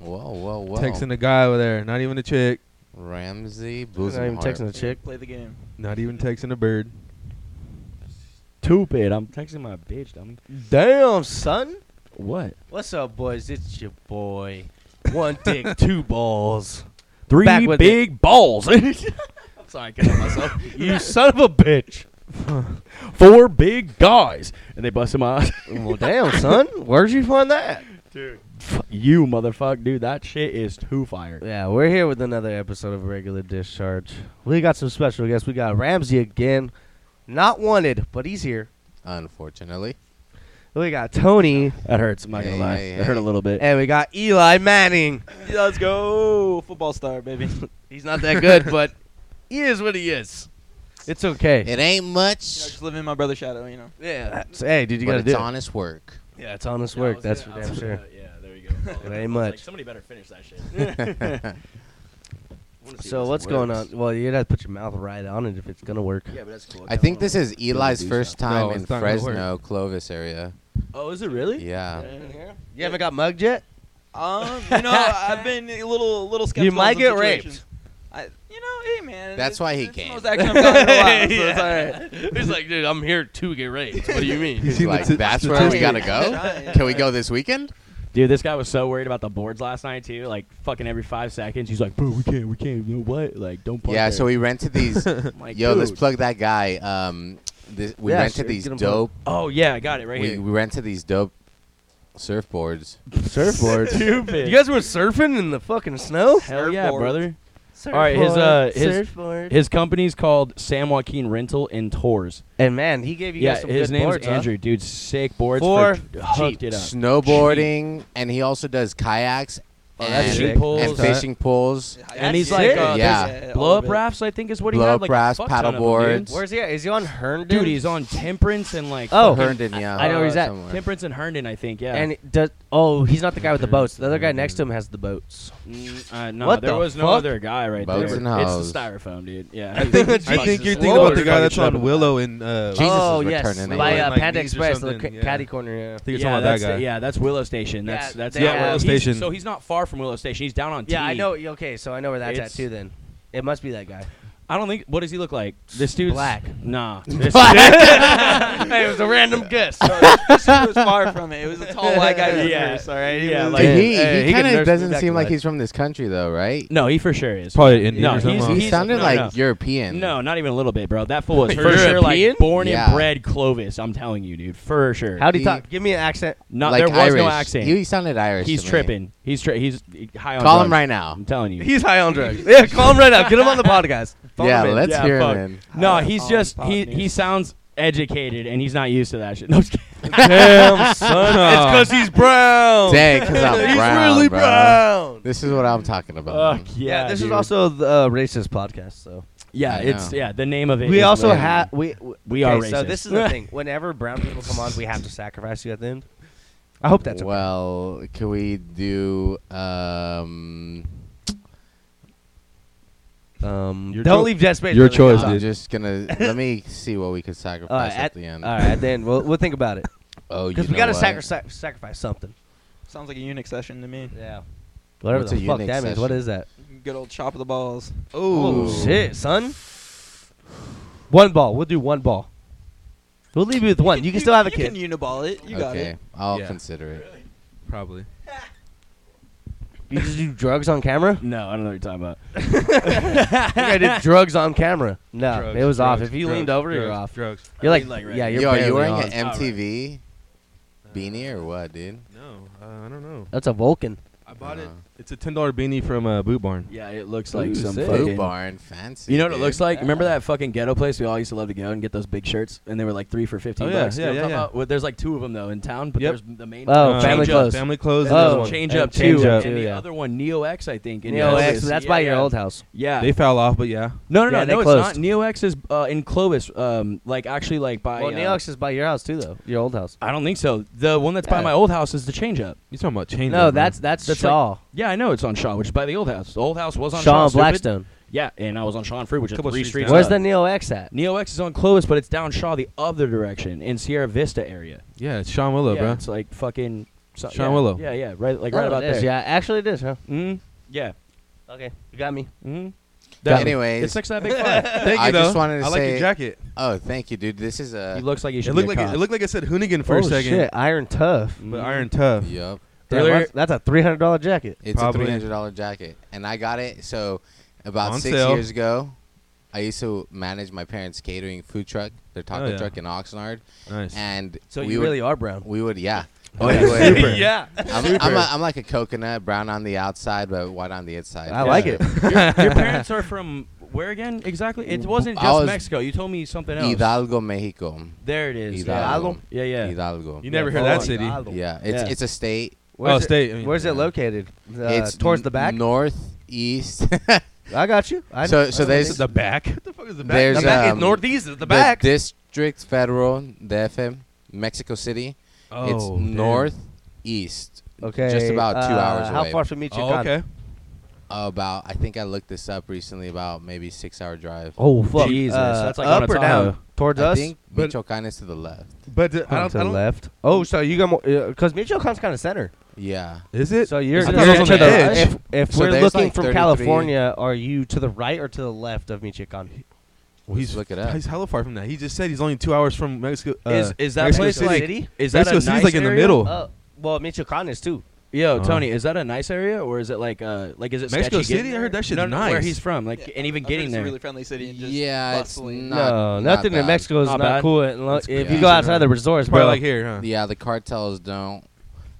Whoa, whoa, whoa. Texting the guy over there, not even a chick, Ramsey Not even Boozemhart. texting a chick. Play the game. not even texting a bird. Stupid. I'm texting my bitch, dummy. Damn, son. What? What's up, boys? It's your boy. One dick, two balls. Three Back with big balls. I'm sorry, I got on myself. you son of a bitch. Four big guys. And they busted my ass. well, damn, son. Where'd you find that? dude. F- you motherfucker, dude. That shit is too fire. Yeah, we're here with another episode of Regular Discharge. We got some special guests. We got Ramsey again. Not wanted, but he's here. Unfortunately. We got Tony, That hurts. I'm not gonna Hey, lie. hey, It hurt a hey. little bit. and we got Eli Manning. Let's go, football star, baby. He's not that good, but he is what he is. It's okay. It ain't You know, much, just living in my brother's shadow, you know. Yeah. that's- Uh, hey, dude, you but gotta it's do it. honest work. Yeah, it's honest work. That's for damn sure. Yeah, there you go. It ain't much. somebody better finish that shit. So what's going on? Well, you'd have to put your mouth right on it if it's gonna work. Yeah, but that's cool. I think this is Eli's do first something. time No, in it's not gonna work. Fresno, Clovis area. Oh, is it really? Yeah. You haven't got mugged yet? Um, you know, I've been a little, little skeptical. You might in some get raped. situations. I, you know, hey man. That's it's- why he it's the came. most action I've gotten in a while, so it's all right. He's like, dude, I'm here to get raped. What do you mean? He's He's seen the like, t- that's where we gotta statistics. go? Can we go this weekend? Dude, this guy was so worried about the boards last night too. Like fucking every five seconds, he's like, "Bro, we can't, we can't. You know what? Like, don't." Park Yeah, there. so we rented these. I'm like, Yo, let's "Dude." plug that guy. Um, this, we Yeah, rented sure, these get him plugged. dope. Oh yeah, I got it right We, here. we rented these dope surfboards. Surfboards. Stupid. You guys were surfing in the fucking snow? Hell Oh, yeah, Surfboard. brother. All right, his, uh, his- surfboard. His company's called San Joaquin Rental and Tours. and man, he gave you yeah, guys some his good name's boards, huh? Andrew. Dude, sick boards For for hooked it up. Snowboarding, and he also does kayaks Oh, that's and, sick. and Pools, fishing pools. And he's like, sick. uh, Yeah. blow up rafts, I think is what he Blow had. up like, rafts, fuck ton of them, paddleboards. dude. Where's he at? Is he on Herndon? Dude, he's on Temperance and like. Oh, fucking- Herndon, yeah. I know where he's at. somewhere. Temperance and Herndon, I think. Yeah. And it does, oh, he's not the guy with the boats. The other guy next to him has the boats. Mm, uh, no, What there the was no fuck? other guy right Boats there. and It's hoes. the styrofoam, dude. Yeah. I think I think you're thinking about the guy that's on Willow and uh, Jesus is oh yes, returning that by way. uh, Like Panda these or Express, the something, ca- yeah. caddy corner. Yeah. I think it's yeah, talking about that's that guy. the- yeah, that's Willow Station. That's Yeah, that's they- Yeah, not- Willow he's- Station. So he's not far from Willow Station. He's down on. Yeah, I T. know. Okay, so I know where that's at It's- too. Then it must be that guy. I don't think. What does he look like? This dude's Black. Nah. This hey, it was a random guess. this dude was far from it. It was a tall white guy with a Yeah. nurse, all right? Yeah, was like- Dude, Damn. he Hey, he he can kind nurse of me doesn't back to seem like life. he's from this country though, right? no, he for sure is. Probably Indian No, or something. he's- huh? he sounded no, like no. European. No, not even a little bit, bro. That fool was for You're sure European? like born Yeah. and bred Clovis. I'm telling you, dude, for sure. How'd he He- talk? Give me an accent. Not like there was Irish. no accent. He sounded Irish. he's to me. tripping. He's tri- he's high on. Call drugs. him right now. I'm telling you. He's high on drugs. yeah, call him right now. Get him on the podcast. Phone Yeah, him in. let's Yeah, hear fuck. him. in. No, he's on just top he news. he sounds educated and he's not used to that shit. No, I'm just kidding. Damn son, It's 'cause he's brown. Dang, 'cause I'm Oh. he's brown, really bro. brown. This is what I'm talking about. Fuck man. yeah. Yeah, this dude. is also the uh, racist podcast. So yeah. I It's know. yeah. The name of it. we is also literally- have we We are okay, So racist. this is the thing. Whenever brown people come on, we have to sacrifice you at the end. I hope that's okay. well, can we do um Um, Your don't cho- leave Dead Space. your for the choice, top. I'm dude. just gonna let me see what we could All sacrifice right, at, at, the end. all right, then we'll we'll think about it Oh, you because we know gotta what? sacri- sac- sacrifice something. Sounds like a eunuch session to me. Yeah. Whatever What's the a fuck eunuch that means. What session? is that? Good old chop of the balls. Oh shit, son. One ball. We'll do one ball. We'll leave you with one. You can still have a kid. You can uniball it. You got okay, it. I'll Yeah. consider it. Probably. You just do drugs on camera? No, I don't know what you're talking about. I think I did drugs on camera. No, Drugs, it was off. drugs, If you drugs, leaned over, you're drugs, off. Drugs. You're like, leaned like right yeah, here. you're Yo, are you barely wearing on. an MTV beanie or what, dude? No, uh, I don't know. That's a Vulcan. I bought it. Uh-huh. It's a ten dollar beanie from uh, Boot Barn. Yeah, it looks Ooh, like some sick. Blue fucking. barn, fancy. You know what it looks dude. like? Remember that fucking ghetto place we all used to love to go and get those big shirts, and they were like three for fifteen Oh, yeah, bucks. You yeah, know what I'm yeah, talking yeah. about? Well, there's like two of them though in town, but Yep. there's the main. Oh, one, family change clothes. Up, Family clothes. and and Oh, there's another one. change and up Change too, and Up, too, the yeah. other one Neo X I think. in Neo Clovis. X. That's by Yeah, your yeah. old house. Yeah. They fell off, but yeah. no, no, Yeah, no, they no. It's closed. not. Neo X is uh, in Clovis, um, like actually like by. Well, uh, Neox is by your house too, though. Your old house. I don't think so. The one that's by Yeah. my old house is the change up. You talking about change? No, that's that's, That's Shaw. Yeah, I know it's on Shaw, which is by the old house. The old house was on Shaw Shaw. and stupid. Blackstone. Yeah, and I was on Shaw and Fruit, which is Couple three streets streets. down. Where's up. the Neo X at? Neo X is on Clovis, but it's down Shaw the other direction in Sierra Vista area. yeah, it's Sean Willow, yeah, bro. It's like fucking So- Sean yeah, Willow. Yeah, yeah, right, like right Oh, about it is. there. Yeah, actually, it is, huh? Mm, yeah. Okay, you got me. Mm. Got me. Anyways, It's next to that big fight. Thank you, I though. just wanted to I like your say- jacket. oh, thank you, dude. This is a he looks like he It should. looked be a like it, cop. it looked like it said Hoonigan for a oh, second, Mm. shit, Iron Tough. but Mhm. Iron Tough. Yup. Damn, Earlier- that's, that's a three hundred dollar jacket. It's Probably. a three hundred dollar jacket, and I got it so about On six sale. years ago. I used to manage my parents' catering food truck, their taco Oh, yeah. truck in Oxnard, Nice. and So we you would, really are brown. we would yeah. Oh, We yeah. would- Super. yeah. I'm, I'm, a, I'm like a coconut, brown on the outside but white on the inside. I like it. Your parents are from where again? Exactly. It wasn't I just was- Mexico. You told me something else. Hidalgo, Mexico. There it is. Hidalgo. Yeah, yeah. Hidalgo. You never Yeah, heard Paul that and city. Yeah, it's Yeah. it's a state. Oh, Oh, Where's it, state. I mean, Where's it yeah. located? Uh, it's towards n- the back. northeast. I got you. I So- know- so I know there's- this- The back. What the fuck is the back? There's the back um, is northeast. Is the the back. District Federal, the FM, Mexico City. oh, it's damn. northeast. okay, just about two uh, hours How away. far from Michoacan? Oh, okay. About I think I looked this up recently. About maybe six hour drive. Oh fuck. Jesus, Uh, that's like going up to or down Tahoe. towards I us. think but- Michoacan is to the left. But uh, I Going don't. to I the don't left. Oh, so you got more because Michoacan's kind of center. Yeah, Is it? So you're, I thought you're it was on to the the edge. if if So we're there's looking like from 33 California, are you to the right or to the left of Michoacan? Well, he's Let's look it up. He's hella far from that. He just said he's only two hours from Mexico. Uh, Is- is that Mexico place City. like- City? Is that Mexico a City's nice like in the area? middle. Uh, well, Michoacan is too. Yo, Oh. Tony, is that a nice area or is it like uh like is it Mexico sketchy getting City? I there? heard that shit's no, no, Where nice. he's from, like, Yeah, and even I've heard getting it's a there. really friendly city and just yeah, it's bustling. not- no, not nothing in bad. Mexico is Not not, bad. cool. unless- It's if good. you go outside the resort, It's bro, probably like here, huh? yeah. The cartels don't.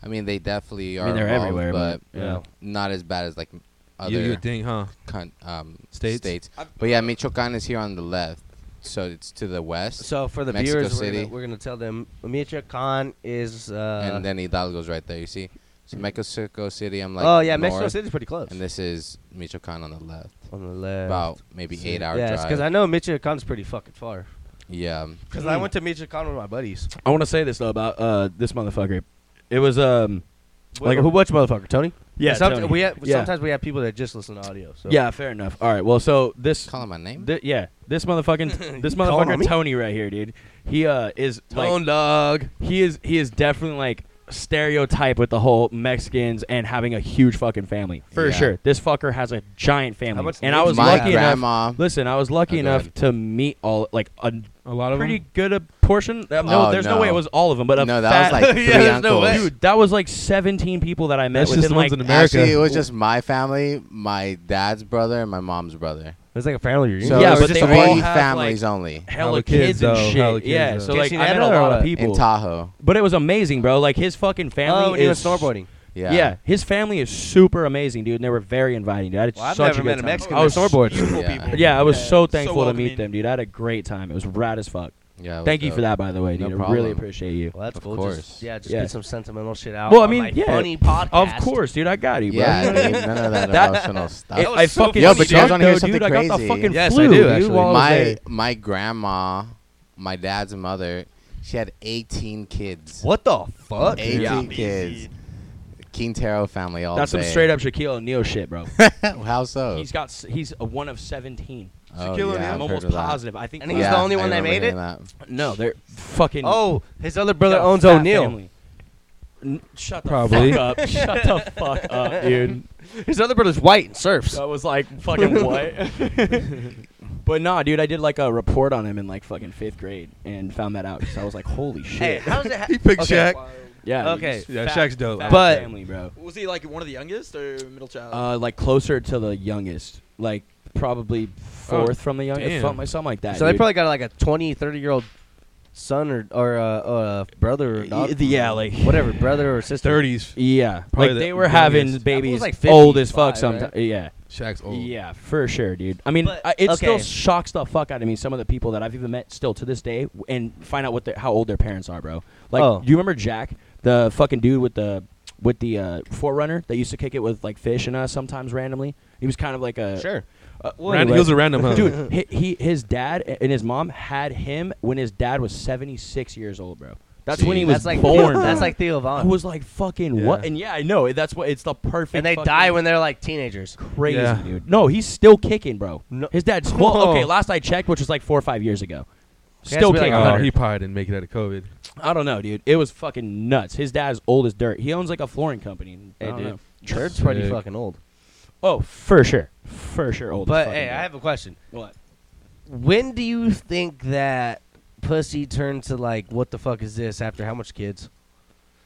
I mean, they definitely I are. mean, they're involved, everywhere, but, but not as bad as like You, other you would think, huh? con- um, States? states. I've- But yeah, Michoacan is here on the left, so it's to the west. So for the Mexico viewers, we're City. gonna, we're gonna tell them Michoacan is. Uh, and then Hidalgo's right there. You see, so Mexico City. I'm like, oh yeah, Mexico north, City's pretty close. and this is Michoacan on the left, on the left. about maybe eight hour yeah, drive. because I know Michoacan's pretty fucking far. yeah, um, Because I Mm. went to Michoacan with my buddies. I want to say this though about uh this motherfucker. It was um Like, who- which motherfucker, Tony? yeah Somet- Tony. we ha- yeah. sometimes we have people that just listen to audio. So yeah fair enough. All right, well so this calling my name. thi- yeah this motherfucking this Calling on me? motherfucker Tony right here, dude. He uh is like dog. he is he is definitely like stereotype with the whole Mexicans and having a huge fucking family for Yeah. sure. This fucker has a giant family, much and meat I was do you my lucky enough. grandma. Listen, I was lucky Oh, go enough ahead. to meet all like a A lot of pretty them. good a portion. Uh, no, Oh, there's no. way it no. was all of them, but a no, fat, that was like three there's no uncles. way. dude, that was like 17 people that I met That's just within the like ones in America. Actually, it was just my family, my dad's brother, and my mom's brother. It's like a family reunion. So Yeah, it was but just they three all have, families like- only hella Hella kids, kids, and though, hella shit. kids, yeah, though. so like I met a Cassinetta or lot of what? in people, Tahoe. but it was amazing, bro. Like his fucking family Oh, when you went is snowboarding. Yeah. his family is super amazing, dude. And they were very inviting, dude. I had Well, I've such never a good met a time. Mexican I that was, snowboards. Beautiful Yeah. people. yeah, I was so Yeah, thankful to meet welcoming. them, dude. I had a great time. It was rad as fuck. Yeah. it was Thank you dope. for that, by the way, dude. No I really problem. appreciate you. Well, that's Of cool. Just, course. yeah, just Yeah. get some sentimental shit out. Well, I on mean, my yeah. funny podcast. Of course, dude. I got you, bro. Yeah, dude, none of that That- emotional I- stuff. I so fucking funny, Yo, but you guys sucked, wanna hear though, dude. something I got the crazy? fucking Yes, I flu, do, dude, actually. while I was there. my my grandma, my dad's mother, she had 18 kids. What the fuck? 18 Yeah. kids. Quintero family all That's day. some straight up Shaquille O'Neal shit, bro. How so? he's got s- he's a one of 17. oh, Shaquille O'Neal. yeah, I'm I've almost heard of that. positive. I think And he's the only I one that remember made hearing it? that. no, they're fucking Oh, his other they brother got a owns fat O'Neill. family. N- Shut the Probably. fuck up. Shut the fuck up, dude. His other brother's white and surfs. I was like, fucking what? but nah, dude, I did like a report on him in like fucking fifth grade and found that out. So I was like, holy Hey, shit. how's it? Ha- He picked Okay. Shaq. yeah. Okay. Yeah, fat- Shaq's dope. fat But- family, bro. Was he like one of the youngest or middle child? Uh, like closer to the youngest, like probably Oh, fourth from the youngest, damn. something, something like that. so they dude. probably got like a 20, 30 year old son or or uh, uh, brother or dog. Y- the- yeah, like- whatever, brother or sister. Thirties. yeah, Probably like the they were having youngest. babies Apple's like old as fuck. 55, Sometimes, yeah, Shaq's old. yeah, for sure, dude. I mean, But- I, it still okay. shocks the fuck out of me. Some of the people that I've even met still to this day, w- and find out what their how old their parents are, bro. Like, Oh. do you remember Jack, the fucking dude with the with the uh, forerunner that used to kick it with like fish and us sometimes randomly? He was kind of like a Sure. Uh, well, Random, anyway. he was a random, huh? Dude, he, he his dad a- and his mom had him when his dad was 76 years old, bro. That's when he Jeez. was that's like born. bro. That's like Theo I Vaughn. was like fucking Yeah. what? And yeah, I know. That's what it's the perfect and they fucking- die when they're like teenagers. crazy, Yeah. dude. No, he's still kicking, bro. No- His dad's well, Oh. okay, last I checked, which was like 4 or 5 years ago. had Still to be can't like Oh, 100. he probably didn't make it out of COVID. I don't know, dude. It was fucking nuts. His dad's old as dirt. He owns like a flooring company. I Hey, don't dude. know. Churd's pretty Sick. fucking old. Oh, for sure, for sure, old. as But fucking hey, dirt. I have a question. what? When do you think that pussy turned to like, what the fuck is this? After how much kids?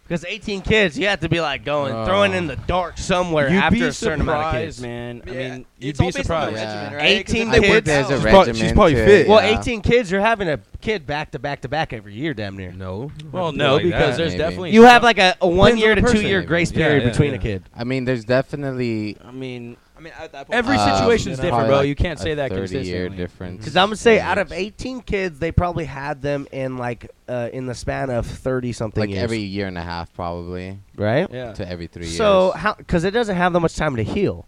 Because 18 kids, you have to be like going Oh. throwing in the dark somewhere You'd after be a certain amount of surprised, kids. man. I Yeah, mean, you'd it's be all based on the surprised. Yeah. regimen, right? 18 Because if I they think kids. worked there's a out- She's probably- regimen. she's probably to it, fit. Well, yeah. 18 kids, you're having a kid back to back to back every year, damn near. No. Well, no, Like because that. there's maybe. definitely You have like a, a one on year the to two person, year maybe. grace Yeah, period yeah, between yeah. a kid. I mean, there's definitely I mean, I mean, at that point, Every uh, situation's you probably know, different, bro. like You can't a say that 30-year consistently. difference. Because I'm gonna say, out of Age. 18 kids, they probably had them in like uh, in the span of 30 something like years, every year and a half, probably right? yeah. to every three years. So how? Because it doesn't have that much time to heal.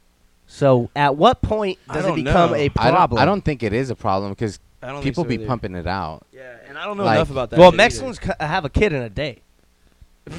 So at what point I does it don't become know. a I don't, problem? I don't think it is a problem because I don't think people so be either. pumping it out. Yeah, and I don't know Like- enough about that. well, shit Mexicans c- have a kid in a day.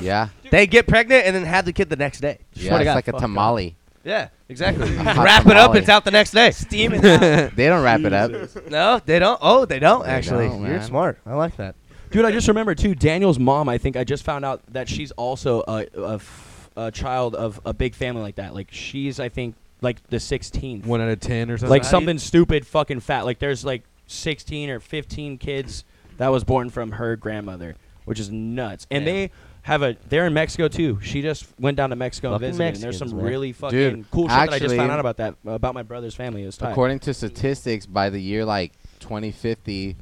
Yeah, They get pregnant and then have the kid the next day. yeah, it's like a fuck tamale. Yeah, exactly. A hot wrap it up, tamale. it's out the next day. Steam it. They don't wrap it up. no, they don't. Oh, they don't They actually. don't, You're man. smart. I like that. either. dude. I just remember too. Daniel's mom. I think I just found out that she's also a a, f- a child of a big family like that. Like she's, I think, like the 16th. One out of ten or something. like How do you- something stupid, fucking fat. Like there's like 16 or 15 kids that was born from her grandmother, which is nuts. And Damn. they have a. They're in Mexico too. She just went down to Mexico Fucking and visited. and there's Mexicans, some man. really fucking Dude, cool shit that I just actually- found out about that about my brother's family. It was tight. According to statistics, by the year like 2050,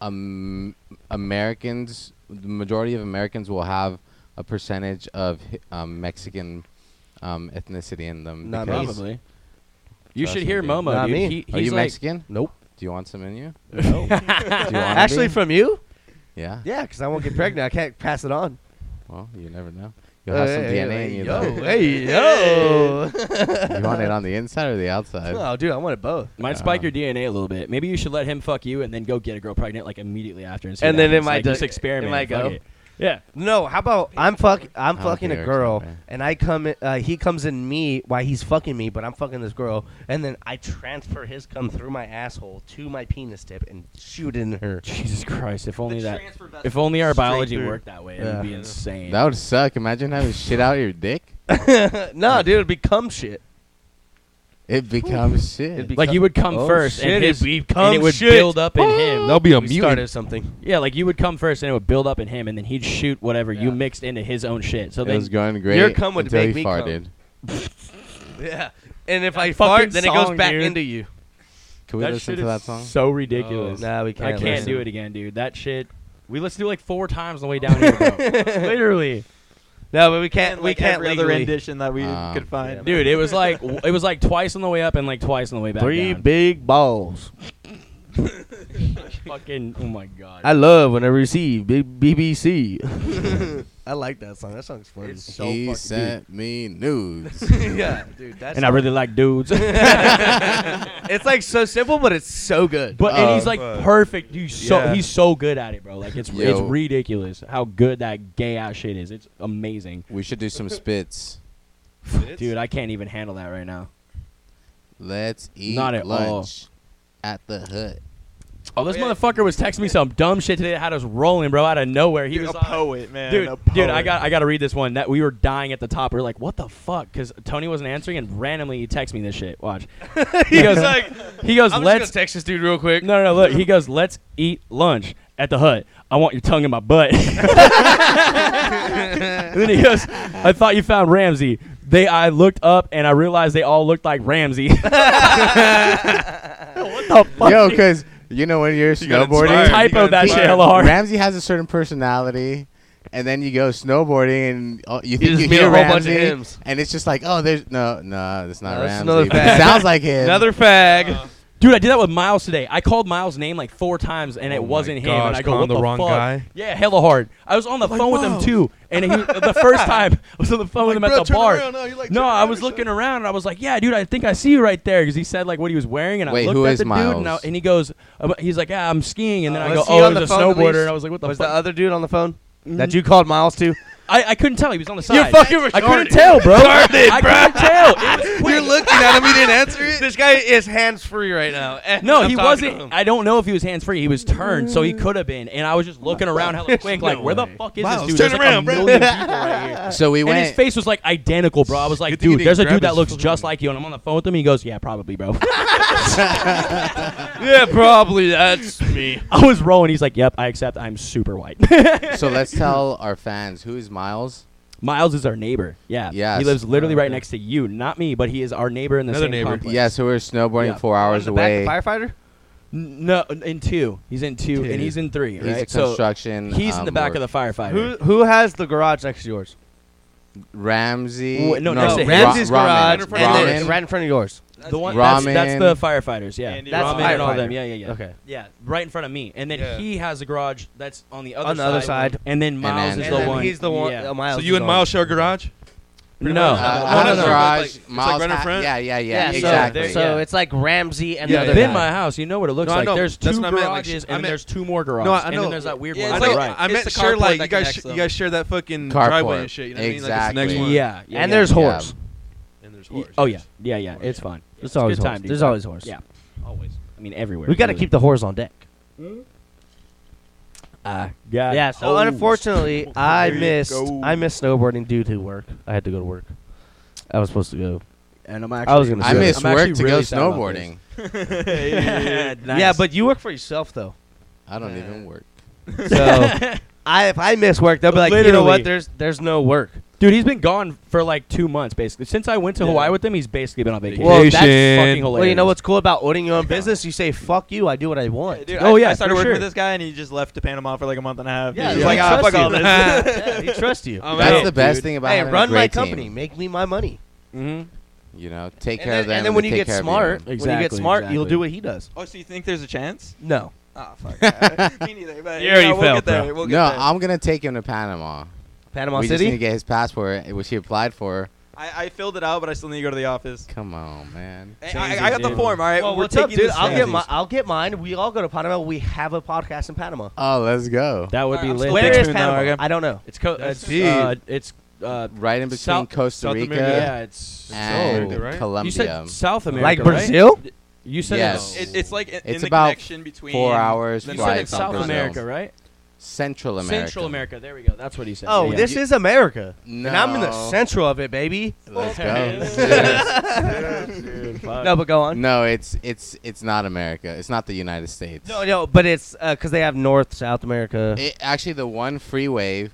um, Americans, the majority of Americans will have a percentage of hi- um, Mexican um, ethnicity in them. Not because- me. Probably. You Trust should me, hear dude. Momo, Not dude. me. He, he's Are you like, Mexican? Nope. Do you want some in you? No. Do you want actually, any? from you? yeah. Yeah, because I won't get pregnant. I can't pass it on. Well, you never know. You'll have some Hey, DNA hey, in you. Yo, though. hey, yo. you want it on the inside or the outside? oh, dude, I wanted both. might spike Uh-huh. your DNA a little bit. Maybe you should let him fuck you and then go get a girl pregnant like immediately after. And, see And what then it happens. might like, do- just experiment. it might Fuck go. it. Yeah. No, how about I'm fuck I'm I don't fucking think a it works girl that way. and I come in, uh, he comes in me while he's fucking me, but I'm fucking this girl and then I transfer his cum through my asshole to my penis tip and shoot it in her. Jesus Christ! If only the that. transfer vessel. If only our Straight biology through. worked that way, it Yeah. would be insane. That would suck. Imagine having shit out of your dick. no, dude, it'd be cum shit. It becomes shit. It'd be- like you would come Oh, first, shit, and, his, it'd become and it would shit. build up in him. That'll be a We mutant. started something. Yeah, like you would come first, and it would build up in him, and then he'd shoot whatever you Yeah. mixed into his own shit. So it then was going great. Your cum would until make you me cum. farted. Yeah, and if I fucking fart, then it goes song, back dude. into you. Oh, Can we that listen shit to is that song? so ridiculous. Nah, we I can't. can't listen. do it again, dude. That shit. We listened to it like four times on the way down here, bro. Literally, No, but we can't. and, we like, can't every legally. other rendition that we Um, could find. Oh. dude. It was like it was like twice on the way up and like twice on the way back. down. big balls. fucking. Oh my god. love whenever you see big BBC. I like that song. That song's funny. It's so he fucking- sent me nudes. yeah, dude. That's and I really like dudes. it's like so simple, but it's so good. But and Oh, he's Uh, like but- perfect. You so Yeah. he's so good at it, bro. Like it's it's Yo. ridiculous how good that gay ass shit is. It's amazing, we should do some spits. dude. I can't even handle that right now. Let's eat Not at all. lunch at the hut. Oh, this yeah. motherfucker was texting me some dumb shit today that had us rolling, bro, out of nowhere. He Dude, was a like- poet, man. Dude, a poet. dude, I got I got to read this one that we were dying at the top. We were like, what the fuck? Because Tony wasn't answering, and randomly he texted me this shit. Watch, he goes like, he goes, let's text this dude real quick. no no no, look. He goes, let's eat lunch at the hut. I want your tongue in my butt. And then he goes, I thought you found Ramsey. They, I looked up and I realized they all looked like Ramsey. what the fuck? Yo, because you know when you're got snowboarding, inspired. typo that shit hella hard. Ramsey has a certain personality, and then you go snowboarding and uh, you think just you made hear a whole bunch of Ramsey, hymns. and it's just like, oh, there's no, no, that's not No, that's Ramsey. another but it fact. sounds like him. Another fag. Dude, I did that with Miles today. I called Miles' name like four times and it Oh my wasn't him. gosh, and I go, calling what the the, wrong fuck? guy? Yeah, hella hard. I was on the phone with him too. And he, the first time, I was on the phone with him Bro, at the turn bar. around. No, you, like, No, turn I around was or looking around and I was like, "Yeah, dude, I think I see you right there," because he said like what he was wearing, and Wait, I looked who at is the dude, and, I, Miles? and he goes, uh, "He's like, yeah, I'm skiing," and then Uh, I go, was he "Oh, on there's a the phone at least? snowboarder," and I was like, "What the Was the fuck?" Mm-hmm. other dude on the phone that you called Miles to? I, I couldn't tell. He was on the side. You're fucking I couldn't retarded. tell, bro. I couldn't tell. no, it was quick. You're looking at him. He didn't answer it. this guy is hands free right now. No, he wasn't. I don't know if he was hands free. He was turned, so he could have been. And I was just looking around hella quick, like, where the fuck is Miles, this dude? turn There's like around, a bro. million people right here. So we And went. his face was like identical, bro. I was like, Good thing he dude, there's a didn't dude grab that his looks phone. just like you. And I'm on the phone with him. He goes, yeah, probably, bro. yeah, probably that's me. I was rolling. He's like, yep, I accept. I'm super white. so let's tell our fans who is Miles. Miles is our neighbor. Yeah. Yes. Uh, He lives literally right Okay. next to you, not me, but he is our neighbor in the Another same neighbor. complex. Yeah, so we were snowboarding Yeah. four hours away. firefighter. N- No, in two. He's in two, Two. and he's in three. He's right? a construction. so he's in um, the back work- of the firefighter. Who who has the garage next to yours? Ramsey. Wh- no, no, that's Ra- it. Oh, Ramsey's Ra- Ramen. Right garage, in front of and then Ramen. right in front of yours. That's The one me. that's, that's the Ramen. firefighters, yeah. ramen Andy That's and all firefighter. them, yeah, yeah, yeah. Okay. Yeah, right in front of me, and then Yeah. he has a garage that's on the other On the side, other side. and then Miles then- is And the then one. He's the one. Yeah. uh, Miles So is you and the Miles share a garage? no, Uh, I no, have a garage. no. It's like- it's like Miles. right in ha- front? Yeah, yeah, one. Yeah, yeah. so- Exactly. So, yeah. it's like Ramsey and Yeah, the yeah. other been guy. my house. You know what it looks No, I like. know. There's That's two what I garages, meant, like, sh- I and then meant- there's two more garages, No, I and know. then there's that weird Yeah, one. it's on the like- right. I It's meant the share carport like you that guys, connects sh- them. you guys share that fucking driveway Carport. and shit. You know what I mean? Like, it's Exactly. the next one. yeah, yeah, and yeah. there's yeah. horse. And there's Y- horse. Oh yeah, yeah, yeah. It's fun. There's always good horse. time, dude. There's always horse. Yeah, Always. I mean everywhere. We got to keep the horse on deck. Uh, yeah, Yeah. So unfortunately, I There you missed. go. I missed snowboarding due to work. I had to go to work. I was supposed to go. and I'm I was gonna I say- miss I'm actually work to go really sad about snowboarding. this. Nice. Yeah, but you work for yourself though. I don't Yeah. even work. So I if I miss work, they'll be like, you know Literally. what? There's there's no work. dude, he's been gone for like two months basically. Since I went to Yeah. Hawaii with him, he's basically been on vacation. Well, that's fucking hilarious. Well, you know what's cool about owning your own business? You say, fuck you. I do what I want. Dude, Oh, I, yeah, I started for working with sure. this guy, and he just left to Panama for like a month and a half. Yeah, He's yeah. like, ah, fuck all this. yeah, he trusts you. I'm That's out, the best dude. thing about Hey, having a run my great company. team. Make me my money. Mm-hmm. You know, take and care then, of them. and then when they you get take care of smart, when you get Exactly, smart, you'll exactly. do what he does. oh, so you think there's a chance? No. Oh, fuck. alright. Me neither. But You already yeah, we'll fell, get there. bro. We'll get No, there. I'm gonna take him to Panama. Panama we just need to City? get his passport, which he applied for. I, I filled it out, but I still need to go to the office. Come on, man. Hey, Change I, I it, got the dude. form. All right. Well, We're what's up, taking dude? this I'll now. get, my, I'll get mine. We all go to Panama. We have a podcast in Panama. Oh, let's go. That would Alright, be I'm lit. still Where picturing is that Panama? again. I don't know. It's co- That's it's deep. uh, it's uh, right in between South- Costa South Rica America. yeah, it's and America, right? Colombia. you said South America, like right? Brazil? You said Yes. It, it's like in, It's in about the connection between four hours the You flight Right, said it's North from and South Brazil. South. America, right? Central America. Central America. There we go. That's what he said. Oh, Yeah. this is America. No. And I'm in the central of it, baby. Uh, Let's No, but go go. on. no, it's it's it's not America. It's not the United States. No, no, but it's because they have North, South America. It, actually, the one freeway,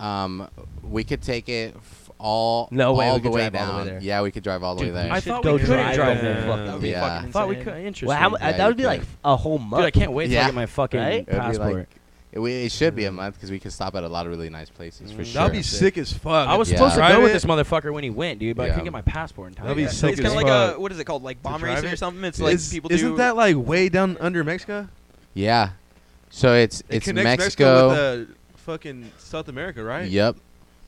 um, we could take it f- all No way, all we the could way drive all down. the way there. yeah, we could drive all the Dude, way there. I You should thought go we couldn't drive drive there. there. Fucking- That would be Yeah. fucking I thought we insane. could. Interesting. Well, how, mu- Yeah, that would you be could. like a whole month. Dude, I can't wait till Yeah. I get my fucking Right? It'd be like- passport. It, we- it should be a month because we could stop at a lot of really nice places for Mm. sure. That'd be sick as fuck. I was Yeah. supposed to Drive go with it. this motherfucker when he went, dude, but I Yeah. couldn't get my passport in time. That'd be It's sick kind as of like fuck. a what is it called? Like bomb drive racer it? or something. It's like Is- people Isn't do. that like way down under Mexico? Yeah. So it's It it's connects Mexico. with uh, fucking South America, right? Yep.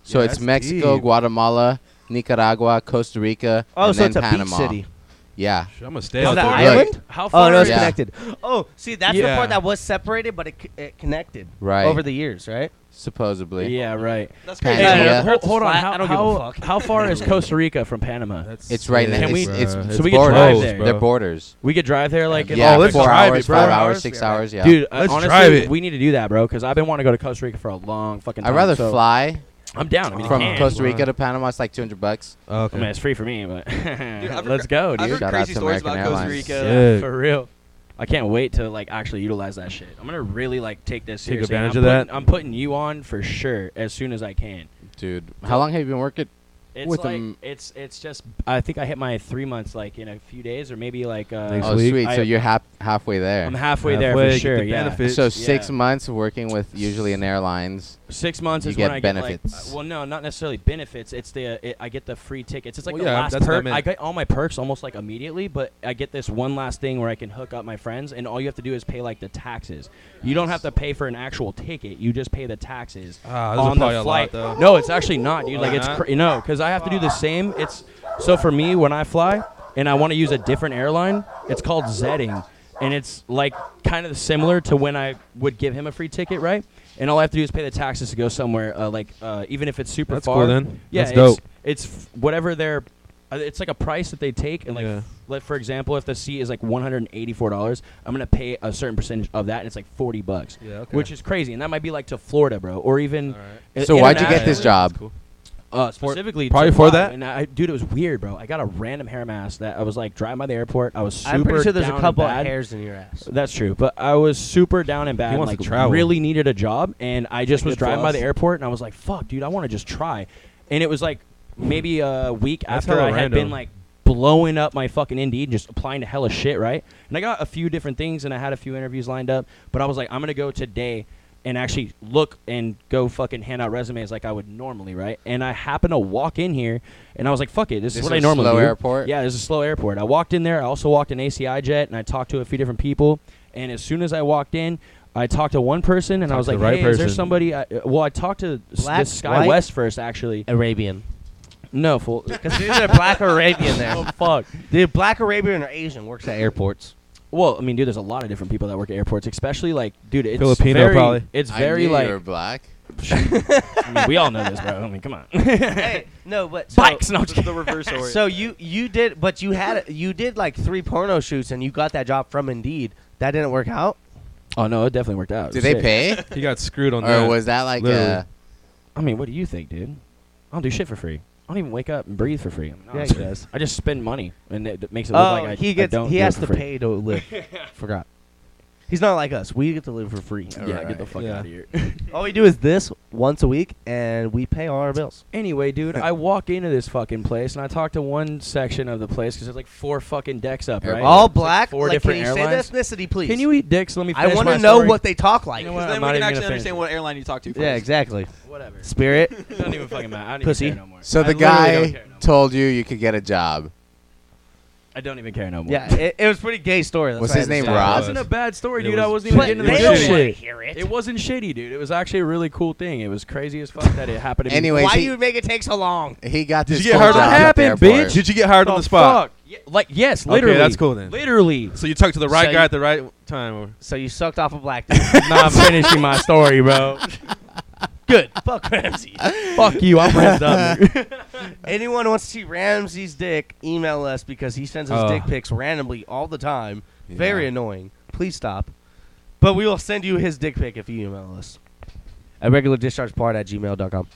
So Yeah, it's that's Mexico, deep. Guatemala, Nicaragua, Costa Rica, Oh, and so then it's a Panama. beach city. Yeah. Shit, I'm gonna stay Is out that there. island? Look, How Oh, far? no, it's Yeah. connected. Oh, see, that's the Yeah. part that was separated, but it, c- it connected Right. over the years, right? supposedly. Yeah, right. That's Hey, crazy. Yeah. Hey, Yeah. hold, hold on. Flat, How, I don't give a how, fuck. how far is Costa Rica from Panama? That's It's right sick, now. Can we- bruh. it's- so we could drive balls, there. bro. They're borders. We could drive there, like in yeah, Oh, let's four drive hours, it, bro. five Four hours, hours, six yeah. hours. Yeah. Dude, Let's honestly, drive it. we need to do that, bro, because I've been wanting to go to Costa Rica for a long fucking time. I'd rather so fly I'm down. I mean, from I can. Costa Rica to Panama. It's like 200 bucks. I mean, Okay. it's free for me, but I've let's heard- go, I've dude. heard Shout out crazy to stories American about Costa Airlines. Rica. Yeah. For real. I can't wait to like actually utilize that shit. I'm gonna really like take this Take seriously. advantage I'm of putting- that. I'm putting you on for sure as soon as I can. Dude, how long have you been working? It's With like them- it's it's just I think I hit my three months like in a few days or maybe like uh, Next Oh, week. sweet. So I- you're hap- halfway there. I'm halfway, Halfway, there for get sure. the Yeah. benefit. so Yeah. six months working with usually in airlines. Six months You is get when I get like benefits. uh, well no not necessarily benefits it's the uh, it, I get the free tickets it's like Well, the yeah, last that's what I perk I, meant. get all my perks almost like immediately but I get this one last thing where I can hook up my friends and all you have to do is pay like the taxes you don't have to pay for an actual ticket you just pay the taxes Ah, those are on probably the a flight lot, though. no it's actually not dude like Oh, it's not? cra- no because I have to do the same it's so for me when I fly and I want to use a different airline it's called Zetting and it's like kind of similar to when I would give him a free ticket, right? And all I have to do is pay the taxes to go somewhere, uh, like uh, even if it's super That's far. cool then. Yeah, That's it's, dope. It's f- whatever their uh, it's like a price that they take, and like, Yeah. like for example, if the seat is like one hundred and eighty-four dollars, I'm gonna pay a certain percentage of that, and it's like forty bucks, Yeah, okay. which is crazy, and that might be like to Florida, bro, or even. i- So why'd you get international. this job? Uh, specifically, Probably to for Hawaii. that? And I, dude, it was weird, bro. I got a random hair mass that I was like driving by the airport. I was super. I'm pretty sure there's down a and couple bad. hairs in your ass. That's true, but I was super down and bad. He wants like to travel. really needed a job, and I just Like was good driving by the floss. airport, and I was like, "Fuck, dude, I want to just try." And it was like maybe a week That's after I hella had random. been like blowing up my fucking Indeed, just applying to hella shit, right? And I got a few different things, and I had a few interviews lined up, but I was like, "I'm gonna go today." And actually look and go fucking hand out resumes like I would normally, right? And I happened to walk in here, and I was like, "Fuck it, this, This is what I was normally slow do." airport? Yeah, it was a slow airport. I walked in there. I also walked in ACI jet, and I talked to a few different people. And as soon as I walked in, I talked to one person, and I Talked was to like, the right "Hey, is there person." somebody?" I, uh, well, I talked to s- Black, this Sky white? West first, actually. Arabian. No, fool. Because there's a black Arabian oh there. fuck. Dude, black Arabian or Asian works at airports. Well, I mean, dude, there's a lot of different people that work at airports, especially like, dude, it's Filipino, very, probably. It's I very knew you like. were black. I mean, we all know this, bro. I mean, come on. hey, no, but so, Bikes, no. I'm just the, the kidding. reverse orient. So you you did, but you had you did like three porno shoots, and you got that job from Indeed. That didn't work out. Oh no, it definitely worked out. It Did was they sick. pay, He got screwed on or that. was that like Literally. a? I mean, what do you think, dude? I don't do shit for free. I don't even wake up and breathe for free. I mean, Yeah, he honestly. does. I just spend money, and it it makes it oh, look like I, he I gets don't he do it has for to free. pay to live. Forgot. He's not like us. We get to live for free. Yeah, get the Alright. fuck Yeah. out of here. All we do is this once a week, and we pay all our bills. Anyway, dude, I walk into this fucking place and I talk to one section of the place because there's like four fucking decks up, right? Airport. All It's like black. four like, different can you airlines. say the ethnicity, please? Can you eat dicks? Let me. I want to know what they talk like. You know what? Because I'm then not we even can gonna actually finish understand it. what airline you talk to. First. Yeah, exactly. Whatever. Spirit. It doesn't even fucking matter. I don't Pussy. even care no more. So I the literally don't guy care no more. told you you could get a job. I don't even care no more. yeah, it, it was pretty gay story. That's What's why I his name, decided. It Rob? wasn't a bad story, It dude. I was wasn't even shitty. getting But into the they was good don't shitty. want to shit. hear It wasn't shitty, dude. It was actually a really cool thing. It was crazy as fuck that it happened to me. Anyway, Why he- do you make it take so long? He got Did this. you get full hired on job the at spot? the Happened, bitch. airport. Did you get hired on Oh, the spot? Fuck. Yeah, like yes, Okay, literally. that's cool then. Literally. So you talked to the right So you- guy at the right time. Or So you sucked off a black dude. not finishing my story, bro. Good. Fuck Ramsey. Fuck you. I'm ramped up. Anyone who wants to see Ramsey's dick, email us because he sends us Oh. dick pics randomly all the time. Yeah. Very annoying. Please stop. But we will send you his dick pic if you email us. At regulardischargepart at gmail.com.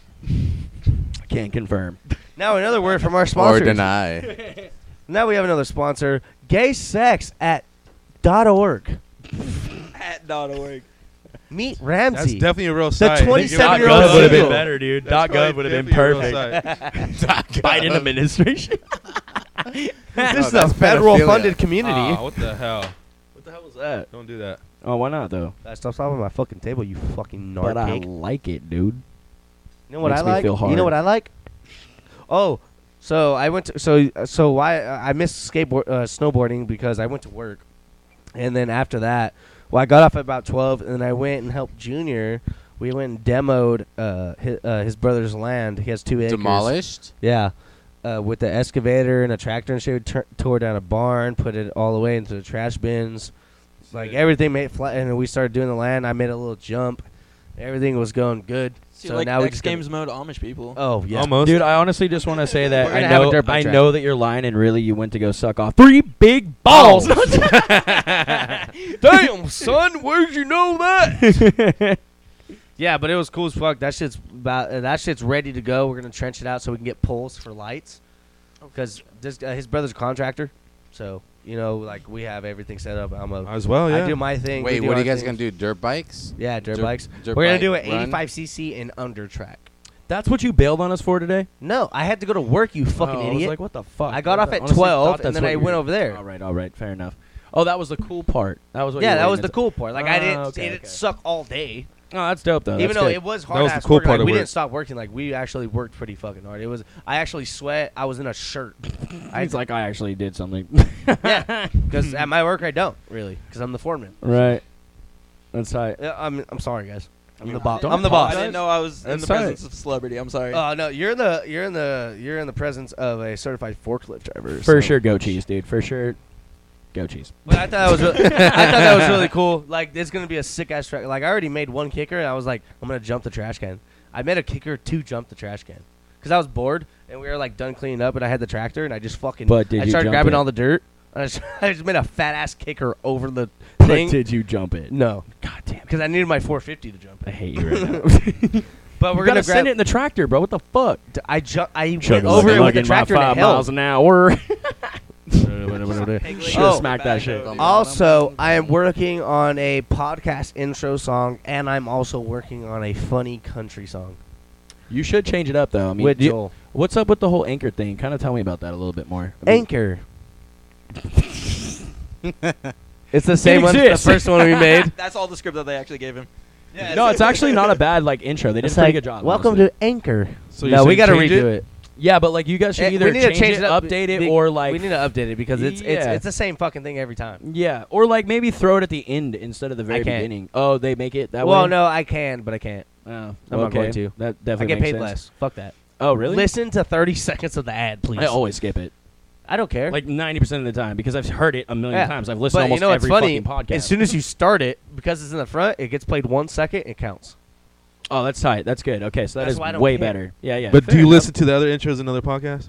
Can't confirm. Now another word from our Or sponsor. deny. Now we have another sponsor, gaysex at dot org. At dot org. Meet that's Ramsey. definitely a real site. 27 They give year out old good would have deal. been better, dude. That's probably definitely a real site. Biden administration. this is a that's federal pedophilia. funded community. Ah, what the hell? what the hell was that? Don't do that. Oh, why not though? Uh, Stop stopping my fucking table, you fucking narc But I pig. like it, dude. You know what Makes I me like? feel You hard. know what I like? Oh, so I went to so so why I missed skateboard uh, snowboarding because I went to work, and then after that, well, I got off at about twelve, and then I went and helped Junior. We went and demoed uh, his, uh, his brother's land. He has two acres. Demolished. Yeah. Uh, with the excavator and a tractor and shit, we tur- tore down a barn, put it all the way into the trash bins. Like Shit. everything made flat, and then we started doing the land. I made a little jump. Everything was going good. See, so like now we X just gotta- Games mode Amish people. Oh yeah. Almost. Dude, I honestly just want to say that We're I gonna have a know dirt bike I track. know that you're lying and really you went to go suck off three big balls. Damn, son, where'd you know that? yeah, but it was cool as fuck. That shit's about. Uh, that shit's ready to go. We're gonna trench it out so we can get poles for lights. Because this uh, his brother's a contractor, so you know, like we have everything set up. I'm a. Might as well, yeah. I do my thing. Wait, what are you guys gonna do? Dirt bikes? Yeah, dirt, Dirt- bikes. dirt We're bike gonna do an run? 85 cc and under track. That's what you bailed on us for today. No, I had to go to work. You fucking Oh, I idiot. was like, what the fuck? I got off at honestly 12, thought and that's then what I you went were- over there. All right, all right, fair enough. Oh, that was the cool part. That was what. you yeah, were that was waiting the to- cool part. Like I Ah, didn't, okay, it didn't okay. suck all day. Oh, that's dope though. even That's though good. it was That hard was the ass cool work, like, part of we work. didn't stop working. Like we actually worked pretty fucking hard. It was I actually sweat. I was in a shirt. I It's like I actually did something. yeah, because at my work I don't really because I'm the foreman. right. That's tight. Uh, I'm I'm sorry guys. I'm the mean, boss. don't I'm the I boss. didn't know I was in That's the all presence of celebrity. I'm sorry. Uh, no, you're the you're in the you're in the presence of a certified forklift driver. For so- sure, go cheese, dude. For sure, go cheese. But I thought that was really, I thought that was really cool. Like it's gonna be a sick ass track. Like I already made one kicker, and I was like, I'm gonna jump the trash can. I made a kicker to jump the trash can because because I was bored and we were like done cleaning up, and I had the tractor, and I just fucking. But did I you started jump grabbing it? all the dirt. And I just, I just made a fat ass kicker over the But thing. did you jump it? No, God damn it. because I needed my 450 to jump. I in. hate you right now. But we're We're gonna gonna grab. send it in the tractor, bro. What the fuck? D- I ju- I went over it with the tractor and it five held. miles an hour. Peg leg on Should've the smacked back that shit. of- Also, I am working on a podcast intro song, and I'm also working on a funny country song You should change it up though. I mean, with do you- Joel what's up with the whole anchor thing? Kind of tell me about that a little bit more. I mean, Anchor. it's the same one, the exists. first one we made. That's all the script that they actually gave him. Yeah, no, it's actually not a bad like intro. They did It's a pretty like, good job. welcome honestly. to Anchor. So no, you we said gotta change redo it. yeah, but like you guys Eh, should we either need to change, it, up- update it, be- or like we need to update it because it's it's, Yeah. it's the same fucking thing every time. yeah, or like maybe throw it at the end instead of the very can't. beginning. Oh, they make it that well, way. no, I can, but I can't. no, I'm not going to. That definitely I get makes paid sense. less. Fuck that. Oh, really? Listen to 30 seconds of the ad, please. I always skip it. I don't care. Like ninety percent of the time because I've heard it a million Yeah. times. I've listened to almost what's every fucking podcast. As soon as you start it, because it's in the front, it gets played one second. It counts. oh, that's tight. That's good. Okay, so that That's is why I don't way care. better. Yeah, yeah. But Fair do you enough. listen to the other intros in other podcasts?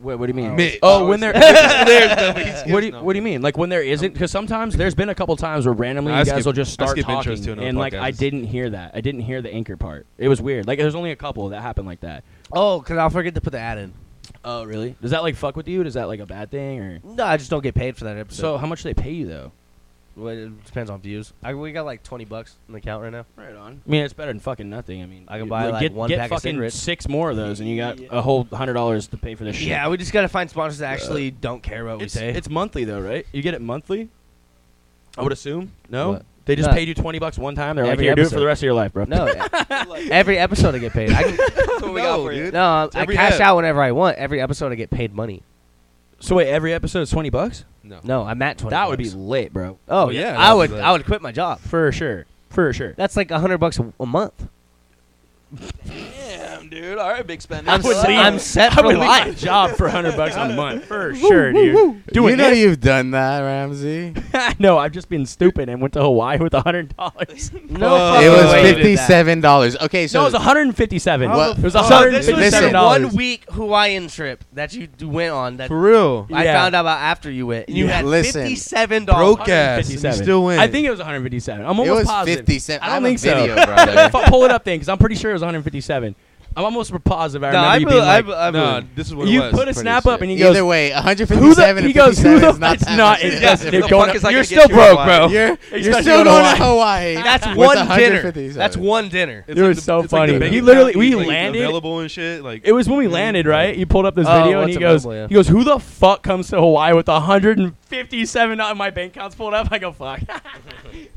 Wait, what do you mean? Mitch. Oh, when there. There's no- What do, you, what do you mean? Like when there isn't? Because sometimes there's been a couple times where randomly I you guys skip- will just I start skip intros talking, to another and like I podcast. didn't hear that. I didn't hear the anchor part. It was weird. Like there's only a couple that happened like that. Oh, because I'll forget to put the ad in. Oh, really? Does that like fuck with you? Does that like a bad thing or? No, I just don't get paid for that episode. So how much do they pay you though? Well, it depends on views. I, we got like 20 bucks in the account right now. Right on. I mean, it's better than fucking nothing. I mean, I can you- buy, like, get, one get pack of fucking cigarettes. six more of those, and you got Yeah. a whole hundred dollars to pay for this shit. Uh, Yeah, we just got to find sponsors that actually don't care about what it's, we say. it's monthly though, right? You get it monthly. I would assume. No, What? they just No. paid you twenty bucks one time. They're Every like, here, do it episode. for the rest of your life, bro. no, every episode I get paid. I can, That's what we got No, for you. dude. no, I- I every cash ad. out whenever I want. Every episode I get paid money. So wait, every episode is twenty bucks? No, I'm at 20. That would be bucks. lit, bro. Oh, Oh, yeah. yeah, I that's would like- I would quit my job. For sure. For sure. That's like 100 bucks a, a month. Damn, dude. All right, big spender. I'm, Well, set, I'm set for life. job for hundred bucks a month. For sure, dude. Do you Doing know this? you've done that, Ramsey. no, I've just been stupid and went to Hawaii with hundred dollars. No, it Oh, was fucking way you did that. fifty-seven dollars. Okay, so no, it was one hundred and fifty-seven. How It the was fuck? one So hundred and this This was Listen. a fifty-seven dollars. one week Hawaiian trip that you d- went on that For real. I Yeah. found out about after you went. And you Yeah. had Listen. fifty-seven Broke dollars. ass. and You still win. I think it was one hundred fifty-seven. I'm it almost was positive. fifty-seven. I have don't a think so. video, brother. Fu- Pull it up then, because I'm pretty sure it was 157. I'm almost positive. I No, remember I you believe. being like, I, be- I no, believe. this is what you it was. put a snap up and he goes, Either way, one hundred who the? fifty-seven. He goes, who the? Is not it's that not. much. It's just, Who the it's fuck going. is I gonna you're get still you broke, Hawaii? bro. You're, you're Especially still in going to Hawaii. Hawaii. That's with one dinner. 157. That's one dinner. It's You were the- so it's like the funny. bank He literally- account, we like, landed- Available and shit. Like It was when we landed, right? You pulled up this Oh, video what's and he a goes, mobile, yeah. he goes, who the fuck comes to Hawaii with 157 on my bank accounts pulled up? I go, fuck.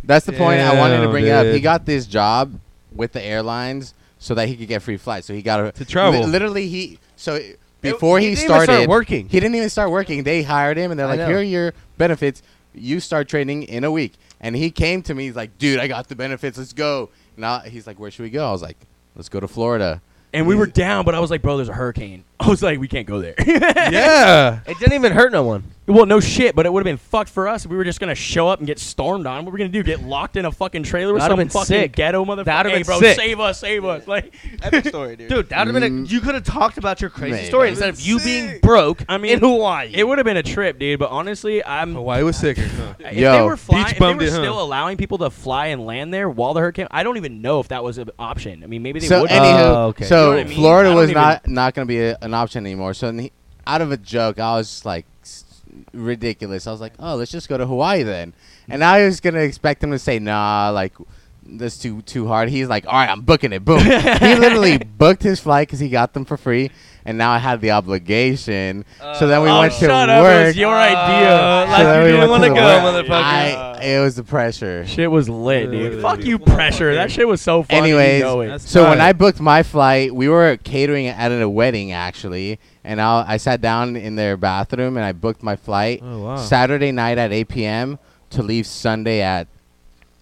That's the point I wanted to Damn, bring up. He dude. got this job with the airlines so that he could get free flights. So he got a, To travel. li- literally, he so before he, didn't even start started working. he didn't even start working. They hired him and they're I like, know. "Here are your benefits. You start training in a week." And he came to me. He's like, "Dude, I got the benefits. Let's go." Now he's like, "Where should we go?" I was like, "Let's go to Florida." And we were down, but I was like, bro, there's a hurricane. I was like, we can't go there. yeah. It didn't even hurt no one. well, no shit, but it would have been fucked for us if we were just going to show up and get stormed on. What were we going to do? Get locked in a fucking trailer with That'd have some been fucking sick. ghetto motherfucker? That'd hey, have been bro, sick. save us, save us. Like, Epic story, dude. Dude, that would have been. A, Mm. you could have talked about your crazy Maybe. story instead of you being Sick. broke. I mean, in Hawaii. it would have been a trip, dude, but honestly, I'm Hawaii was sicker. huh? If they Yo, were, fly- beach if they bummed were it, huh? still allowing people to fly and land there while the hurricane, I don't even know if that was an option. I mean, maybe they so would. anywho, Oh, okay. so You know what I mean? I Florida don't was even- not not going to be a, an option anymore. So then he, out of a joke, I was just like s- ridiculous. I was like, oh, let's just go to Hawaii then. And I was going to expect him to say, nah, like that's too too hard. He's like, all right, I'm booking it. Boom. he literally booked his flight because he got them for free. And now I had the obligation. so then we oh, went to shut work. up! It was your idea. Uh, so like, then you we didn't went wanna the go, work. motherfucker. I, it was the pressure. shit was lit, dude. dude. Fuck you, pressure. That shit was so funny. Anyways, you know it. That's So when tight. I booked my flight, we were catering at a wedding actually, and I, I sat down in their bathroom and I booked my flight Oh Uh-huh. wow. Saturday night at 8 p.m. to leave Sunday at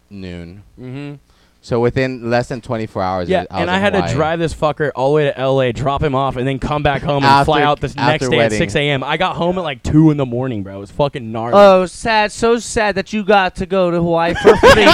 noon. Mhm. So within less than 24 hours, Yeah, was and in I had to Hawaii. drive this fucker all the way to LA, drop him off, and then come back home and fly After- out this after next day wedding. at 6 a.m. I got home at like 2 in the morning, bro. It was fucking gnarly. Oh, sad, so sad that you got to go to Hawaii for free and then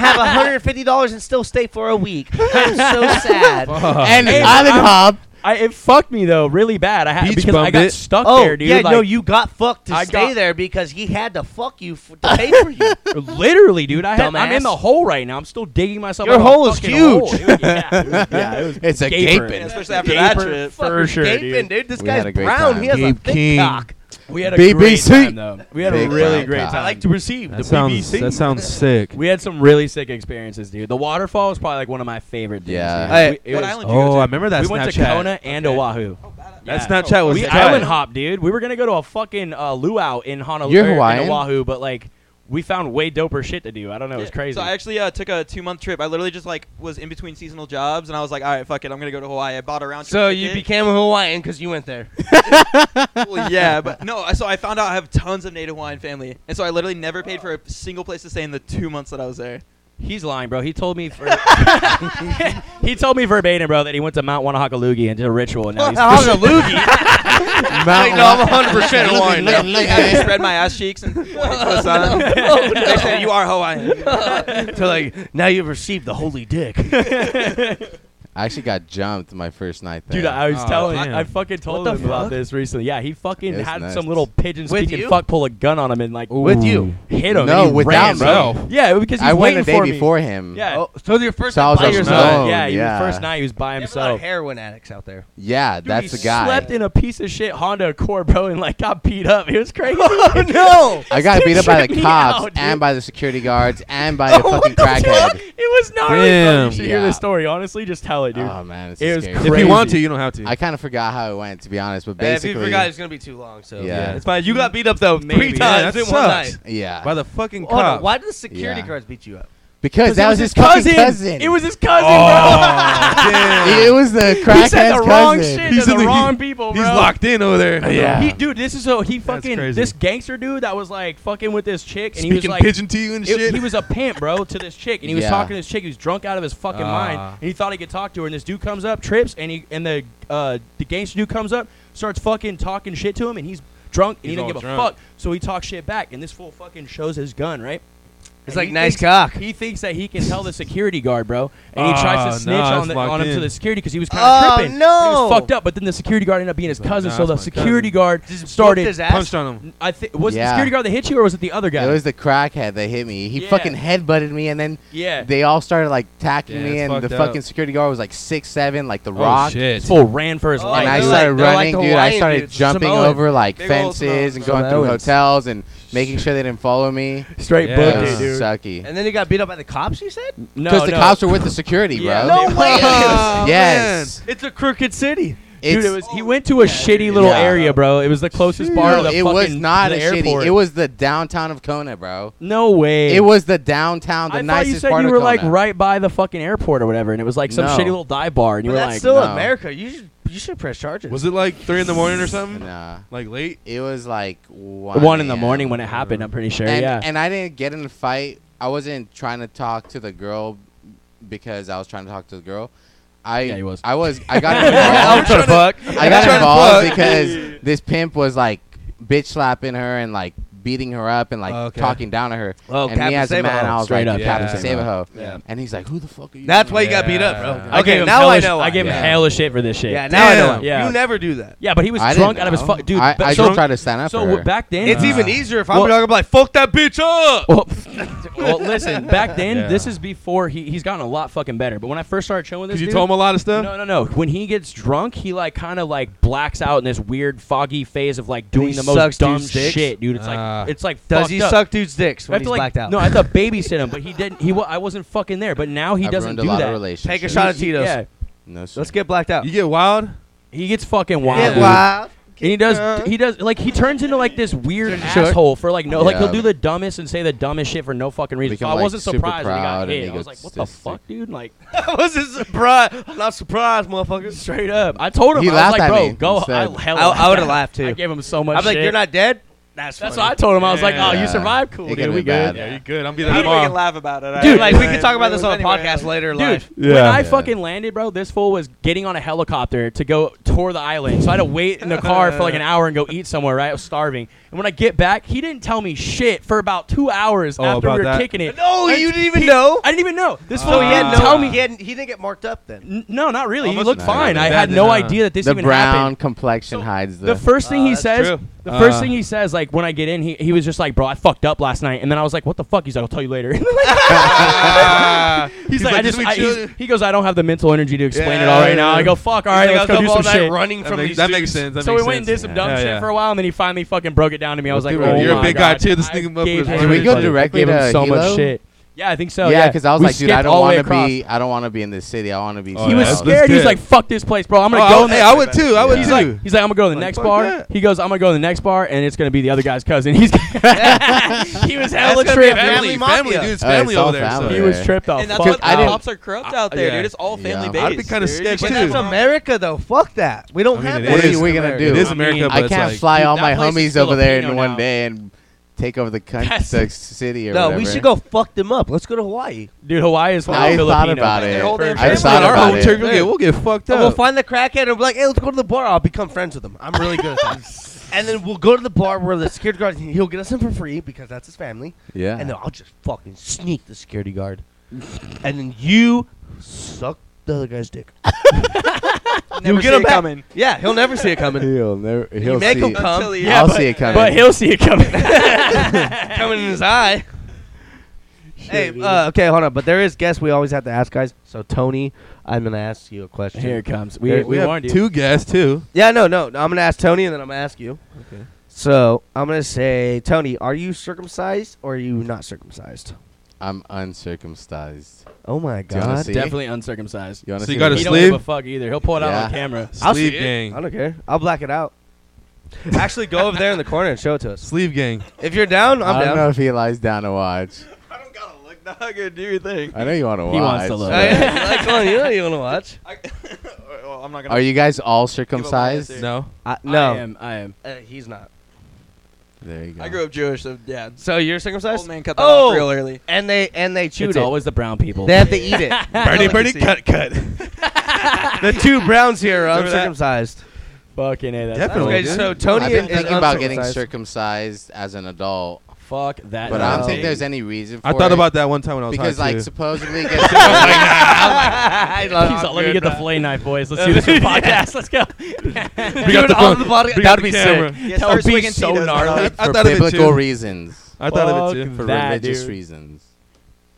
have $150 and still stay for a week. I'm so sad. And Hey, Island I'm- Hop. I, it fucked me though, really bad. I had Beach because I bummed got it. stuck oh, there, dude. yeah, like, no, you got fucked to I stay got- there because he had to fuck you f- to pay for you. literally, dude. I had, I'm dumbass. in the hole right now. I'm still digging myself. Your out of a hole is fucking huge. hole. It was- yeah, it was- yeah, it was It's a gaper. gaping. Especially after that trip. for sure, Gaping, dude. dude. This We had a guy's great brown. time. He has Gabe a thick King. cock. We had a great BBC. time though. We had Big a really time. great I time. like to receive That sounds that sounds sick. we had some really sick experiences, dude. The waterfall was probably like one of my favorite things. Yeah. dude. Hey, We- it What was- island did you go Oh, to? I remember that we Snapchat. went to Kona and Okay. Oahu. That Yeah. Snapchat was we tight. island hop, dude. We were gonna go to a fucking uh, luau in Honolulu, You're er, Hawaiian? in Oahu, but like we found way doper shit to do. I don't know, it was Yeah. crazy. So I actually uh, took a two month trip. I literally just like was in between seasonal jobs, and I was like, all right, fuck it, I'm gonna go to Hawaii. I bought a round trip. So you ticket. became a Hawaiian because you went there. Well, yeah, but no. So I found out I have tons of Native Hawaiian family, and so I literally never paid for a single place to stay in the two months that I was there. He's lying, bro. He told me for he told me verbatim, bro, that he went to Mount Wanahakalugi and did a ritual, and now he's Mountain I'm 100% Hawaiian. Look, look I just at it. spread my ass cheeks and pointed to the sun. Oh, They said you are Hawaiian. So like now you've received the holy dick. I actually got jumped my first night there. Dude, I was Aw, telling, damn. I fucking told Oh, the him about fuck? this recently. Yeah, he fucking It's had nuts. some little pigeon With speaking you? fuck pull a gun on him and like With you. hit him. No, and he without ran, bro. me. Yeah, because he's I went waiting the day for me. before him. Yeah, Oh, so your first So I time was by alone. yourself. yeah. He, yeah. first night he was by There's a lot of himself. heroin addicts out there. Yeah, Dude, that's he the guy. Slept in a piece of shit Honda Accord, bro, and like got beat up. It was crazy. Oh no! I got beat up by Check the me cops out, dude. and by the security guards and by the fucking crackhead. it was gnarly. Bro. Damn. You should hear Yeah. this story. Honestly, just tell it, dude. Oh man, it's It was scary. crazy. If you want to, you don't have to. I kind of forgot how it went, to be honest. But If basically, you forgot, it's gonna be too long. So yeah, It's fine. You got beat up though Maybe. three times Yeah, that in one sucks. night. yeah, by the fucking Oh, no, cops. why did the security Yeah. guards beat you up? because that it was his, fucking cousin. It was his cousin, Oh, It was the bro. he said crackhead's the cousin. wrong shit He's to in the the- wrong people, bro. He's locked in over there. Yeah. He, dude, this is so he That's fucking crazy. this gangster dude that was like fucking with this chick, and he was Speaking like pigeon to you and It- shit. he was a pimp, bro, to this chick, and he was Yeah. talking to this chick. He was drunk out of his fucking mind, Ah. and he thought he could talk to her. And this dude comes up, trips, and he and the uh, the gangster dude comes up, starts fucking talking shit to him, and he's drunk, and He's he don't all give drunk. a fuck. So he talks shit back, and this fool fucking shows his gun, right? It's And like he nice thinks- cock. He thinks that he can tell the security guard, bro, and he tries Ah, to snitch nah, on, it's the, locked on him to in. the security because he was kind of Oh, tripping. no. He was fucked up, but then the security guard ended up being his like, cousin, nah, so it's the my security cousin. guard Whooped started. his ass. punched on him. I think was it the Yeah. security guard that hit you, or was it the other guy? It was the crackhead that hit me. He Yeah. fucking headbutted me, and then yeah. they all started like attacking Yeah, me, it's and the fucked up. fucking security guard was like six seven, like the Rock. Oh shit. This fool ran for his Oh, life. And I they're bro. like- started they're like running, dude. I Hawaiian started dudes. jumping Samoan. over like Big old fences Samoans. and going through Samoans. hotels and making sure they didn't follow me. Straight Yeah. It booked was it, dude. sucky. And then you got beat up by the cops. You said? No, Because the no. cops were with the security, Yeah, bro. no They- way. Oh, Yes. It's a crooked city. Dude, It's- it was. He went to a shitty dude. little Yeah. area, bro. It was the closest bar to No, the it fucking was not the a airport. shitty. It was the downtown of Kona, bro. no way. It was the downtown, the I thought nicest you said part you of were Kona. like right by the fucking airport or whatever, and it was like some No. shitty little dive bar, and you But were that's like, still no. America. You should you should press charges. Was it like three in the morning or something? Nah, Like late? it was like one, one in the AM. morning when it happened. I'm pretty sure. and, yeah. and I didn't get in a fight. I wasn't trying to talk to the girl because I was trying to talk to the girl. I Yeah, he was. I was. I got involved. trying to fuck. I got involved because this pimp was like bitch slapping her and like beating her up and like Okay. talking down to her. Oh, and me Captain as a man, Save-A-Ho. I was Straight like, up, Captain yeah. Save-A-Ho. Yeah. And he's like, who the fuck are you? That's why you got beat up, bro. Yeah. I gave Okay, him now hella I sh- know. I gave Yeah. him hella shit for this shit. Yeah, now I know. Damn. Yeah. You never do that. Yeah, but he was I didn't drunk out of his know. fuck, dude. I, but- I so, just tried to stand up so for her. back then, It's Uh, even easier if I'm well- drunk. I'm like, fuck that bitch up. Oh. Well, well, listen. Back then, Yeah. this is before he he's gotten a lot fucking better. But when I first started showing this, Because you dude, told him a lot of stuff? no, no, no. When he gets drunk, he like kind of like blacks out in this weird foggy phase of like doing he the sucks most dumb dudes' dicks? shit, dude. It's Ah. like it's like Does fucked he up. suck dudes' dicks I have when to, he's like- blacked out? No, I had to babysit him, but he didn't. He wa- I wasn't fucking there. But now he I've doesn't ruined a do lot that. of relationships. Take a shot of Tito's. Yeah, No, sir. Let's get blacked out. You get wild? he gets fucking wild. Get dude. wild. And he does. He does. Like he turns into like this weird asshole for like no. Like Yeah. he'll do the dumbest and say the dumbest shit for no fucking reason. Become, so I like, wasn't super surprised when he proud got and hit. I was like, what the egotistic. fuck, dude? Like I wasn't surprised. I'm not surprised, motherfucker. straight up. I told him. He I laughed was at like, bro, me go. instead. I, hell I, I would have laughed I too. gave him so much. I'm like, shit. you're not dead. That's that's That's funny. what I told him. I was like, "Oh, Yeah. you survived, cool, It dude. could've We been bad. good." Yeah. Yeah. you're good. I'm be I there mean, we can tomorrow. laugh about it. Dude, like we can talk about this on a Anyway, podcast later. Dude, live. when Yeah. I Yeah. fucking landed, bro, this fool was getting on a helicopter to go tour the island. So I had to wait in the car for like an hour and go eat somewhere, right? I was starving. And when I get back, he didn't tell me shit for about two hours Oh, after about we were that? kicking it. No, you It's- didn't even he- know? I didn't even know. This fool so he had didn't no. tell me. He, had, he didn't get marked up then. N- No, not really. Almost he looked not. fine. I That had did no not- idea that this the even brown happened. complexion hides the. The first thing Uh, he that's says, true. the first Uh. thing he says, like when I get in, he, he was just like, "Bro, I fucked up last night," and then I was like, "What the fuck?" He's like, "I'll tell you later." he's, like, "I this just," we I- chill- he's- he goes, "I don't have the mental energy to explain it Yeah, all right yeah, now." yeah. I go, "Fuck, all right, He's let's like, go I'll do go some all night shit." running That from makes- these that dudes. makes sense. That so we makes went and did sense. some dumb Yeah, shit yeah. for a while, and then he finally fucking broke it down to me. I was like, Well, "Oh dude, you're a my big guy, God. too. This I nigga motherfucker's gave him- running Can we go I directly gave him to so much Hilo? shit. Yeah, I think so. yeah, because I was We like, dude, skipped I don't all the way want to across. be. I don't want to be in this city. I want to be. He Oh, somewhere yeah, was else. that's- that's scared. He's good. like, "Fuck this place, bro. I'm gonna Oh, go." I- in hey, there." I would too. I would He's too. like, he's like, I'm gonna go to the Like, next fuck bar. that. He goes, I'm gonna go to the next bar, and it's gonna be the other guy's cousin. He's he was hella gonna be a tripped. family family, mafia. family, dude. It's Oh, it's family all over there. so- family. He was tripped the And that's fuck what I the didn't- out. cops are corrupt I- out there, yeah. dude. It's all family Yeah. based. I'd be kinda dude. sketched, But too. that's America. That's America, though. Fuck that. We don't I mean, have it that. What is. are we gonna It do? is I America, but I it's can't like- fly Dude, all that my place is homies over there Filipino in one now. day and take over the country, That's- the city or No, whatever. we should go fuck them up. Let's go to Hawaii. Dude, Hawaii is full I of thought Filipino. about it. Their whole damn I family. That's thought not our about home turkey. it. We'll get, we'll get fucked And we'll up. find the crackhead and we'll be like, hey, let's go to the bar. I'll become friends with him. I'm really good at that. and then we'll go to the bar where the security guard, he'll get us in for free because that's his family. Yeah. And then I'll just fucking sneak the security guard. and then you suck the other guy's dick. Never You'll get see him it back. coming. Yeah, he'll never see it coming. He'll never. He'll make see. 'em come. Until he- Yeah, I'll but- see it coming. But he'll see it coming. coming in his eye. Hey, uh, okay, hold on. But there is guests we always have to ask, guys. So, Tony, I'm going to ask you a question. Here it comes. There- We, we we have warned you. two guests too. Yeah, no, no. no, I'm gonna ask Tony, and then I'm gonna ask you. Okay. So I'm gonna say, Tony, are you circumcised or are you not circumcised? I'm uncircumcised. Oh my Do you wanna god! see? Definitely uncircumcised. You wanna So see you gotta what- He don't Sleeve? give a fuck either. He'll pull it out Yeah. on camera. I'll see Sleeve it. I gang. don't care. I'll black it out. Actually, go over there in the corner and show it to us. Sleeve gang. If you're down, I I'm don't down. know if he lies down to watch. I don't gotta look, dog. I can do your thing. I know you want to watch. He wants to look. Oh, yeah? Like, come on, you know you wanna watch? I, well, I'm not gonna. Are you guys all circumcised? answer. No. I, I no, am. I am. uh, he's not. There you go. I grew up Jewish, so yeah. So you're Old circumcised, man cut that Oh! off real early. and they and they chewed It's it. always the brown people. They have to eat it. Bernie, Bernie, cut, cut. the two browns here are Remember that? uncircumcised. Fucking a. That's Definitely. Okay, dude. so Tony I've been is thinking about getting uncircumcised. circumcised as an adult, Fuck that. but I no. don't think there's any reason. for I thought it about that one time when I was because, high like, too. supposedly it gets I love He's like, let me awkward, get the bro. fillet knife, boys. Let's do this for podcast. Let's go. Bring out the phone. Bring out That'd be the camera. sick. Yeah, That start would be swinging so Tito's, dog. gnarly. I for thought of it biblical too. reasons, I thought of it Fuck too. for That, religious dude. reasons.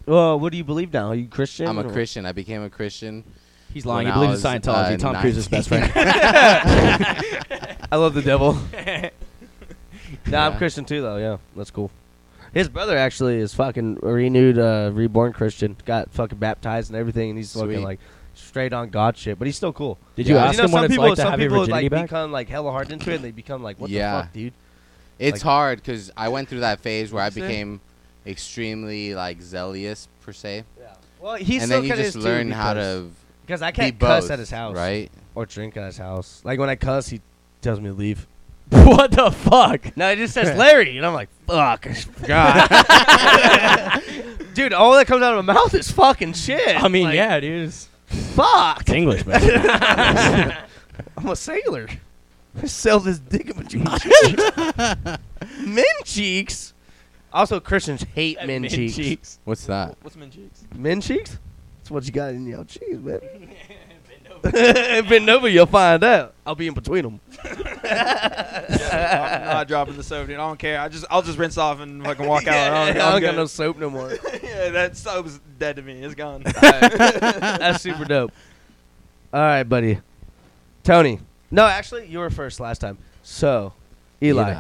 Well, what do you believe now? Are you Christian? I'm a or- Christian. I became a Christian. He's lying. When he I believes in was, Scientology. uh, Tom Cruise is his best friend. I love the devil. no, I'm Yeah. Christian too, though. Yeah, that's cool. His brother actually is fucking renewed, uh, reborn Christian. Got fucking baptized and everything, and he's Sweet. fucking like straight on God shit. But he's still cool. Did you Yeah. ask you know, him what some it's people, like to some have your people virginity like back? become like hella hard into it, and they become like, what Yeah. the fuck, dude? It's Like- hard because I went through that phase where I What'd you say? became extremely like zealous per se, Yeah. Well, and he's still then you kinda just is, too, learn how because- to because I be can't both, cuss at his house, right? Or drink at his house. Like when I cuss, he tells me to leave. what the fuck? No, it just says Larry, and I'm like, fuck, God, dude. All that comes out of my mouth is fucking shit. I mean, Like, yeah, dude. It's, fuck. it's English, man. I'm a sailor. I sell this dick in between cheeks. men cheeks. Also, Christians hate men, cheeks. What's that? What's min cheeks? Men cheeks. That's what you got in your cheeks, man. Bend over, you'll find out. I'll be in between them. I'm not dropping the soap, dude. I don't care. I just, I'll just rinse off and fucking walk out. I I don't, don't, I'm got no good. soap no more. yeah, that soap's dead to me. It's gone. That's super dope. All right, buddy. Tony. No, actually, you were first last time. So, Eli,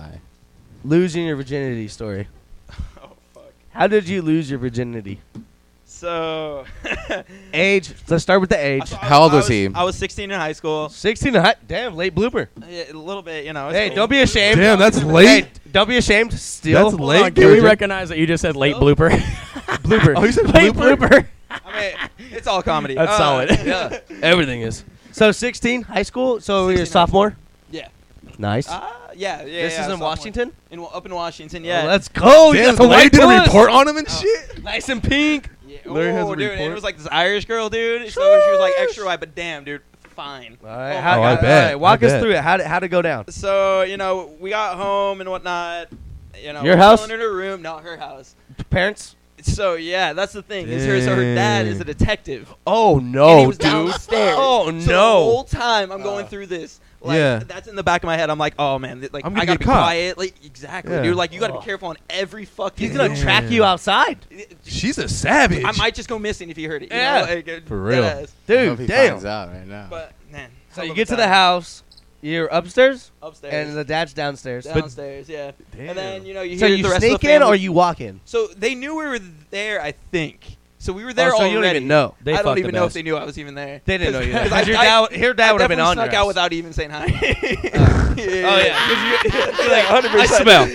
losing your virginity story. oh fuck. How did you lose your virginity? So, Age. Let's start with the age. so I- How old I was he? I was 16 in high school. 16 and hot. Damn, late blooper. Yeah, a little bit, you know. it's Hey, cool. don't be ashamed. Damn, that's Hey, late. don't be ashamed. Still. That's Hold on, late. Can we dude. recognize that you just said late blooper? blooper. Oh, you said late blooper? blooper. I mean, it's all comedy. That's Uh, solid. Yeah. Everything is. So 16, high school. So you're a 16, high school. sophomore. yeah. Nice. Uh, yeah, yeah. this yeah, is in sophomore. Washington. In, up in Washington, yeah. Oh, let's go. Damn, That's the white white did a puss. report on him and shit. Nice and pink. yeah. Larry has a Oh, dude, and report. it was like this Irish girl, dude. So she was like extra white, but damn, dude, fine. All right. Oh how, my all God. bet. right, walk I us bet. through it. How did how to go down? So you know, we got home and whatnot. You know, Your we're house? chilling in her room, not her house. Parents? So yeah, that's the thing. Is her, so her dad is a detective. Oh and no, he was downstairs. Oh, So the no. Uh, whole time I'm going through this. Like, Yeah. That's in the back of my head. I'm like, oh man, th- like I'm I gonna gotta get be caught. quiet. Like exactly, Yeah. dude. Like you gotta be careful on every fucking. He's gonna move. track you outside, She's a savage. I might just go missing if you heard it. you know, Yeah. like, uh, For real. deadass. Hope dude. he Damn. Finds out right now. But man. So hell you of a get to the time. house. You're upstairs, upstairs and the dad's downstairs. downstairs, yeah. And then you know you so hear you the rest of sneak the in family. or you walk in? So they knew we were there, I think. So we were there oh, so already. you don't even know. They I fucked don't even the know if best. they knew I was even there. They didn't know you. 'Cause I- Because your I- dad, her dad would have definitely been on snuck your out ass. without even saying hi. Oh yeah, like 100. I smell.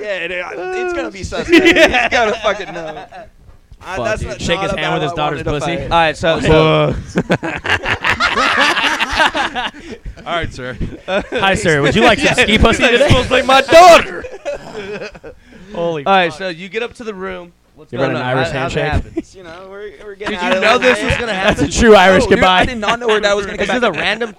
Yeah, dude, I- it's gonna be suspect. He's gotta fucking know. I, Fuck, that's dude. not- Shake not his a hand with battle his daughter's I wanted to pussy. fight. All right, so, so All right, sir. Hi, sir. Would you like some ski pussy today? my daughter. Holy. All right, so you get up to the room. What's You going run an on? Irish How- how'd it handshake? happen? you know, we're, we're Did getting out you of know there. this was gonna that's a happen? true Irish No, dude, I goodbye. did not know where dad was gonna Is come this back. a random?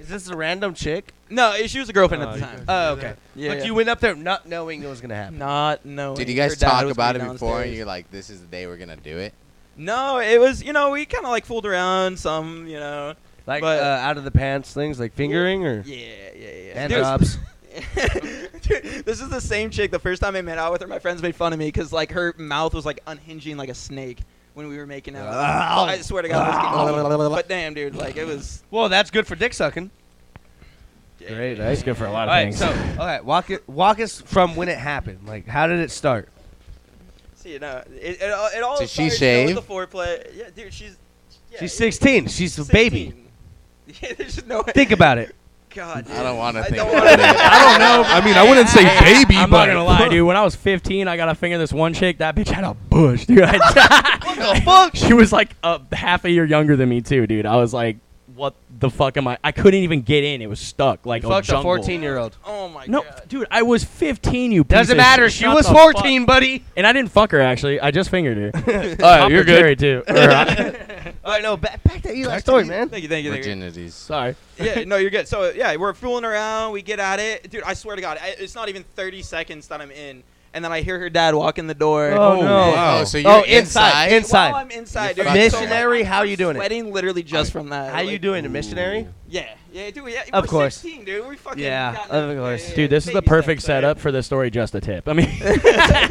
Is this a random chick? No, she was a girlfriend at the time. Oh, okay. yeah, but yeah. you went up there not knowing it was gonna happen. not knowing. Did you her guys dad talk was about it coming before? And downstairs. you're like, this is the day we're gonna do it. No, it was you know we kind of like fooled around some you know Like But- uh, out of the pants things, like fingering or yeah yeah yeah. hand Dude, jobs. Dude, this is the same chick. The first time I met out with her, my friends made fun of me because like her mouth was like unhinging like a snake when we were making out. I swear to God, I was getting- but damn, dude, like it was Well, that's good for dick sucking. Great, right? That's good for a lot All of right, things. so all right, walk it, walk us from when it happened. Like, how did it start? See, no, it, it, all- it all. Did she started, you know, shave? with the foreplay. Yeah, dude, she's yeah, She's yeah, 16. She's a baby. 16. Yeah, there's just no Think about it. God, dude. I don't want to I think. don't about wanna- it. I don't know. I mean, I wouldn't say baby, I'm but not gonna lie, dude. When I was 15, I got a finger this one chick. That bitch had a bush, dude. what the fuck? She was like a half a year younger than me too, dude. I was like, what the fuck am I? I couldn't even get in. It was stuck like a Fucked a jungle. 14 year old. Oh my No, God. dude, I was 15. You piece Doesn't of matter. shit. She Shut was the fuck 14, buddy. And I didn't fuck her actually. I just fingered her. All right, you're good. Too. Or, uh, All right, no, back, back to Eli's story, man. Thank you, thank you, thank you. Virginities. Sorry. yeah, no, you're good. So yeah, we're fooling around. We get at it, dude. I swear to God, I, it's not even 30 seconds that I'm in, and then I hear her dad walk in the door. Oh, no. Wow. Oh, so you're Oh, inside. inside, inside. While I'm inside, You're dude. fucking So, like, Missionary, how you doing it? Sweating literally just from that. How you like- doing, a missionary? Yeah, yeah, dude. Yeah, Of we're course. 16, dude. We fucking Yeah, got of nothing. course. Yeah, Dude, yeah, this is the baby perfect steps, setup right? for the story. Just a tip. I mean,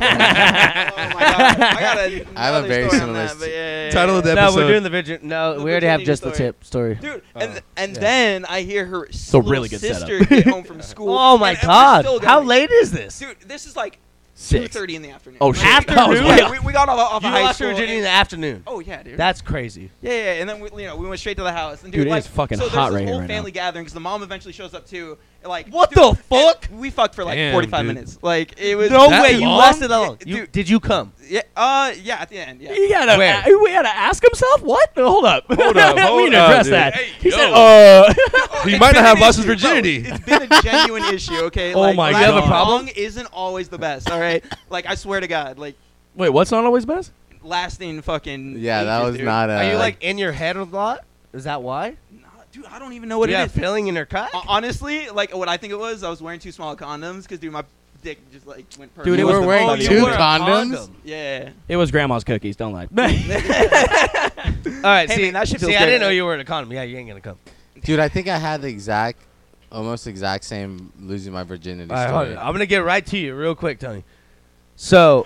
oh my God. I got a. I have a very similar that, but st- yeah, yeah, Title of yeah. the No, episode. we're doing the virgin. No, The we already have virginity just the story. tip story. Dude, and Uh, Oh, and yeah. then I hear her a little really good sister setup. get home from school. Oh my and I'm still going, god, how late is this? dude? This is like six. 2:30 in the afternoon. Oh shit. After I was noon? way Yeah, off. we, we got off, off you of high lost school. your virginity in and- the afternoon. oh yeah, dude. That's crazy. yeah, yeah, yeah. And then we, you know we went straight to the house. And Dude, dude, it like, is fucking so there's hot this right whole here right family gathering because the mom eventually shows up too. and, Like What dude, the and fuck? We fucked for like Damn, 45 dude. minutes. Like it was No That way, you long? lasted that long. Yeah, You, dude. did you come? Yeah, uh, yeah. At the end, yeah. He gotta, Where? uh, we had to ask himself. What? No, Hold up. Hold up, we hold need to up, address dude. that. Hey, he yo. said, "Uh." He It's might been not have an lost his issue, bro. virginity. It's been a genuine issue, okay? Oh like, my right God. You have a and problem? wrong isn't always the best, all right? Like I swear to God, like Wait, what's not always best? lasting fucking. Yeah, that ages, was dude. not. A, Are you like in your head a lot? Is that why? Nah, dude, I don't even know what you it have is. feeling in your cock? Hon- Honestly, like what I think it was, I was wearing two small condoms because dude, my dick just like went purple. Dude, it you was were the wearing whole- you two were a condoms? Yeah. It was grandma's cookies. Don't lie. All right, Hey, see, man, that shit see, feels I good, didn't know right? you were in a condom. Yeah, you ain't gonna come. Dude, I think I had the exact, almost exact same losing my virginity All right, hold story. on. I'm gonna get right to you real quick, Tony. So,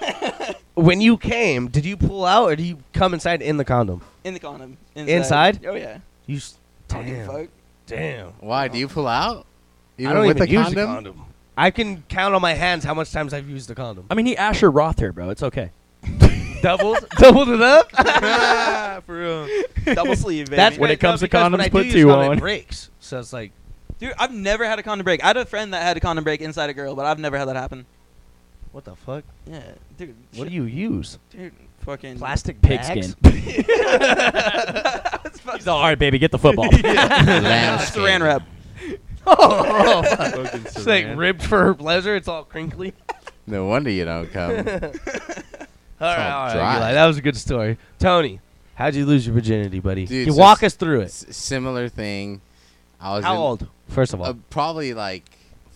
when you came, did you pull out or did you come inside in the condom? In the condom. Inside? Oh yeah. You s- I don't give a damn, fuck. damn. Why do you pull out? I don't with even the use condom? a condom. I can count on my hands how much times I've used the condom. I mean, he Asher Roth here, bro. It's okay. doubled, doubled it up. Ah, for real. Double sleeve, baby. That's When it comes to because when condoms, I do put use two condom, on. It breaks, so it's like dude, I've never had a condom break. I had a friend that had a condom break inside a girl, but I've never had that happen. what the fuck? Yeah, dude. What shit, do you use? dude? Fucking Plastic Pigskin. bags? He's all right, baby. Get the football. Lambskin. Saran wrap. It's like ribbed for her pleasure. It's all crinkly. No wonder you don't come. All right, all all right. dry. Eli, that was a good story. Tony, how'd you lose your virginity, buddy? Dude, you so walk s- us through it. S- similar thing. I was How in- old? First of all, Uh, probably like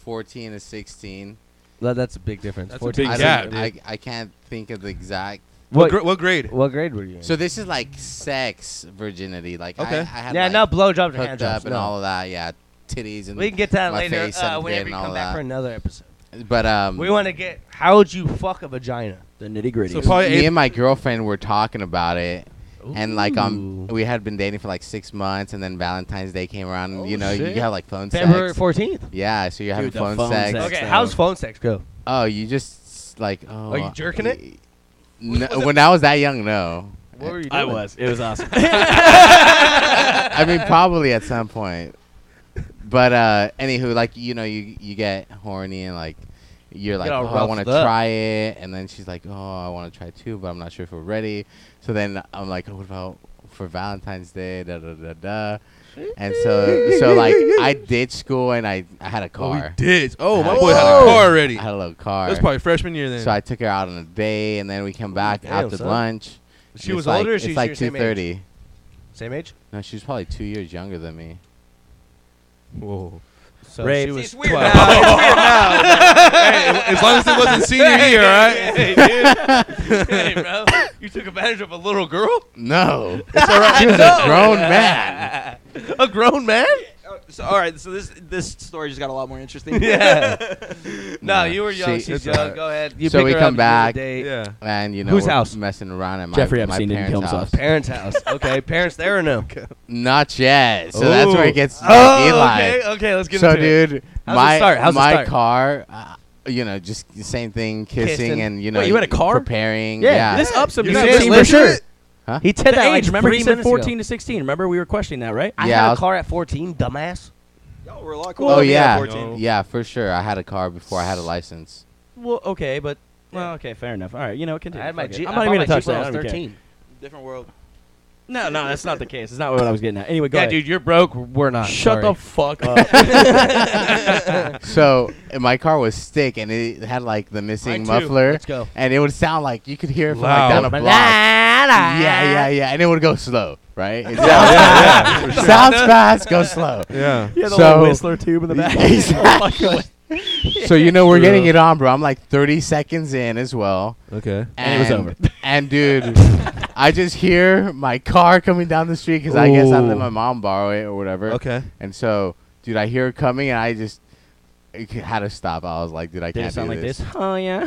14 to 16. That- that's a big difference. That's a 14. big I, don't- gap, dude. I, I can't think of the exact. What, What, gr- what grade? what grade were you in? So this is like sex virginity. Like I- Okay. I, had yeah, like, no blowjobs or hooked hand up jobs. and all of that. Yeah, titties and we can get to that my later face uh, and whenever bed you and come all back that. for another episode. but um, We want to get how'd you fuck a vagina? The nitty gritty. So probably me eighth- and my girlfriend were talking about it. And like um, we had been dating for like six months, and then Valentine's Day came around. And, you know, shit. you have like phone Oh, February sex. fourteenth. Yeah, so you're having Dude, the phone, phone sex. sex. Okay, so- how's phone sex go? Oh, you just s- like. Oh, you jerking it? No, when I was that young, no. What were you doing? I was. It was awesome. I mean, probably at some point. But uh, anywho, like you know, you you get horny and like you're like, all oh, I want roughed to up. try it, and then she's like, oh, I want to try too, but I'm not sure if we're ready. So then I'm like, oh, what about for Valentine's Day? Da da da da. And so so like I did school and I I had a Oh, he car. did. Oh, my Nice. boy had a Whoa. car already. I That had a little car. was probably freshman year then. so I took her out on a day, and then we come back damn, after son. lunch. She and was it's like- older. or It's she's like your same two age? thirty. Same age. No, she's probably two years younger than me. Whoa. So Rape. See, she was it's weird 12. now. It's weird now. Hey, as long as it wasn't senior year, all right? hey, dude. hey, bro. You took advantage of a little girl? No, it's all right. She was a grown man. a grown man? Oh, so, all right, so this this story just got a lot more interesting. Yeah. Nah, No, you were young. she- she's That's young. alright. Go ahead. You So pick we her come up, you do the back. date. Yeah. And you know, Whose we're house? Messing around at my, Jeffrey my Epstein didn't parents' kill house. himself. Parents' house. Okay. Parents there or no? Not yet. So that's where Ooh. it gets Oh, Eli. okay. Okay, let's get So, into it. dude, How's it my start? How's it my start? car, uh, you know, just the same thing, kissing, Kissing. and you know, Wait, you had a car? preparing. Yeah, Yeah, This ups some You dudes. not did listening for to sure. it? He said The age. that like Remember, three he said minutes ago. 14 to 16. Remember, we were questioning that, right? I Yeah, had I a was- car at 14, dumbass. Y'all were a lot cooler Oh than me at yeah, 14. yeah, for sure. I had a car before I had a license. Well, okay, but well, okay, fair enough. All right, you know, continue. I had my Fuck it. Jeep. I'm I not bought even my gonna touch Jeep when that. I was I don't even care. 13. Different world. No, no, that's not the case. It's not what I was getting at. Anyway, go Yeah, ahead. dude, you're broke. We're not. Shut Sorry. the fuck up. so and my car was stick, and it had like the missing Mine too. muffler, Let's go. and it would sound like you could hear it from Loud. like down a block. Yeah, yeah, yeah, and it would go slow, right? It sounds yeah, yeah, for sure. sounds fast, go slow. Yeah. Yeah, the So- little whistler tube in the back. Oh Exactly. so you know we're getting it on, bro. I'm like 30 seconds in as well, Okay. and it was over. And dude, I just hear my car coming down the street because I guess I let Ooh. my mom borrow it or whatever. Okay. And so, dude, I hear it coming, and I just I c- had to stop. I was like, dude, I Did can't it sound do like this? Oh yeah.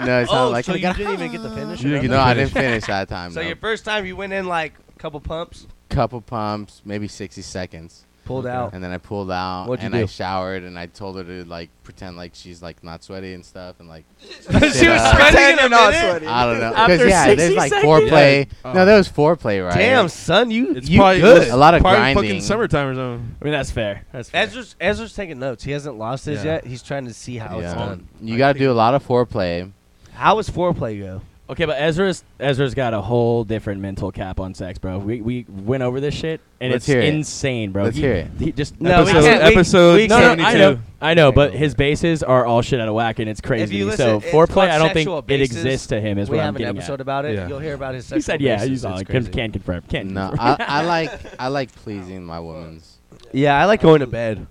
No, it sounded Oh, like so I you got- didn't even get the finish? You didn't get no, the I finish. didn't finish that time. So no. your first time, you went in like a couple pumps, couple pumps, maybe 60 seconds. pulled out. And then I pulled out What'd you and do? I showered and I told her to like pretend like she's like not sweaty and stuff and like she was Yeah. sweating in Pretend a or not minute? sweaty. I don't know After because yeah, 60 there's like seconds? foreplay. Yeah. No, there was foreplay, right? Damn, son, you It's you probably good. A lot of probably fucking grinding. summertime or something. I mean, that's fair. That's fair. Ezra's, Ezra's taking notes. He hasn't lost his Yeah. yet. He's trying to see how it's Yeah. Um, done. You got to do a lot of foreplay. How is foreplay go? Okay, but Ezra's Ezra's got a whole different mental cap on sex, bro. We we went over this shit, and Let's it's hear it. insane, bro. Let's he, hear it. He just No, we episode can't- we- episode we No, can't- no, 72. I know, I know, but Hangover. his bases are all shit out of whack, and it's crazy. you so listen, it's foreplay, called I don't think sexual it bases. exists to him. Is we what have I'm an getting episode at. about it. Yeah. You'll hear about his. He Sexual said, "Yeah, bases. he's all It's can, crazy. can confirm. Can't No, confirm. I, I like I like pleasing my woman's. Yeah, I like going to bed.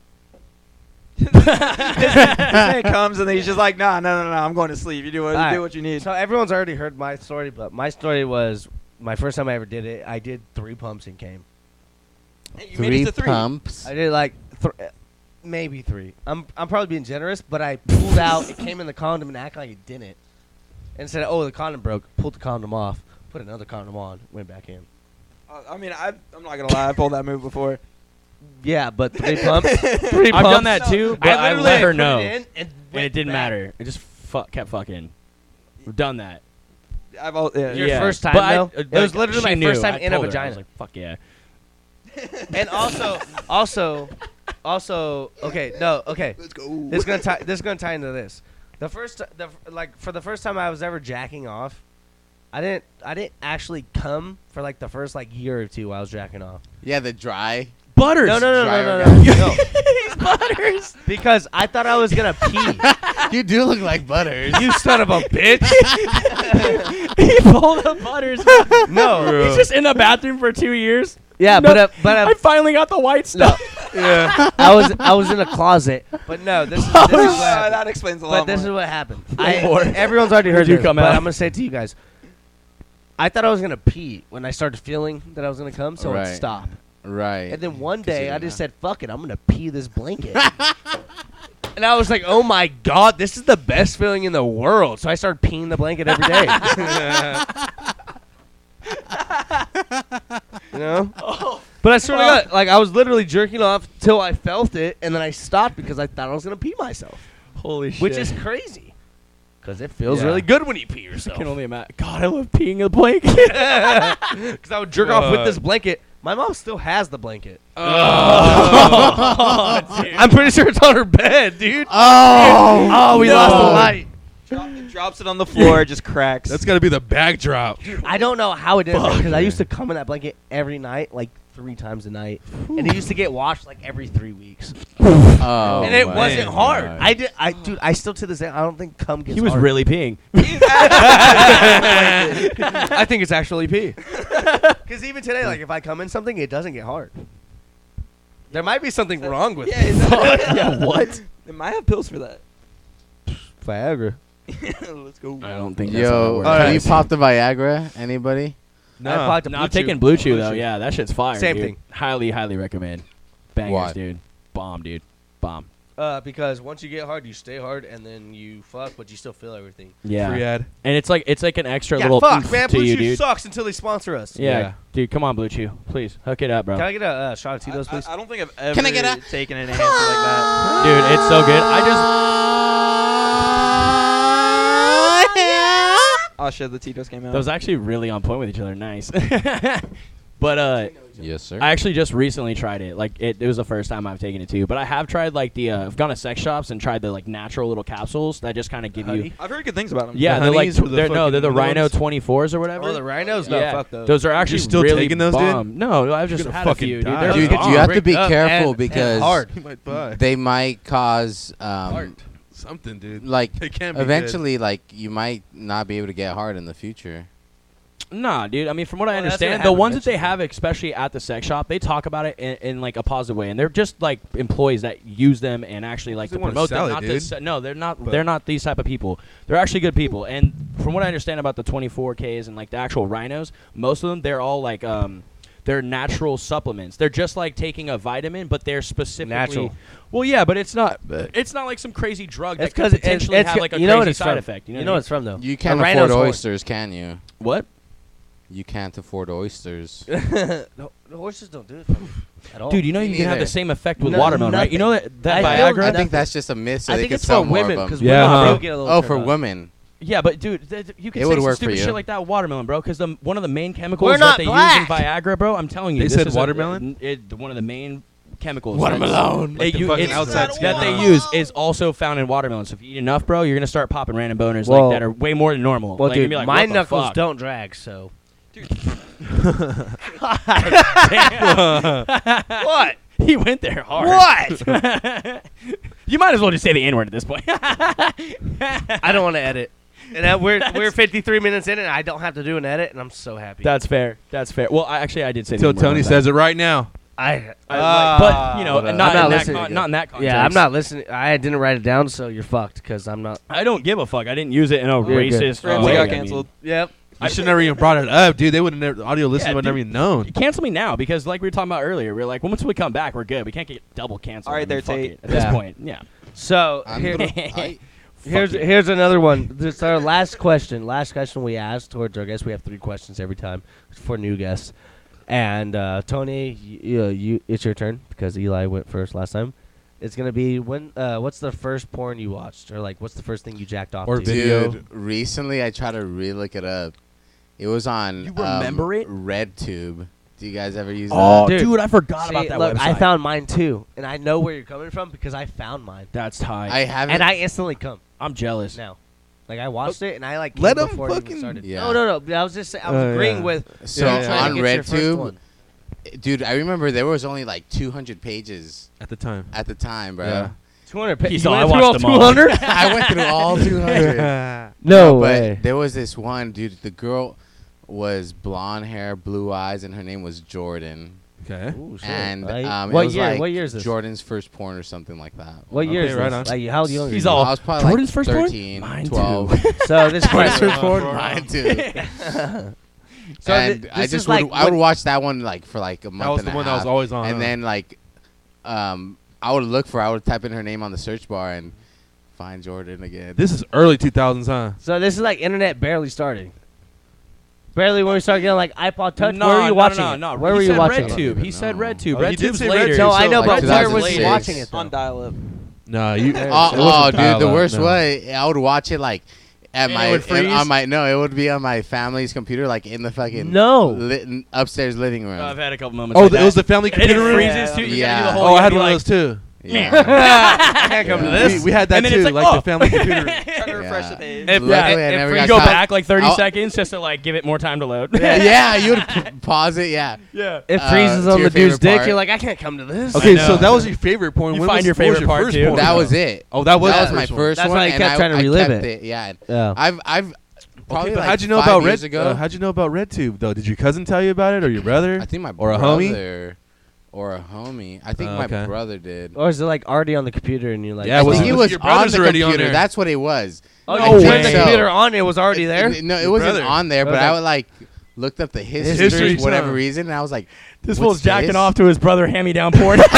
This man comes and he's just like, nah, no, no, no, I'm going to sleep. You do what, Alright. you do what you need. So everyone's already heard my story, but my story was my first time I ever did it. I did three pumps and came. Hey, you made Three it to three. pumps. I did like thr maybe three. I'm I'm probably being generous, but I pulled out. It came in the condom and acted like it didn't, and said, "Oh, the condom broke." Pulled the condom off, put another condom on, went back in. Uh, I mean, I, I'm not gonna lie, I pulled that move before. Yeah, but three pumps. three I've pumps. done that too, but I, literally let her put it know, in and and went it didn't back. matter. It just fuck kept fucking. We've done that. I've all, yeah. Your yeah. first time, but I- though? uh, It like, was literally she my first knew. time I in a told her. I vagina. was like, fuck yeah. And also, also, also. Okay, no, okay. Let's go. This is gonna tie. This is gonna tie into this. The first, t- the f- like for the first time I was ever jacking off, I didn't. I didn't actually come for like the first like year or two. While I was jacking off. Yeah, the dry. butters. No, no, no, no, Dryer no, no. no. butters. Because I thought I was gonna pee. you do look like Butters. you son of a bitch. he pulled up butters. No. He's just in the bathroom for two years. Yeah, No, but uh, but uh, I finally got the white no. stuff. Yeah. I was I was in a closet. But no, this, is- this is what Uh, happened. that explains a lot But this is more. what happened. Lord. I, everyone's already heard Did you this, come but out? I'm gonna say it to you guys. I thought I was gonna pee when I started feeling that I was gonna come, so Right. it stopped. right. And then one day, I just Consider said, "Fuck it, I'm gonna pee this blanket." and I was like, "Oh my god, this is the best feeling in the world!" So I started peeing the blanket every day. you know. Oh. But I swear to God, like I was literally jerking off till I felt it, and then I stopped because I thought I was gonna pee myself, Holy shit. which is crazy. Because it feels Yeah. really good when you pee I can yourself. only imagine. God, I love peeing a blanket. Because I would jerk off with Uh. this blanket. My mom still has the blanket. oh, dude. I'm pretty sure it's on her bed, dude. Oh, Oh, we lost the no. light. Drop- drops it on the floor, just cracks. That's got to be the backdrop. I don't know how it is because I used to come in that blanket every night, like three times a night, and it used to get washed like every three weeks. Oh, and it my wasn't hard. God. I did, I dude, I still to this day, I don't think cum gets. He was hard. really peeing. I think it's actually pee. Because even today, like if I come in something, it doesn't get hard. There might be something wrong with yeah, it. is that- yeah, what? They might have pills for that. Viagra. Let's go. I don't think that's how that Yo, works. have you popped the Viagra? Anybody? I Nah. popped a No, blue I'm taking chew. Blue Chew though. Chew. Yeah, that shit's fire. Same dude. thing. Highly, highly recommend. Bangers, Why? dude. Bomb, dude. Bomb. Uh, because once you get hard, you stay hard, and then you fuck, but you still feel everything. Yeah. Free ad. And it's like it's like an extra Yeah, little fuck, oomph man. to Blue you, Chew dude. sucks until they sponsor us. Yeah. Yeah. dude. Come on, Blue Chew. Please hook it up, bro. Can I get a uh, shot of Tito's, I, please? I don't think I've ever Can I get a- taken an answer like that. dude, it's so good. I just Oh shit, the Tito's came out. that was actually really on point with each other. Nice. but uh, Yes, sir. I actually just recently tried it. Like it, it was the first time I've taken it too. But I have tried like the uh, I've gone to sex shops and tried the like natural little capsules that just kind of give you. Honey? I've heard good things about them. Yeah, The they're like honeys or the they're, no, fucking they're the other Rhino ones? twenty fours or whatever. Oh, the rhinos? No, fuck those. are actually still really taking those, dude? bomb. No, I've just gonna had a fucking few, dude. die. They're Dude, bomb. you have to be Up and- careful and because hard. You might buy they might cause um, Art. something, dude. like It can't be good. eventually like you might not be able to get hard in the future. Nah, dude. I mean, from what I Well, that's understand, gonna the happen ones that they have, especially at the sex shop, they talk about it in, in like a positive way, and they're just like employees that use them and actually like They to wanna promote sell them. it, Not to dude. se- no, they're not. But- they're not these type of people. They're actually good people. And from what I understand about the 24ks and like the actual rhinos, most of them they're all like um, they're natural supplements. They're just like taking a vitamin, but they're specifically Natural. Well, yeah, but it's not. It's not like some crazy drug that It's could because potentially it's, have like a you know what crazy it's side from. effect. You know, what you know I what mean? it's from though. You A can't rhino's afford horn. oysters, can you? what? You can't afford oysters. No, the horses don't do it for me at all. Dude, you know Me you can have neither. the same effect with No, watermelon, right? You know that that I I feel- Viagra. Uh-huh. Nothing. think that's just a myth. So I they think could it's sell for more of women them. because Yeah, women huh. do get a little. Oh, turned for on. women. yeah, but dude, th- th- you can It say would some work for stupid you. shit like that watermelon, bro. Because the one of the main chemicals We're that not they use in black. Viagra, bro. I'm telling you, They this said is a- watermelon? it, one of the main chemicals. Watermelon. that's- Like that the you- fucking it's- outside that skin. they use is also found in watermelon. So if you eat enough, bro, you're gonna start popping random boners Well- like that are way more than normal. Well, Like, you'd dude, be like, my what the knuckles fuck? don't drag, so. what? He went there hard. What? you might as well just say the N word at this point. I don't want to edit. And that we're we're 53 minutes in, and I don't have to do an edit, and I'm so happy. That's fair. That's fair. Well, I, actually, I did say the Till N word one Tony time. says it right now. I, I like- but you know, but, uh, not, I'm not in that listening con- to not it. in that context. yeah, I'm not listening. I didn't write it down, so you're fucked because I'm not. I don't give a fuck. I didn't use it in a You're good. racist Friends way. Oh, I got mean. canceled. Yep. I should never even brought it up, dude. They would have never. The audio listeners Yeah, would never dude. even known. Cancel me now because, like we were talking about earlier, we are like, well, once we come back, we're good. We can't get double canceled. All I right mean, there, fuck Tate. it. At this Yeah. point, yeah. So I'm here- gonna- I- Here's Fuck here's another one. This is our last question. Last question we asked towards our guests. We have three questions every time for new guests. And uh, Tony, you, you it's your turn because Eli went first last time. It's gonna be when. Uh, what's the first porn you watched, or like what's the first thing you jacked off Or to? vid- video. Dude, recently I tried to re-look it up. It was on. um, You remember it? RedTube. Do you guys ever use Oh, that? dude, I forgot See, about that look, website. I found mine too, and I know where you're coming from because I found mine, that's tight. I haven't. and I instantly come I'm jealous. now. Like I watched it, and I like Let came 'em before it even fucking- started. Yeah. No, no, no. I was just I was Oh, agreeing yeah. with. so you Yeah, trying to on get your first RedTube, one. dude, I remember there was only like 200 pages at the time. at the time, bro. Yeah. 200 pages. He's all, "I watched them all." 200? I went through all 200. no but way. there was this one dude. The girl was blonde hair, blue eyes, and her name was Jordan. Okay. Ooh, shit. And Like, um, what it was year? Like what year is this? Jordan's first porn or something like that. What year Okay, is right this? on. Like, how young? are He's you? all- Oh, I was probably Jordan's like first porn? 13, Mine too. 12 so this Jordan's question. first porn? Mine too. So and thi- I this just is would, like I would when- watch that one like for like a month. That was and the a one that half. was always on. and then like um I would look for I would type in her name on the search bar and find Jordan again. this is early 2000s, huh? So this is like internet barely starting. Barely when we started getting like iPod Touch. No, where were you no, watching? no, it? no. Where He were you said watching? it? it? RedTube. He said No. RedTube. Oh, he did RedTube's say later. RedTube. No, I So, know, like, but where was 2006. he watching it? Though? on dial-up. No, you. Hey, oh, it oh, wasn't dude, dial-up, the worst no. way I would watch it like at And it my would and freeze? on my no, it would be on my family's computer like in the fucking No. lit, upstairs living room. Oh, Uh, I've had a couple moments. Oh, like the, that. it was the family And it computer room. freezes too. You gotta do Yeah. the whole. Oh, I you had gotta be one like, of those too. yeah. I can't come to Yeah. this. We, we had that And then too, it's like, like, oh. the family computer. room. Trying to refresh Yeah. the page. If, Luckily, I if- never if got you go caught. back like 30 I'll- seconds just to like give it more time to load. yeah, you would p- pause it. Yeah, yeah. It Uh, freezes to on your the dude's favorite dick. part. You're like, I can't come to this. Okay, I so know. that was your favorite porn. You When find was, your what was favorite part, first too. porn? that was it. Oh, that was that the was my one. first That's one. why I and kept I, trying to I relive kept it. it. Yeah, Yeah. I've I've probably But like how'd you know five about years Red? ago. uh, how'd you know about RedTube though? Did your cousin tell you about it, or your brother? I think my Or a homie? brother or a homie. I think Oh, my okay. brother did. Or is it like already on the computer and you're like, Yeah, I was think it- it was was your on brother's the already on computer. there? That's what it was. Oh, I you turned think the so. computer on. It was already It- there. it- no, it Your wasn't brother. on there, but Okay. I would like looked up the history, history, for whatever huh. reason, and I was like, This What's fool's jacking this? off to his brother hand-me-down porn.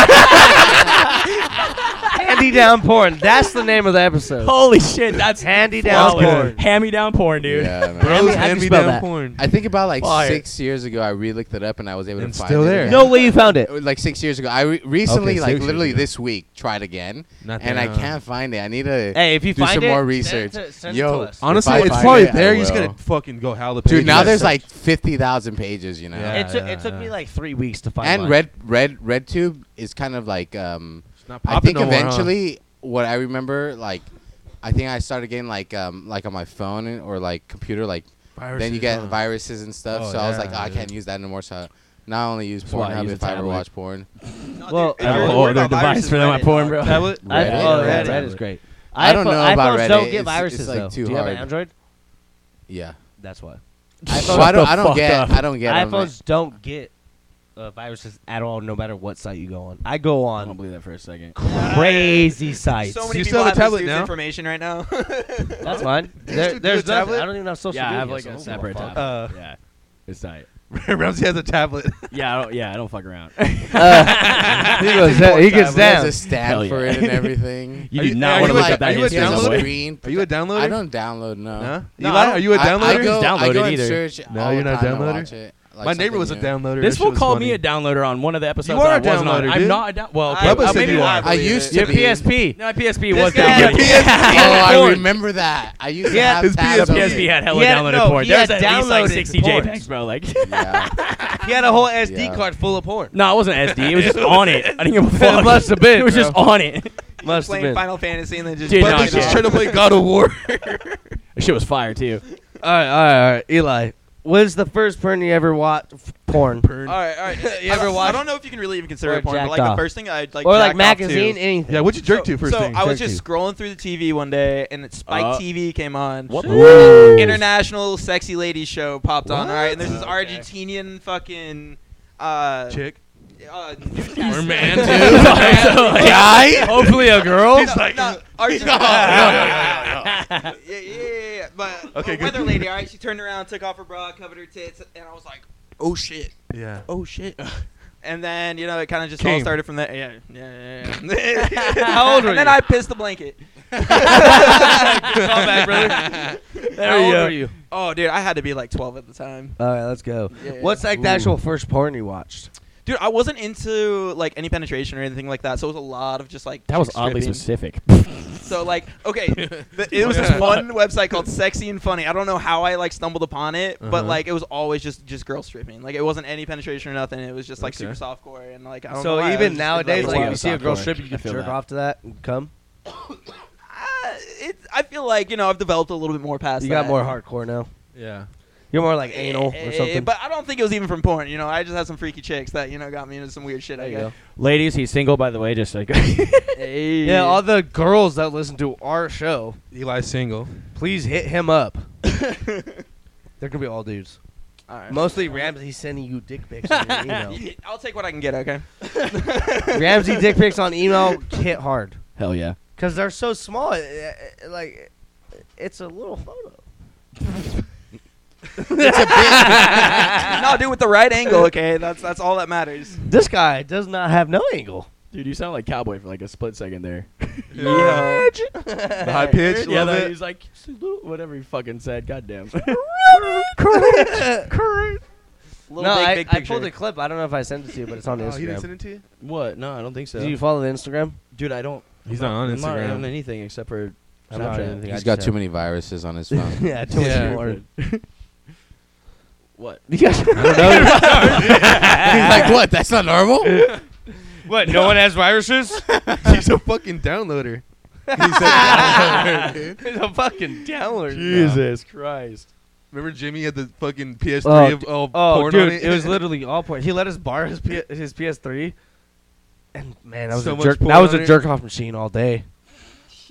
Handy down porn. That's the name of the episode. Holy shit, that's Handy down flawless. porn. Hand-me-down porn, dude. Yeah, man. Bro. Bros how do you hand me spell down that? porn. I think about like Fire. six years ago, I re-looked it up, and I was able And to find still it. there. again. No way you found it. It was, Like six years ago, I re- recently, Okay, six like years literally ago. this week, tried again, Not and that, I uh, can't find it. I need to Hey, if you do find some it, more send it research. to- send it Yo, uh, to us. Honestly, If I it's find probably it, I there. You're just will. gonna fucking go howl the page. dude. Now Yeah, there's search. like fifty thousand pages, you know. Yeah. it, took, it took yeah. me like three weeks to find and mine. red red red tube is kind of like um It's not i think popping no more, huh? eventually what i remember like i think i started getting like um like on my phone and- or like computer like then you Viruses, get huh? viruses and stuff uh, Oh, so i was yeah, like oh, i dude. can't use that anymore so I now I only use why I Pornhub use a if I ever tablet. watch porn. Well, if you're I worried ordered about a device viruses, for them at Reddit, porn, dog. bro. Tablet. I, Reddit, oh, Reddit. Reddit, is great. I don't know iPhone- about iPhones Reddit. don't It's- get it's, viruses like, though. too Do you have an hard. Android? Yeah. That's why. So I don't, I don't fuck get up. I don't get 'em. iPhones don't get uh, viruses at all, no matter what site you go on. I go I don't on believe that for a second. crazy sites. So Do many you people still have have a this tablet dude's now? information right now. That's mine. There, do there's a nothing. tablet? I don't even have social Yeah, I media. have like so a don't give separate Oh, fuck. tablet. Uh, yeah, it's tight. Ramsey has a tablet. Yeah, I don't. Yeah, I don't fuck around. Uh, he goes down. He gets There's down. a stand Hell for yeah. it and everything. You Are do you- not are want to you look a- up that are you a history. downloader? somewhere. screen. Are you a downloader? I don't download no. Huh? No, Eli, I don't- are you a I- I, downloader? go, Download I go it and either. search No, all you're the not time I downloader? watch it, like My neighbor something was a new. downloader. This That fool shit was called funny. me a downloader on one of the episodes. You are that I a wasn't on. downloader, I'm dude. not a down. Well, I okay, Bubba uh, said maybe you one. are. I used to Your be. PSP. No, my PSP This was guy- downloaded. Oh, I Porn. remember that. I used Yeah, to his have tabs on PSP it. had hella He had- downloaded no, porn. he There's had at least like downloaded 60 porn. JPEGs, bro. Like, Yeah. He had a whole SD Yeah. card full of porn. no, it wasn't SD. It was just on it. I didn't give a fuck. must have been, It was just bro. on it. Must have playing been. All Final Fantasy and then just Dude, But no, they're shit. just trying to play God of War. That shit was fire too. right, all right, all right. Eli, when's the first porn you ever watched? Porn. All right, all right. You I, ever don't, watch- I don't know if you can really even consider Or it porn, jacked but like off. the first thing I like or jacked like off to- magazine, anything. yeah, what'd you jerk so, to first so thing? I was Jerk just to. scrolling through the TV one day, and it, Spike Uh, TV came on. What? International sexy lady show popped on. All right, and there's this Argentinian fucking uh, chick. uh newscaster. man, No, Guy? Hopefully a girl. Oh, no, Argentinian. Yeah, yeah, yeah, yeah. But Okay, okay, good. weather lady. All right, she turned around, took off her bra, covered her tits, and I was like, oh shit. Yeah. oh shit. And then you know it kind of just all King. started from there. Yeah, yeah, yeah. yeah. How old were and then you? I pissed the blanket. How old were you? Oh, dude, I had to be like 12 at the time. All right, let's go. Yeah. What's like the actual first porn you watched? Dude, I wasn't into like any penetration or anything like that, so it was a lot of just like That was chick oddly stripping. specific. So like, okay, the, it was this one website called Sexy and Funny. I don't know how I like stumbled upon it, but Uh-huh. like it was always just just girl stripping. Like it wasn't any penetration or nothing. It was just like Okay. super soft core and like I don't know. So why, I was even just nowadays, into like that. if you see a girl Softcore. strip, you I can feel jerk that. off to that and come. Uh, it, I feel like you know I've developed a little bit more past. You got that. more hardcore now. Yeah. You're more like anal Eh, or something. But I don't think it was even from porn. You know, I just had some freaky chicks that you know got me into some weird shit. I you guess. Ladies, he's single, by the way. Just like Hey. yeah, all the girls that listen to our show, Eli single. please hit him up. They're gonna be all dudes. All right. Mostly Ramsey sending you dick pics on your email. I'll take what I can get. Okay. Ramsey dick pics on email hit hard hell yeah. because they're so small. it- it- it- like, it's a little photo. no, dude, with the right angle. Okay, that's that's all that matters. This guy does not have no angle. Dude, you sound like cowboy for like a split second there. Yeah. the high pitch. yeah, love that, it. he's like whatever he fucking said. Goddamn. Little no, big, I, big I picture. pulled a clip. I don't know if I sent it to you, but it's on Oh, he didn't Instagram. send it to you? what? No, I don't think so. Do you follow the Instagram? Dude, I don't. He's not on I'm not Instagram. on anything except for I don't know anything. Snapchat. I He's just got too said- many viruses on his phone. yeah, too much Yeah. more. What? You guys, He's like, what? That's not normal. what? No one has viruses. He's a fucking downloader. He's a downloader, dude. He's a fucking downloader. Jesus Christ. Remember Jimmy had the fucking PS3 Oh, of all Oh, porn dude, on it. was literally all porn. He let us borrow his, P- his PS3, and man, that was So a much jerk. porn That was on a it. jerk off machine all day.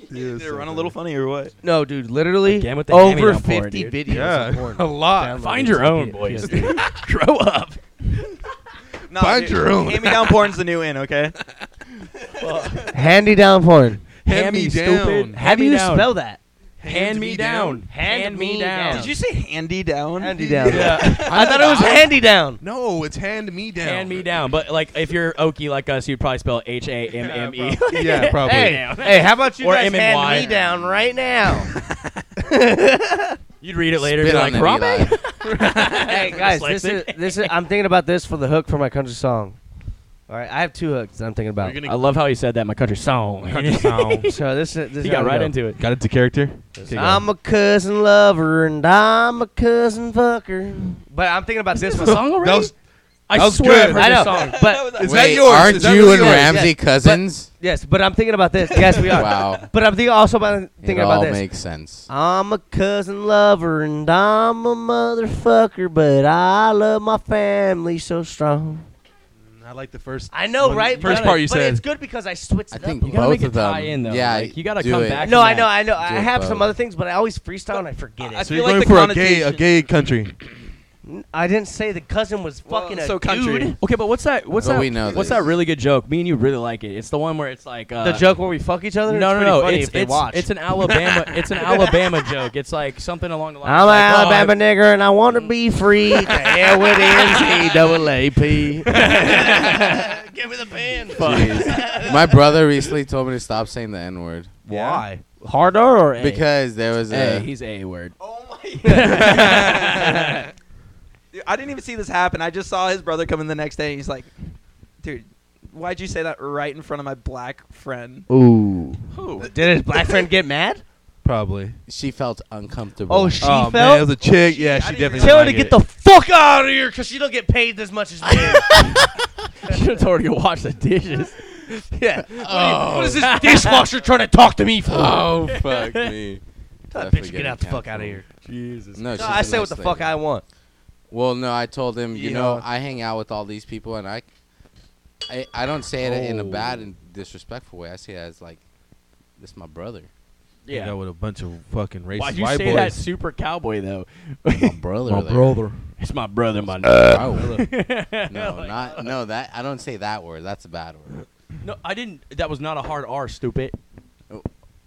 Yeah, Did it so run a funny. little funny or what? No, dude, literally Again with the over hand-me-down porn, fifty dude. videos Yeah. of porn. a lot. downloaded Find your to own, P- boys. PS3. Grow up. No, Find your own. Hand me down porn's the new in. Okay. Handy down porn. Hand Hand me me, down. stupid. How do you down. spell that? Hand me down. Hand me down. Did you say handy down? Handy down. Yeah. I thought it was handy down. No, it's hand me down. Hand me down. But like, if you're Okie like us, you'd probably spell H A M M E. Yeah, probably. Hey, hey, how about you Or guys MMY. hand me down right now? You'd read it later. Spit be on like, it, Robbie? Eli. hey guys, this is this is. I'm thinking about this for the hook for my country song. All right, I have two hooks that I'm thinking about. I love how he said that. My country song. So this is this he is how got we right go. into it. Got into character. I'm a cousin lover and I'm a cousin fucker. But I'm thinking about this one. I That was, that was swear good. I've heard I this know. song. But is that Wait, yours? aren't Is that you really and yours? Ramsey Yeah. cousins? yes, but I'm thinking about this. Yes, we are. Wow. But I'm thinking also about It thinking about all this. makes sense. I'm a cousin lover and I'm a motherfucker, but I love my family so strong. I like the first. I know, One- right? first But- part you but said. it's good because I switched I it up think a you little. gotta gotta both make of a them. tie-in, though. Yeah, Like, you gotta do come it. back No, I know, I know. Do I it have some both. other things, but I always freestyle and I forget it. I So you're feel going like the for a gay, a connotation- gay country. N- I didn't say the cousin was Well, fucking so a country. dude. Okay, but what's that? What's But that? we know this. what's that really good joke? Me and you really like it. It's the one where it's like uh, the joke where we fuck each other. No, no, it's no. pretty Funny It's, if they it's, watch. it's an Alabama. it's an Alabama joke. It's like something along the lines. I'm an of like, oh, Alabama nigger and I want to be free. to hell with NCAAP. Give me the pen. Jeez. My brother recently told me to stop saying the N word Why? Harder or A? because there was Hey, a. he's a word. Oh my god. dude, I didn't even see this happen. I just saw his brother come in the next day and he's like, dude, why'd you say that right in front of my black friend? Ooh, Did his black friend get mad? probably. she felt uncomfortable. Oh, she oh man, it felt. was a chick. Yeah, I she didn't definitely. even- Tell her didn't to like get the fuck out of here because she don't get paid as much as me. you told her to wash the dishes. yeah. Oh. What is this dishwasher trying to talk to me for? Oh, fuck me. Tell that Definitely bitch to get getting out the fuck out canceled. of here. Jesus. No, No, she's I a say nice what the lady. fuck I want. Well, no, I told him. You know, Yeah. I hang out with all these people, and I, I, I don't say it in a bad and disrespectful way. I say it as like, this is my brother. it. Hang Yeah. out with a bunch of fucking racist Why you white say boys. that super cowboy though? My brother. there. it's my brother, my. Oh. no, not no. That I don't say that word. That's a bad word. no, I didn't. That was not a hard R, stupid.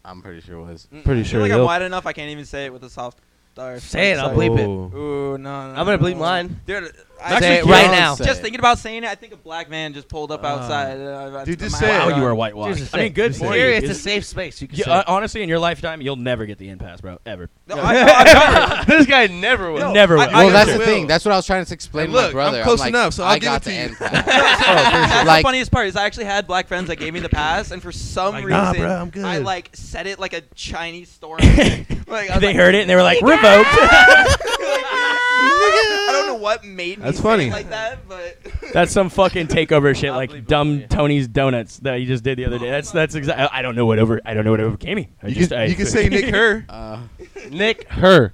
I'm pretty sure it was. Pretty I sure. feel like I'm they'll- wide enough. I can't even say it with a soft R. Say it, I'll Sorry. bleep it. Oh. Ooh, no, no. I'm gonna no. bleep mine. Dude, I Say actually it right can't now. say Just it. thinking about saying it, I think a black man just pulled up outside. Uh, Dude, just my say it. house. Oh, Wow, you are Just whitewashed. say I mean, it. good Just for say you. Here, it's a It's- safe space. You can yeah, say uh, it. honestly, in your lifetime, you'll never get the impasse, bro. Ever. No, I, I, this guy never will. never. I- will. I Well, that's the will. thing. That's what I was trying to explain And to my look, I'm brother. close like, enough, so I'll I give got it to the you. end pass. that's Like- the funniest part is I actually had black friends that gave me the pass, and for some Like, reason, nah, bro, I'm good. I like said it like a Chinese store. like, I they was like, "Ah!" heard it and they were like, revoked. I don't know what made me That's say funny. it like that, but that's some fucking takeover shit, like dumb Tony's donuts that you just did the other day. That's that's exactly. I don't know what over. I don't know what overcame me. I You just, can I, you can say Nick her. Uh, Nick her.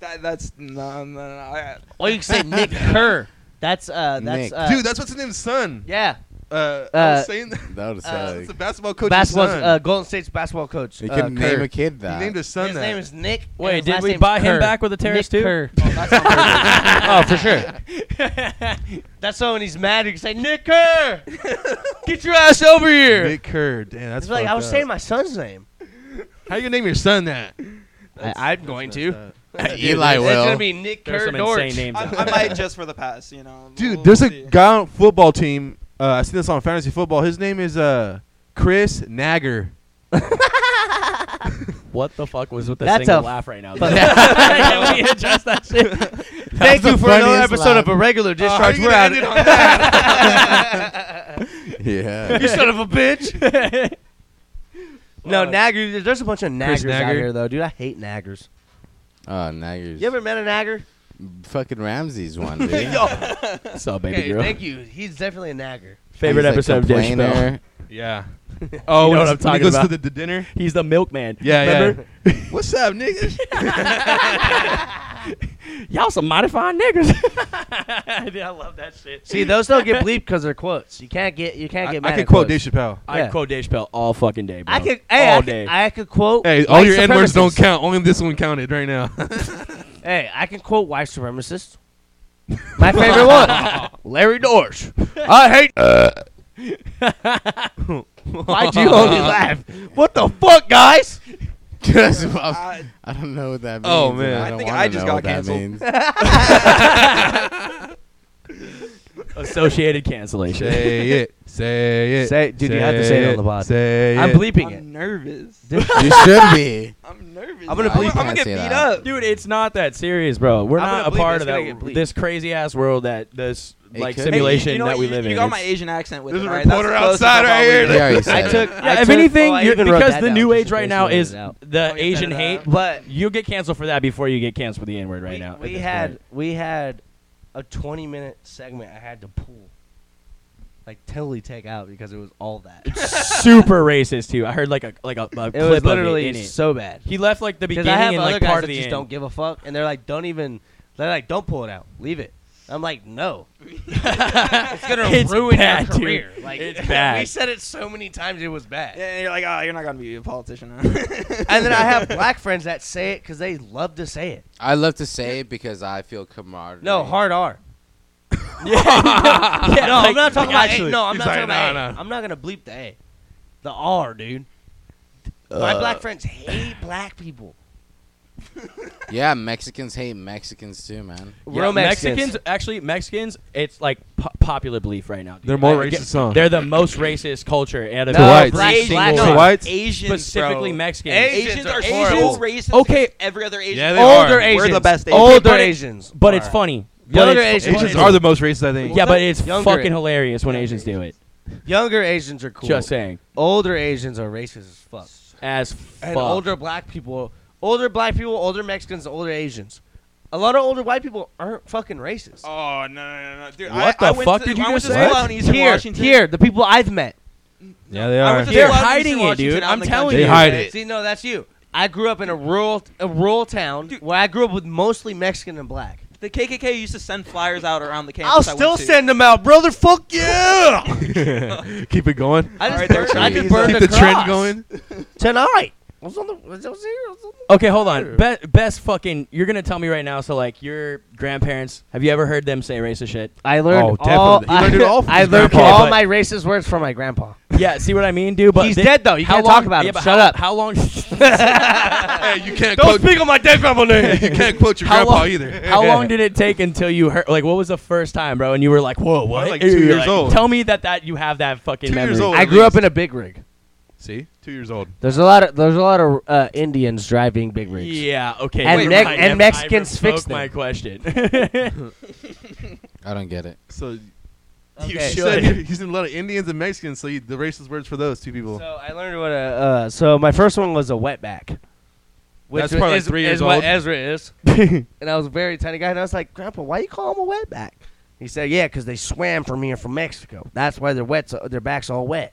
That, that's no, no, no. I, Oh, Or you can say Nick Kerr. That's uh, that's Nick. uh, Dude, that's what's his name's son. yeah, Uh, I Uh, was saying that. That would That's suck. the basketball coach's basketball, son. uh, Golden State's basketball coach. you uh, can Kerr. name a kid he that. named his son His that. name is Nick. and Wait, his did last we name's buy him Kerr. back with the Nick terrorist too? Kerr. oh, for sure. That's so when he's mad, he can say Nick Kerr. Get your ass over here. Nick Kerr. Damn, that's It's like I fucked was up. saying my son's name. How you gonna name your son that? I, I'm going to. Eli It's gonna will. be Nick There's Kerr some Dortch. insane names. I, out I there. might just for the pass, you know. Dude, We'll there's a see. guy on football team. Uh, I seen this on fantasy football. His name is uh Chris Nagger. What the fuck was with the That's single a- laugh right now? but- Can we adjust that shit? Thank you the for another funniest episode laugh. of a Uh, regular discharge. We're out. on that? Yeah. son of a bitch. no, Nagger. There's a bunch of Chris Naggers out Nagger. here, though, dude. I hate Naggers. Oh, now you're You ever met a Nagger? fucking Ramsey's one, dude. What's up, baby Okay, girl? thank you. He's definitely a Nagger. Favorite He's a episode of Dish Bell. complainer. Yeah. Oh, You know when what I'm it's- when he talking goes about. to the, the dinner. He's the milkman. Yeah, yeah. Remember? What's up, nigga? Y'all some mighty fine niggas. Dude, I love that shit. See, those don't get bleeped because they're quotes. You can't get. You can't I, get. I mad could at quote Dave quotes. Chappelle. I Yeah. quote Dave Chappell all fucking day, bro. I could. Hey, all I could, day. I could quote. Hey, all white your N words don't supremacists. count. Only this one counted right now. Hey, I can quote white supremacists. My favorite one, Larry Dorsch. I hate. Why'd you only laugh? What the fuck, guys? Because of- I- I don't know what that means. Oh, and man. I, I don't think wanna I just know got what that canceled. means. Associated cancellation. say it. Say it. Say- dude, you have to say it on the pod. Say I'm it. bleeping it. I'm nervous. you should be. I'm nervous. I'm gonna I'm, bleep I'm gonna that, get say beat that. up. Dude, it's not that serious, bro. We're I'm not gonna a bleep it. part It's of gonna get bleeped. that this crazy ass world that this It like could be. simulation Hey, you know that what? we you, live you in. got my It's- Asian accent with There's it. a all right? That's reporter the closest outside I've right here. always They already been. said I took. it. I Yeah, if took- anything, oh, I you're- even wrote because that the down new just in age right case now you wrote is it out. the I'll get Asian that hate. out. But You'll get canceled for that before you get canceled for the N word right we, now. at we this had point. we had a 20 minute segment I had to pull, like totally take out because it was all that. It super racist too. I heard like a like a, a clip was of literally it in it. so bad. He left like the Because beginning I have and other like guys part that of the just end. don't give a fuck, and they're like, don't even. They're like, don't pull it out, leave it. I'm like, no, it's gonna It's ruin bad, your dude. career. Like, It's bad. We said it so many times, it was bad. Yeah, and you're like, oh, you're not gonna be a politician. Huh? And then I have black friends that say it because they love to say it. I love to say it because I feel camaraderie. No, hard R. yeah, No, I'm not talking about A. actually. No, I'm He's not like, talking about nah, A. nah. I'm not gonna bleep the A. The R, dude. My black friends hate black people. Yeah, Mexicans hate Mexicans too, man. Real Mexicans. Mexicans. actually Mexicans. It's like po- popular belief right now. dude. They're more I- racist, huh? They're the most racist culture out of No, To every whites. black- single black- one. no, To whites? Asians, bro. specifically Mexicans. Asians Asians are are horrible. so racist. Okay. against every other Asian. Yeah, they are. Older We're Asians. the best Asians. Older But it- Asians. But it's funny. But Younger it's- Asians Asians Asians. are the most racist, I think. Yeah, but it's Younger- fucking hilarious when Asians do it. Younger Asians are cool. Just saying. Older Asians are racist as fuck. As And fuck. older black people, older black people, older Mexicans, older Asians. A lot of older white people aren't fucking racist. Oh no, no, no, no. dude! What I, I the went fuck to, did you I went just to say? school out in Eastern here, Washington. here, the people I've met. Yeah, they I went are. to They're school out in hiding Eastern it, Washington. dude. I'm the telling country. you. They hide it. See, no, that's you. I grew up in a rural, a rural town Dude. where I grew up with mostly Mexican and black. The KKK used to send flyers out around the campus. I'll I went still to. send them out, brother. Fuck yeah! Keep it going. I just Alright, burned, they're I trees. just burned Keep a the trend cross going. tonight. I was on the, I was here, I was on the- Okay, hold on. Be- best fucking. You're gonna tell me right now. So like, your grandparents. Have you ever heard them say racist shit? I learned Oh, all. definitely. He learned it all from I his learned grandpa. all But- my racist words from my grandpa. Yeah, see what I mean, dude. But He's they- dead though. You how can't long- talk about yeah, him. but Shut how- up. How long? Hey, you can't Don't quote. speak on my dead grandpa name. You can't quote your how grandpa long, either. how long did it take until you heard? Like, what was the first time, bro? And you were like, "Whoa, what?" like two Ew, years old. Tell me that that you have that fucking Two memory. years old. I at grew up least. in a big rig. See, two years old. There's a lot of there's a lot of uh, Indians driving big rigs. Yeah. Okay. And never Mex- mind. and I Mexicans revoke fixed my it. question. I don't get it. So You Okay. He should. said he- he's in a lot of Indians and Mexicans, so you, the racist words for those two people. So I learned what a uh, so my first one was a wetback, which That's probably like is, three is years what old. Ezra is. and I was a very tiny guy, and I was like, Grandpa, why you call him a wetback? He said, Yeah, because they swam from here from Mexico. That's why their wet, their backs all wet.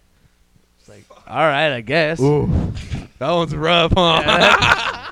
It's like, all right, I guess. That one's rough, huh?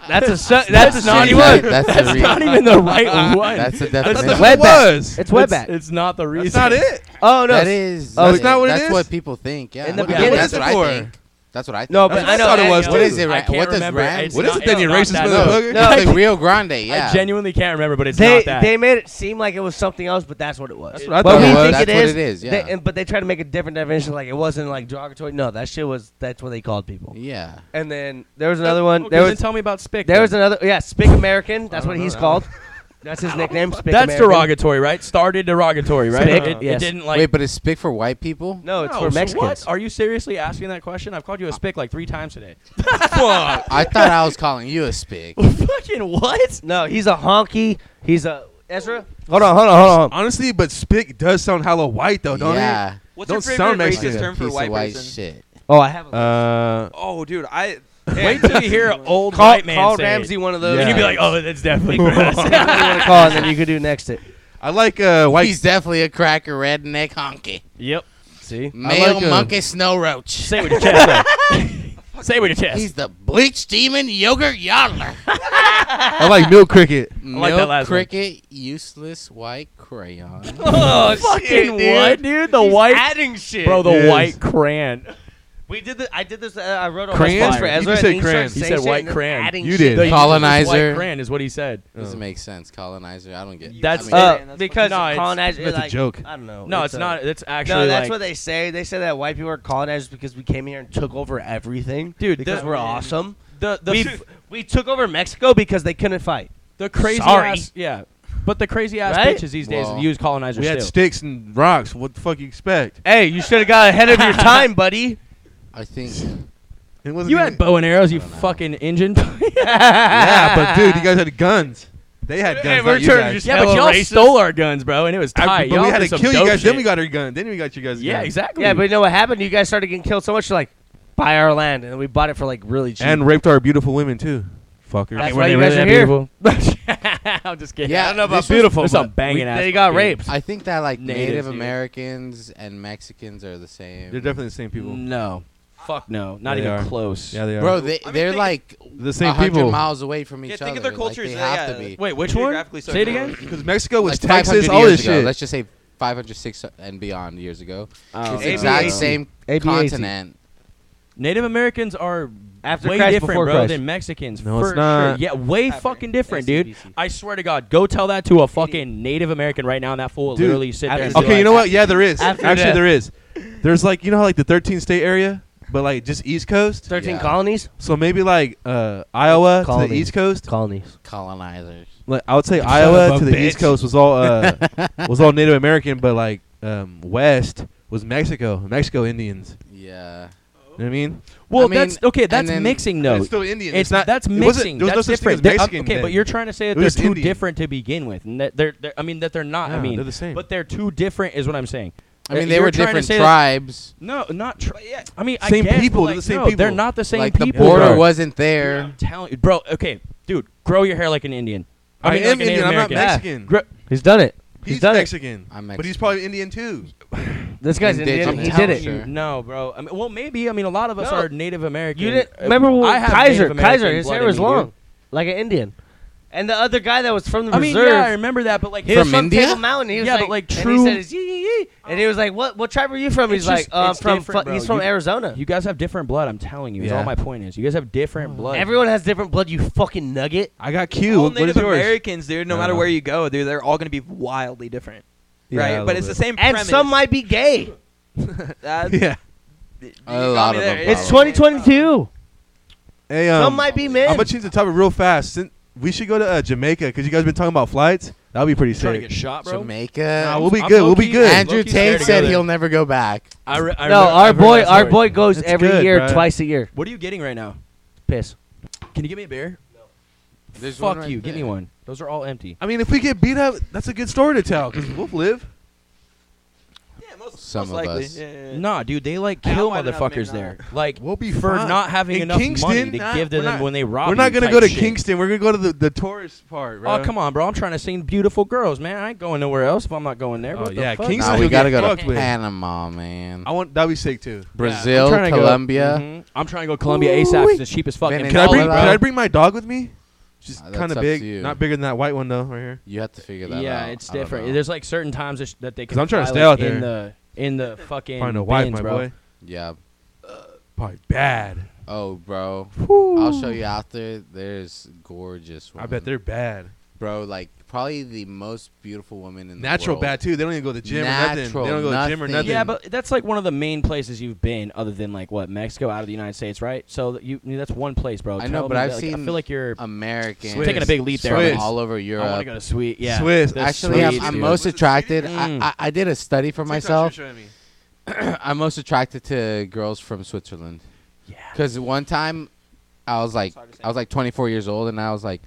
That's a su- that's a not shitty even- word. That's, the re- not even the right one. That's the That's definition. not what Wet it was. It's wet It's, back. it's not the reason. That's not it. Oh no. That is. Oh, that's it's not what it That's is? what people think. Yeah. In the What- yeah, beginning- that's What what is it I for? think. That's what I think. No, but I what know. I thought it was. What is it? I Ra- can't what does remember. Ram- It's What is not- it then, it's you not racist that. No, motherfucker? no, it's like Rio Grande. Yeah. I genuinely can't remember, but it's They not that. they made it seem like it was something else, but that's what it was. That's what I but thought we it was. think That's it what is. it is, They- yeah. and, but they tried to make a different definition, like it wasn't like derogatory. No, that shit was. That's what they called people. Yeah. And then there was another one. Oh, Okay, There then was tell me about Spick. there then. was another. Yeah, Spick American. That's what don't he's know. called. That's his nickname. Spick That's American. derogatory, right? Started derogatory, right? Spick, it, it yes. didn't like. Wait, but it's spick for white people? No, it's No, for so Mexicans. what? Are you seriously asking that question? I've called you a spick like three times today. I thought I was calling you a spick. Fucking what? No, he's a honky. He's a Ezra. Hold on, hold on, hold on. Honestly, but spick does sound hella white though, don't yeah. What's Don't your favorite sound racist Mexican. term Piece for of white, white person? shit. Oh, I have. it? Uh, Oh, dude, I. Wait till you hear old call white man call say Ramsey It. one of those. And Yeah. you'd be like, oh, that's definitely gross. Whatever you want to call, it, and then you could do next it. I like uh white. He's definitely a cracker redneck honky. yep. See, Male like, uh, monkey snow roach. Say it with your chest. though. Say it with your chest. He's the bleach demon yogurt yodeler. I like milk cricket. like that Milk last one. cricket, useless white crayon. oh, Fucking what, dude? The white adding shit. bro, the Yes. white crayon. we did the. I did this. Uh, I wrote a Crayon? response for You Ezra. just said and he started crayon. He saying said shit white and then crayon. adding You shit. did. The Colonizer. Colonizer. White crayon is what he said. Doesn't make sense. Colonizer. I don't get. Oh. That's- I mean, Uh, Yeah, that's because fucking- No, it's- colonizers. that's a like, joke. I don't know. No, it's a- not. It's actually No, that's like, what they say. They say that white people are colonizers because we came here and took over everything. Dude, because the- we're awesome. the the we we took over Mexico because they couldn't fight. the crazy Sorry. ass yeah. But the crazy ass Right? bitches these days Well, use colonizers We had still. sticks and rocks. What the fuck you expect? Hey, you should have got ahead of your time, buddy. I think. It wasn't you even- had bow and arrows, you I don't know. fucking engine. yeah, yeah, but dude, you guys had guns. They had guns. Hey, we're not you turning guys. just but Hella y'all racist. stole our guns, bro, and it was tight. I, but y'all we had did to some kill you dope guys. Shit. Then we got our gun. Then we got you guys. yeah, gun. exactly. Yeah, but you know what happened? You guys started getting killed so much. You're like, buy our land, and we bought it for like really cheap. And raped our beautiful women too, fuckers. That's Were why they you really guys are that here. beautiful? I'm just kidding. Yeah, I don't know about this was- beautiful. There's some banging ass. They got dude. raped. I think that like Natives, Native dude. Americans and Mexicans are the same. They're definitely the same people. Mm. No, fuck no, not They even are. close. Yeah, they are. Bro, they I mean, they're think- like the same 100 people. miles away from each Yeah, other. think of their Like, cultures, they yeah, have to yeah. be. Wait, which one? Geographically so Say it close. again. Because Mexico was like Texas, 500 all years this ago. shit. Let's just say 500, 600 and beyond years ago. Oh, it's the ABAC. exact same ABAC. continent. Native Americans are After way Christ, different, before bro, Christ. than Mexicans. No, for it's Sure. not. Yeah, way After fucking different, dude. SCBC. I swear to God, go tell that to a fucking Native American right now, and that fool will Dude, literally sit there. And after- be Okay, you like, know what? Yeah, there is. After Actually, death. there is. There's like you know how like the 13 state area, but like just East Coast. Thirteen Yeah. colonies. So maybe like uh, Iowa to Colonies. the East Coast. Colonies. Colonizers. Like, I would say of Iowa a to the bitch. East Coast was all uh, was all Native American, but like um, West was Mexico, Mexico Indians. Yeah. You know what I mean? Well, I mean, that's okay. and That's then- mixing, But though. it's still Indian. It's not. That's it wasn't- mixing. there That's was no such thing different. as They're- I'm- Mexican okay, then. but you're trying to say It that was they're just too Indian. different to begin with, and that they're, they're. I mean, that they're not. I Yeah, mean, they're the same. But they're too different, is what I'm saying. I mean, If they you're were trying to different say that- tribes. No, not. Tr- yeah. I mean, I Same guess, but, people, they're like, the same no, people. They're not the same like the people. border bro. wasn't Dude, there. I'm telling you, bro. Okay, dude, grow your hair like an Indian. I mean, like a am Native Indian, I'm not American. Mexican. Gro- He's done it. He's, He's done Mexican, I'm but he's Mexican. probably Indian too. it. This guy's Indian. Indigenous. He did it. Sure. You- No, bro. I mean, well, maybe. I mean, a lot of us No. are Native American. You didn't Uh, remember I when have Kaiser? Native American Kaiser, his blood hair in was me, dude. long, like an Indian. And the other guy that was from the I mean, reserve, yeah, I remember that, but like, he From was from India? Table Mountain. He was Yeah, like, but, like, And true- he, said, "Yee, yee, yee." and he was like, "What? What tribe are you from?" It's He's like, just- "Uh, I'm it's from. different, fu- bro. he's from You- Arizona." You guys have different blood. I'm telling you. Is Yeah. all my point is. You guys have different blood. Everyone has different blood. You fucking nugget. I got Q. All What is Native yours? Americans, dude, no I matter don't where know. you go, dude, they're all going to be wildly different. Yeah, a right? But little it's the bit. same And premise. some might be gay. Uh, A you Yeah. got me lot of there. them It's probably. 2022. Hey, um, Some might be men. I'm gonna change the topic real fast. Sin- We should go to uh, Jamaica because you guys been talking about flights. That would be pretty trying to get sick. shot, bro. Jamaica. Nah, we'll be I'm good. We'll be low-key- good. Andrew Andrew Low-key scared Tate to said go there. he'll never go back. I re- I No, remember- I our remember boy, that our story. boy goes That's every good, year, bro. twice a year. What are you getting right now? Piss. Can you give me a beer? There's Fuck one right you. Give me there. one. Those are all empty. I mean, if we get beat up, that's a good story to tell because we'll live. Yeah, most, Some most of likely. us. Yeah, yeah, yeah. Nah, dude, they like Yeah, kill why did I make motherfuckers that? there. Like We'll be for fine. not having In enough money Kingston, to nah, give to we're them not- when they rob. We're not you gonna type go to shit. Kingston. We're gonna go to the, the tourist part. Bro. Oh come on, bro! I'm trying to see beautiful girls, man. I ain't going nowhere else if I'm not going there. Oh, What the yeah, fuck? Kingston- Nah, You'll we gotta get go to fucked with. Panama, man. I want that'd be sick too. Brazil, trying to go. Colombia. Mm-hmm. Mhm. I'm trying to go Colombia ASAP. 'cause It's cheap as fuck. Can And I Can I All bring around. Can I bring my dog with me? Just Uh, that's kind of up to you. big. Not bigger than that white one though, right here. You have to figure that out. Yeah, it's I don't different. know. There's like certain times that sh- that they. 'Cause I'm trying to fry, stay like, out in the in the fucking Find a wife, bins, my bro. boy. Yeah. Probably bad. Oh, bro. I'll show you after. There's gorgeous. I Women. bet they're bad. bro. Like probably the most beautiful woman in Natural the world. bad too. They don't even go to the gym or nothing. Natural, They don't go to the gym or nothing. nothing. Yeah, but that's like one of the main places you've been, other than like what Mexico, out of the United States, right? So that you that's one place, bro. I Tell know, but me, I've like, I seen feel like you're. American. Swiss. Taking a big leap there. from Swiss. all over I want to Europe. go to Sweet. Yeah, Swiss. The Actually, I'm, Swedes, I'm dude. most attracted. Mm. I, I, I did a study for myself. Showing me. I'm most attracted to girls from Switzerland. Yeah. Because one time, I was like, I was like 24 years old, and I was like,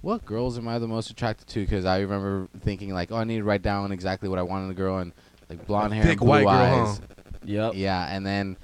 what girls am I the most attracted to? Because I remember thinking like, oh, I need to write down exactly what I wanted in a girl, and like blonde hair, and thick blue white girl, eyes. huh? Yep. Yeah, and then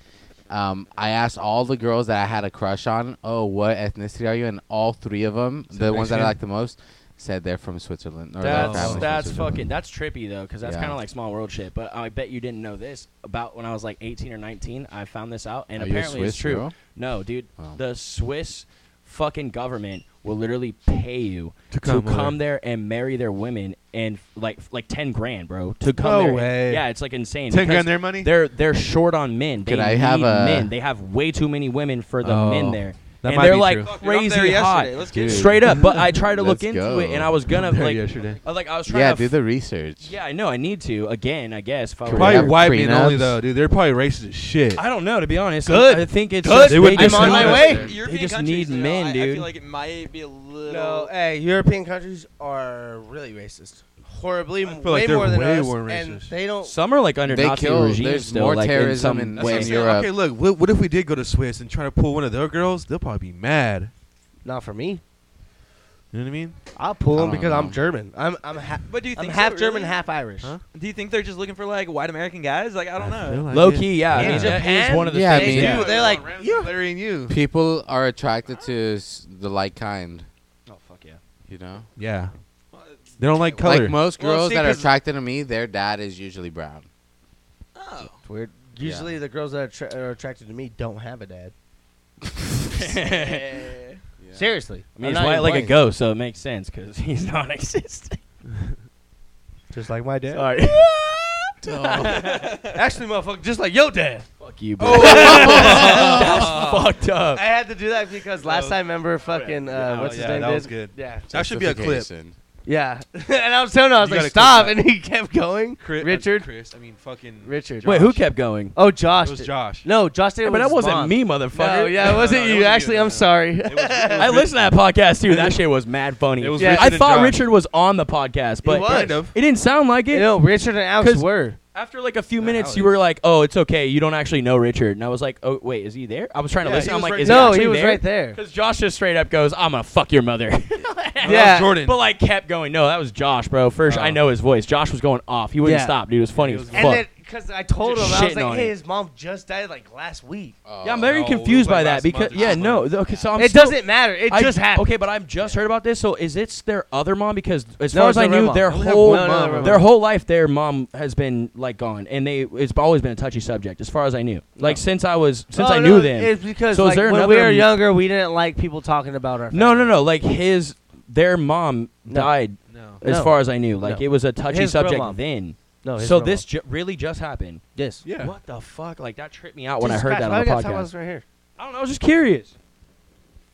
um, I asked all the girls that I had a crush on, "Oh, what ethnicity are you?" And all three of them, Said the ones that I Mexican? liked the most, said they're from Switzerland. Or their family's That's from that's Switzerland. fucking that's trippy though, because that's Yeah. kind of like small world shit. But I bet you didn't know this about when I was like 18 or 19. I found this out, and Are you a apparently Swiss it's true. girl? No, dude, Wow. the Swiss fucking government will literally pay you To to come come, over. there and marry their women and like like 10 grand, bro, to come No there. way. Yeah, it's like insane. Ten because grand their money. They're they're short on men. They Could I need have a- men. They have way too many women for the Oh, men there. that and might they're be like true. Fuck, dude, I'm there crazy hot. yesterday. Let's get Dude. it. Straight up, but I tried to Let's look into go. it, and I was gonna There like, yesterday. I, like I was trying Yeah, to do the research. yeah, I know. I need to again. I guess. If I Could were- we Probably have white men only prenups? though, dude. They're probably racist as shit. I don't know to be honest. Good. I think it's Good. just- They They wouldn't just be on my need- way. They European just countries, need you know, I- men, I dude. feel like it might be a little. uh, No, hey, European countries are really racist. Horribly, I feel like way they're more than way us, more and racist. they don't. Some are like under They Nazi kill- regimes. there's though, more like, terrorism in, in- some That's way. what I'm saying. Europe. Okay, look. What, what if we did go to Swiss and try to pull one of their girls? They'll probably be mad. Not for me. You know what I mean? I'll pull I them don't because I'm know. German. I'm I'm ha- But do you I'm think so, half German, really? half Irish. Huh? Do you think they're just looking for like white American guys? Like I don't know. Low key, yeah. I mean, that is one of the Yeah, I things. mean- yeah. Dude, they're like, you Larry and you. People are attracted to s- the like kind. Oh fuck yeah. You know, Yeah. They don't like color. like most Well, girls see, that are 'cause- attracted to me, their dad is usually brown. Oh. weird. Usually, the girls that are, attra- are attracted to me don't have a dad. Yeah. Seriously, I mean, he's white like a ghost, so it makes sense because he's non-existent. just like my dad. Sorry. Oh, Actually, motherfucker, just like yo dad. fuck you, bro. That's fucked up. I had to do that because last time, remember, fucking uh, Oh, what's his yeah, name? that did? was good. Yeah, That should be a clip. Justification. yeah. and I was telling him, I was You like, gotta clip stop, that. and he kept going. Chris, uh, Richard, Chris. I mean, fucking. Richard. Wait, who kept going? Oh, Josh. It was did- Josh. No, Josh did. it But with that his wasn't mom. me, motherfucker. No, yeah, it No, wasn't no, it you. wasn't Actually, you, no. I'm sorry. It was, it I was listened to that podcast too. That shit was mad funny. It was Yeah. Richard I and thought Josh. Richard was on the podcast, but was. Kind of. it didn't sound like it. No, Richard and Alex 'Cause- were. After like a few Yeah, minutes, you Alex. were like, "Oh, it's okay. You don't actually know Richard." And I was like, "Oh, wait, is he there?" I was trying to Yeah, listen. he I'm was like, right "Is there. he No, actually he was there? right there. Because Josh just straight up goes, "I'm gonna fuck your mother," No, that was Yeah. Oh, Jordan. but like kept going. No, that was Josh, bro. First, Oh. I know his voice. Josh was going off. He wouldn't Yeah. stop, dude. It was funny It as was- fuck. And then, because I told him, Just I was shitting like, on hey, it. his mom just died like last week. yeah, I'm Oh, very no, confused it was by like that last because month or yeah, something. no, th- okay, so I'm it still- doesn't matter. It I- just happened. Okay, but I've just heard about this. So is it their other mom? Because as No, far it's as I not their knew, mom. their They only have whole one No, no, mom. no, no. their whole life, their mom has been like gone, and they it's always been a touchy subject as far as I knew. Like since I was since Oh, I no, knew them. It's because So is like, there when we another- were younger, we didn't like people talking about our. No, no, family. no. Like his, their mom No. died. No. As No. far as I knew, like No. it was a touchy His real subject mom. then. No, his so grandma. this ju- really just happened. Yes. Yeah. What the fuck? Like that tripped me out when I Jesus heard Christ, that why on we the gotta talk about this podcast. right here. I don't know. I was just curious.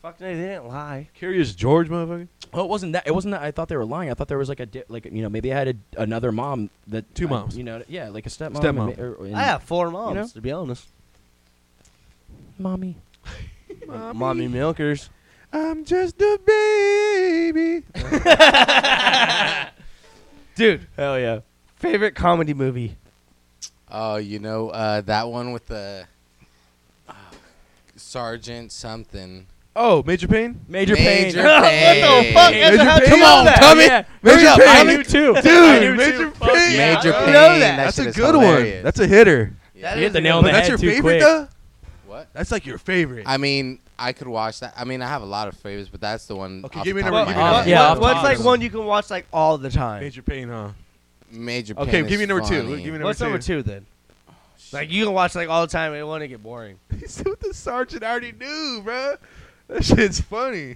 Fuck no, they didn't lie. Curious George, motherfucker. Oh, it wasn't that. It wasn't that. I thought they were lying. I thought there was like a di- like you know maybe I had a, another mom that Two I- moms. You know, yeah, like a stepmom. Stepmom. and- or- or- and- I have four moms, know? to be honest. mommy. Mommy, milkers. I'm just a baby. Dude, Hell yeah. favorite comedy movie? Oh, you know uh, that one with the ah, Sergeant something. Oh, Major Payne. Major, Major pain. Payne. What the fuck? Major Answer how do Payne? you Come know on, that? Tell me, Yeah. Major Major I Payne. knew too. I Dude, knew Major too. Fuck Payne. yeah. Major I Payne. didn't know that. That That's shit a is good one. hilarious. That's a hitter. Yeah. You hit the nail on But the that's head your too favorite, quick. though. What? That's like your favorite. I mean, I could watch that. I mean, I have a lot of favorites, but that's the one. Okay, off give the me top number- of give my me head. number- What- Yeah, what- off what's top. like one you can watch like all the time? Major Payne, huh? Major. Okay, Payne give me is number two. funny. Give me What's number two then? Like you can watch like all the time. It won't get boring. He said what the sergeant already knew, bro. That shit's funny.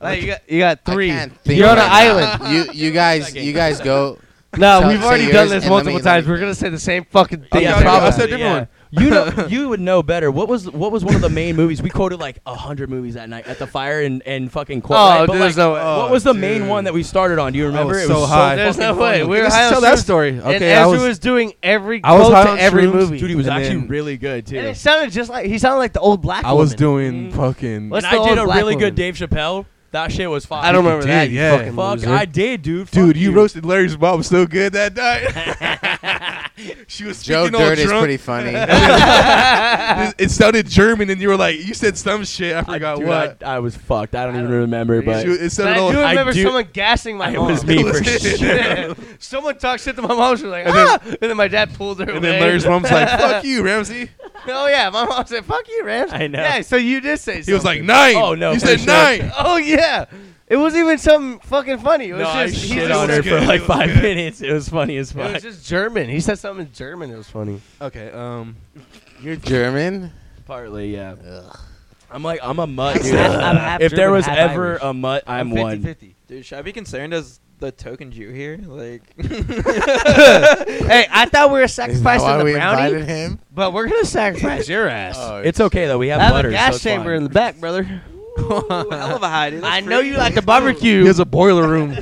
Like, you got you got three. I can't think You're on right an now. island. You you guys you guys go. No, So- we've say already yours, done this and let me- multiple let me- times. We're gonna say the same fucking thing. yeah, every probably. I time. said a different Yeah. one. You know, you would know better. What was what was one of the main movies? We quoted like a hundred movies that night at the fire and and fucking quote. Oh, right? But, there's like, no way. What was the main dude. one that we started on? Do you remember? was it so was high. so There's no fucking way. funny. We were Let's high tell on that shrooms, story. and Okay, I Ezra was, was, doing every I was quote high to on every shrooms. movie. Dude, he was And actually then- really good too. and it sounded just like he sounded like the old black. I was woman. doing fucking. What's and the I did old a black really woman? good Dave Chappelle. That shit was fire. I don't remember did, that. You yeah. fucking Fuck, loser. I did, dude. Fuck Dude, you you roasted Larry's mom so good that night. she was Joe speaking all Dirt is drunk. pretty funny. it sounded German, and you were like, you said some shit. I forgot Dude, what. I, I was fucked. I don't even remember, but She- it But sounded I all. do I remember do- someone gassing my it mom. was me for It was- sure. someone talked shit to my mom. She was like, And then- ah, and then my dad pulled her and away. then Larry's mom's like, "Fuck you, Ramsey." oh yeah, my mom said, "Fuck you, Rams." I know. Yeah, so you did say. He was like something. nine. Oh, no, You for said sure. nine. "Oh yeah." It wasn't even something fucking funny. It was No, I just he shit just- on her for good. like It was five good. minutes. It was funny as It was fuck. just German. He said something in German. It was funny. Okay. Um. You're German. Partly, yeah. I'm like, I'm a mutt, dude. Actually, I'm half if there German, was half ever Irish. a mutt, I'm, one. Dude, should I be concerned as the token Jew here? Like, Hey, I thought we were Is that sacrificing why the we brownie, invited him? but we're gonna sacrifice your ass. Oh, It's okay though. We have I have butter. a so gas it's chamber fine. in the back, brother. ooh, hell of a high, dude. That's I know free. you like the He barbecue. has a boiler room.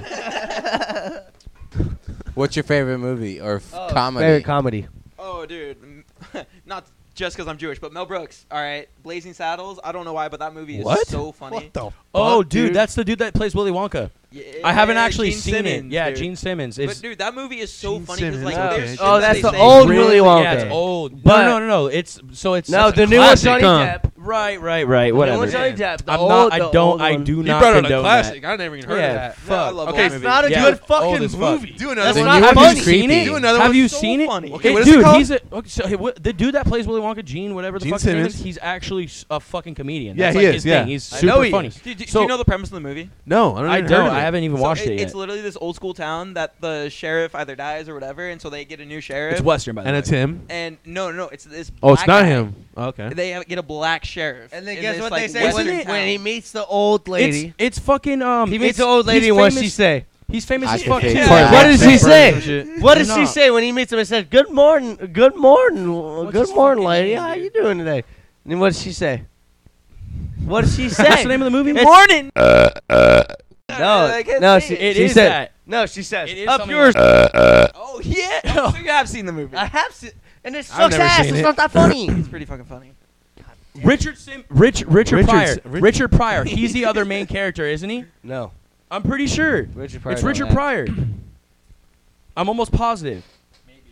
What's your favorite movie or f- Oh, comedy? Favorite comedy. Oh, dude. m- Not just because I'm Jewish, but Mel Brooks. All right, Blazing Saddles. I don't know why, but that movie is What? so funny. the? Oh, dude, that's the dude that plays Willy Wonka. Yeah, I haven't actually Gene seen Simmons, it. Yeah, dude. Gene Simmons. It's But dude, that movie is so Gene funny because like, Simmons, there's okay. shit Oh, that that's they the say- old really- Willy Yeah, Wonka. it's old. But- no, no, no, no. It's so it's no, it's a the new one, classic. Johnny um, Depp. Right, right, right. The new Whatever. one, Johnny Depp. The I'm old, not. I the don't. old I one. do He not brought out condone a classic. that. I never even heard Yeah, of that. No, I fuck. love Okay, that it's movie. not a Yeah, good old fucking as fuck. movie. Do another That's The one. new not one funny. is Seen creepy. it? Do another Have one. you So seen it? funny. Okay, It- what is it dude, called? he's a okay, so, hey, what, the dude that plays Willy Wonka, Gene, whatever the Gene fuck his name is. Simmons? He's actually s- a fucking comedian. Yeah, That's he like is, His yeah. Thing. He's I super know he funny. is. Do, do- do So- you know the premise of the movie? No, I don't. I even heard don't. of I it. haven't even So watched it- it It's yet. literally this old school town that the sheriff either dies or whatever, and so they get a new sheriff. It's Western, by the And way. it's him. And no, no, it's this. Oh, it's black not guy. him. Okay. They have, get a black sheriff. And then in guess this, what like, they say western when, town. when he meets the old lady. It's, it's fucking um. he meets it's- the old lady. he's What famous- she say? He's famous I as can fuck. take too. that. Yeah. What does he Accent. say? What does No. she say when he meets him? He says, "Good morning, good morning, his good morning, fucking lady. name, How dude? you doing today?" And then what does she say? What does she say? That's the name of the movie. It's- morning. no, I can't no, say she, it. It she is said, that. No, she says, It is "Up something yours." Oh yeah. Oh, so you have seen the movie. I have seen, and it I've sucks never ass. seen It's it. not that funny. It's pretty fucking funny. Richard Sim. Rich. Richard, Richard Pryor. S- Rich- Richard Pryor. He's the other main character, isn't he? no, I'm pretty sure. Richard Pryor. it's Richard Pryor. I'm almost positive.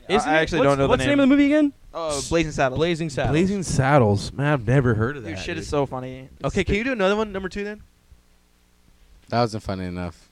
Isn't I it? actually What's- don't know the What's the name. name of the movie again? Oh, Blazing Saddles. Blazing Saddles. Blazing Saddles. Man, I've never heard of that. Dude, shit is so funny. okay, can you do another one, number two, then? That wasn't funny enough.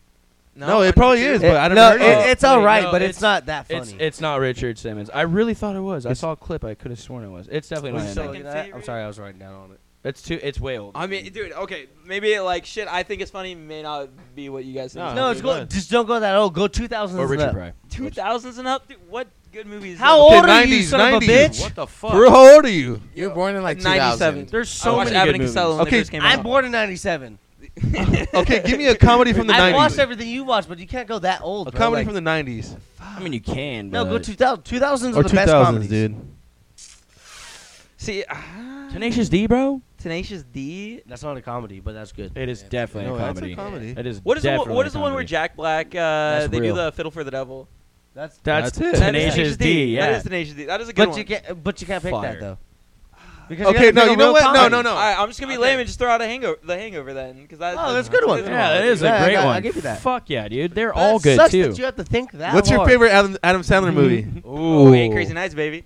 No, it probably number is, two. but I don't no, know. it- it's all Wait, right, no, but it's, it's- not that funny. It's it's not Richard Simmons. I really thought it was. I saw a clip. I could have sworn it was. It's definitely Wait, not. him. so- though. Second favorite? I'm sorry, I was writing down on it. It's too. It's way old. I mean, dude. Okay, maybe like shit. I think it's funny may not be what you guys think. No, No, I'll it's do go, that. just don't go that old. Go 2000s. or and Richard up. Pryor. Two thousands and up. Dude, what good movies? How Okay, old are you, 90s, son of a 90s. bitch? What the fuck? Bro, how old are you? You were born in like 97. 2000. There's I so watched many Abbott good and movies. Costello when Okay, they first came I'm out. born in '97. Okay, give me a comedy from the I've 90s. watched everything you watched, but you can't go that old. a bro. comedy Like- from the 90s. I mean, you can. no, go but- 2000. 2000s Or are the best 2000s, comedies. dude. See, ah, Tenacious D, bro. Tenacious D. That's not a comedy, but that's good. It is definitely No, a that's comedy. a comedy. It is. What is the one, definitely a what is the one where comedy. Jack Black? Uh, they real. do the Fiddle for the Devil. That's That's, That's it. That is Tenacious, D. Yeah. That is Tenacious D. That is a good but one. you can't. But you can't pick Fire. that though. Because gotta Okay, no, pick a you know real what? No, comedy. no, no. All right, I'm just gonna be Okay. lame and just throw out a hangover, the Hangover then, because that, Oh, that's a good one. yeah, that is Yeah, a great I- I one. give you that. Fuck yeah, dude. They're But all it good sucks too. That you have to think that. What's your hard. favorite Adam, Adam Sandler movie? Oh, Eight Crazy Nights, baby.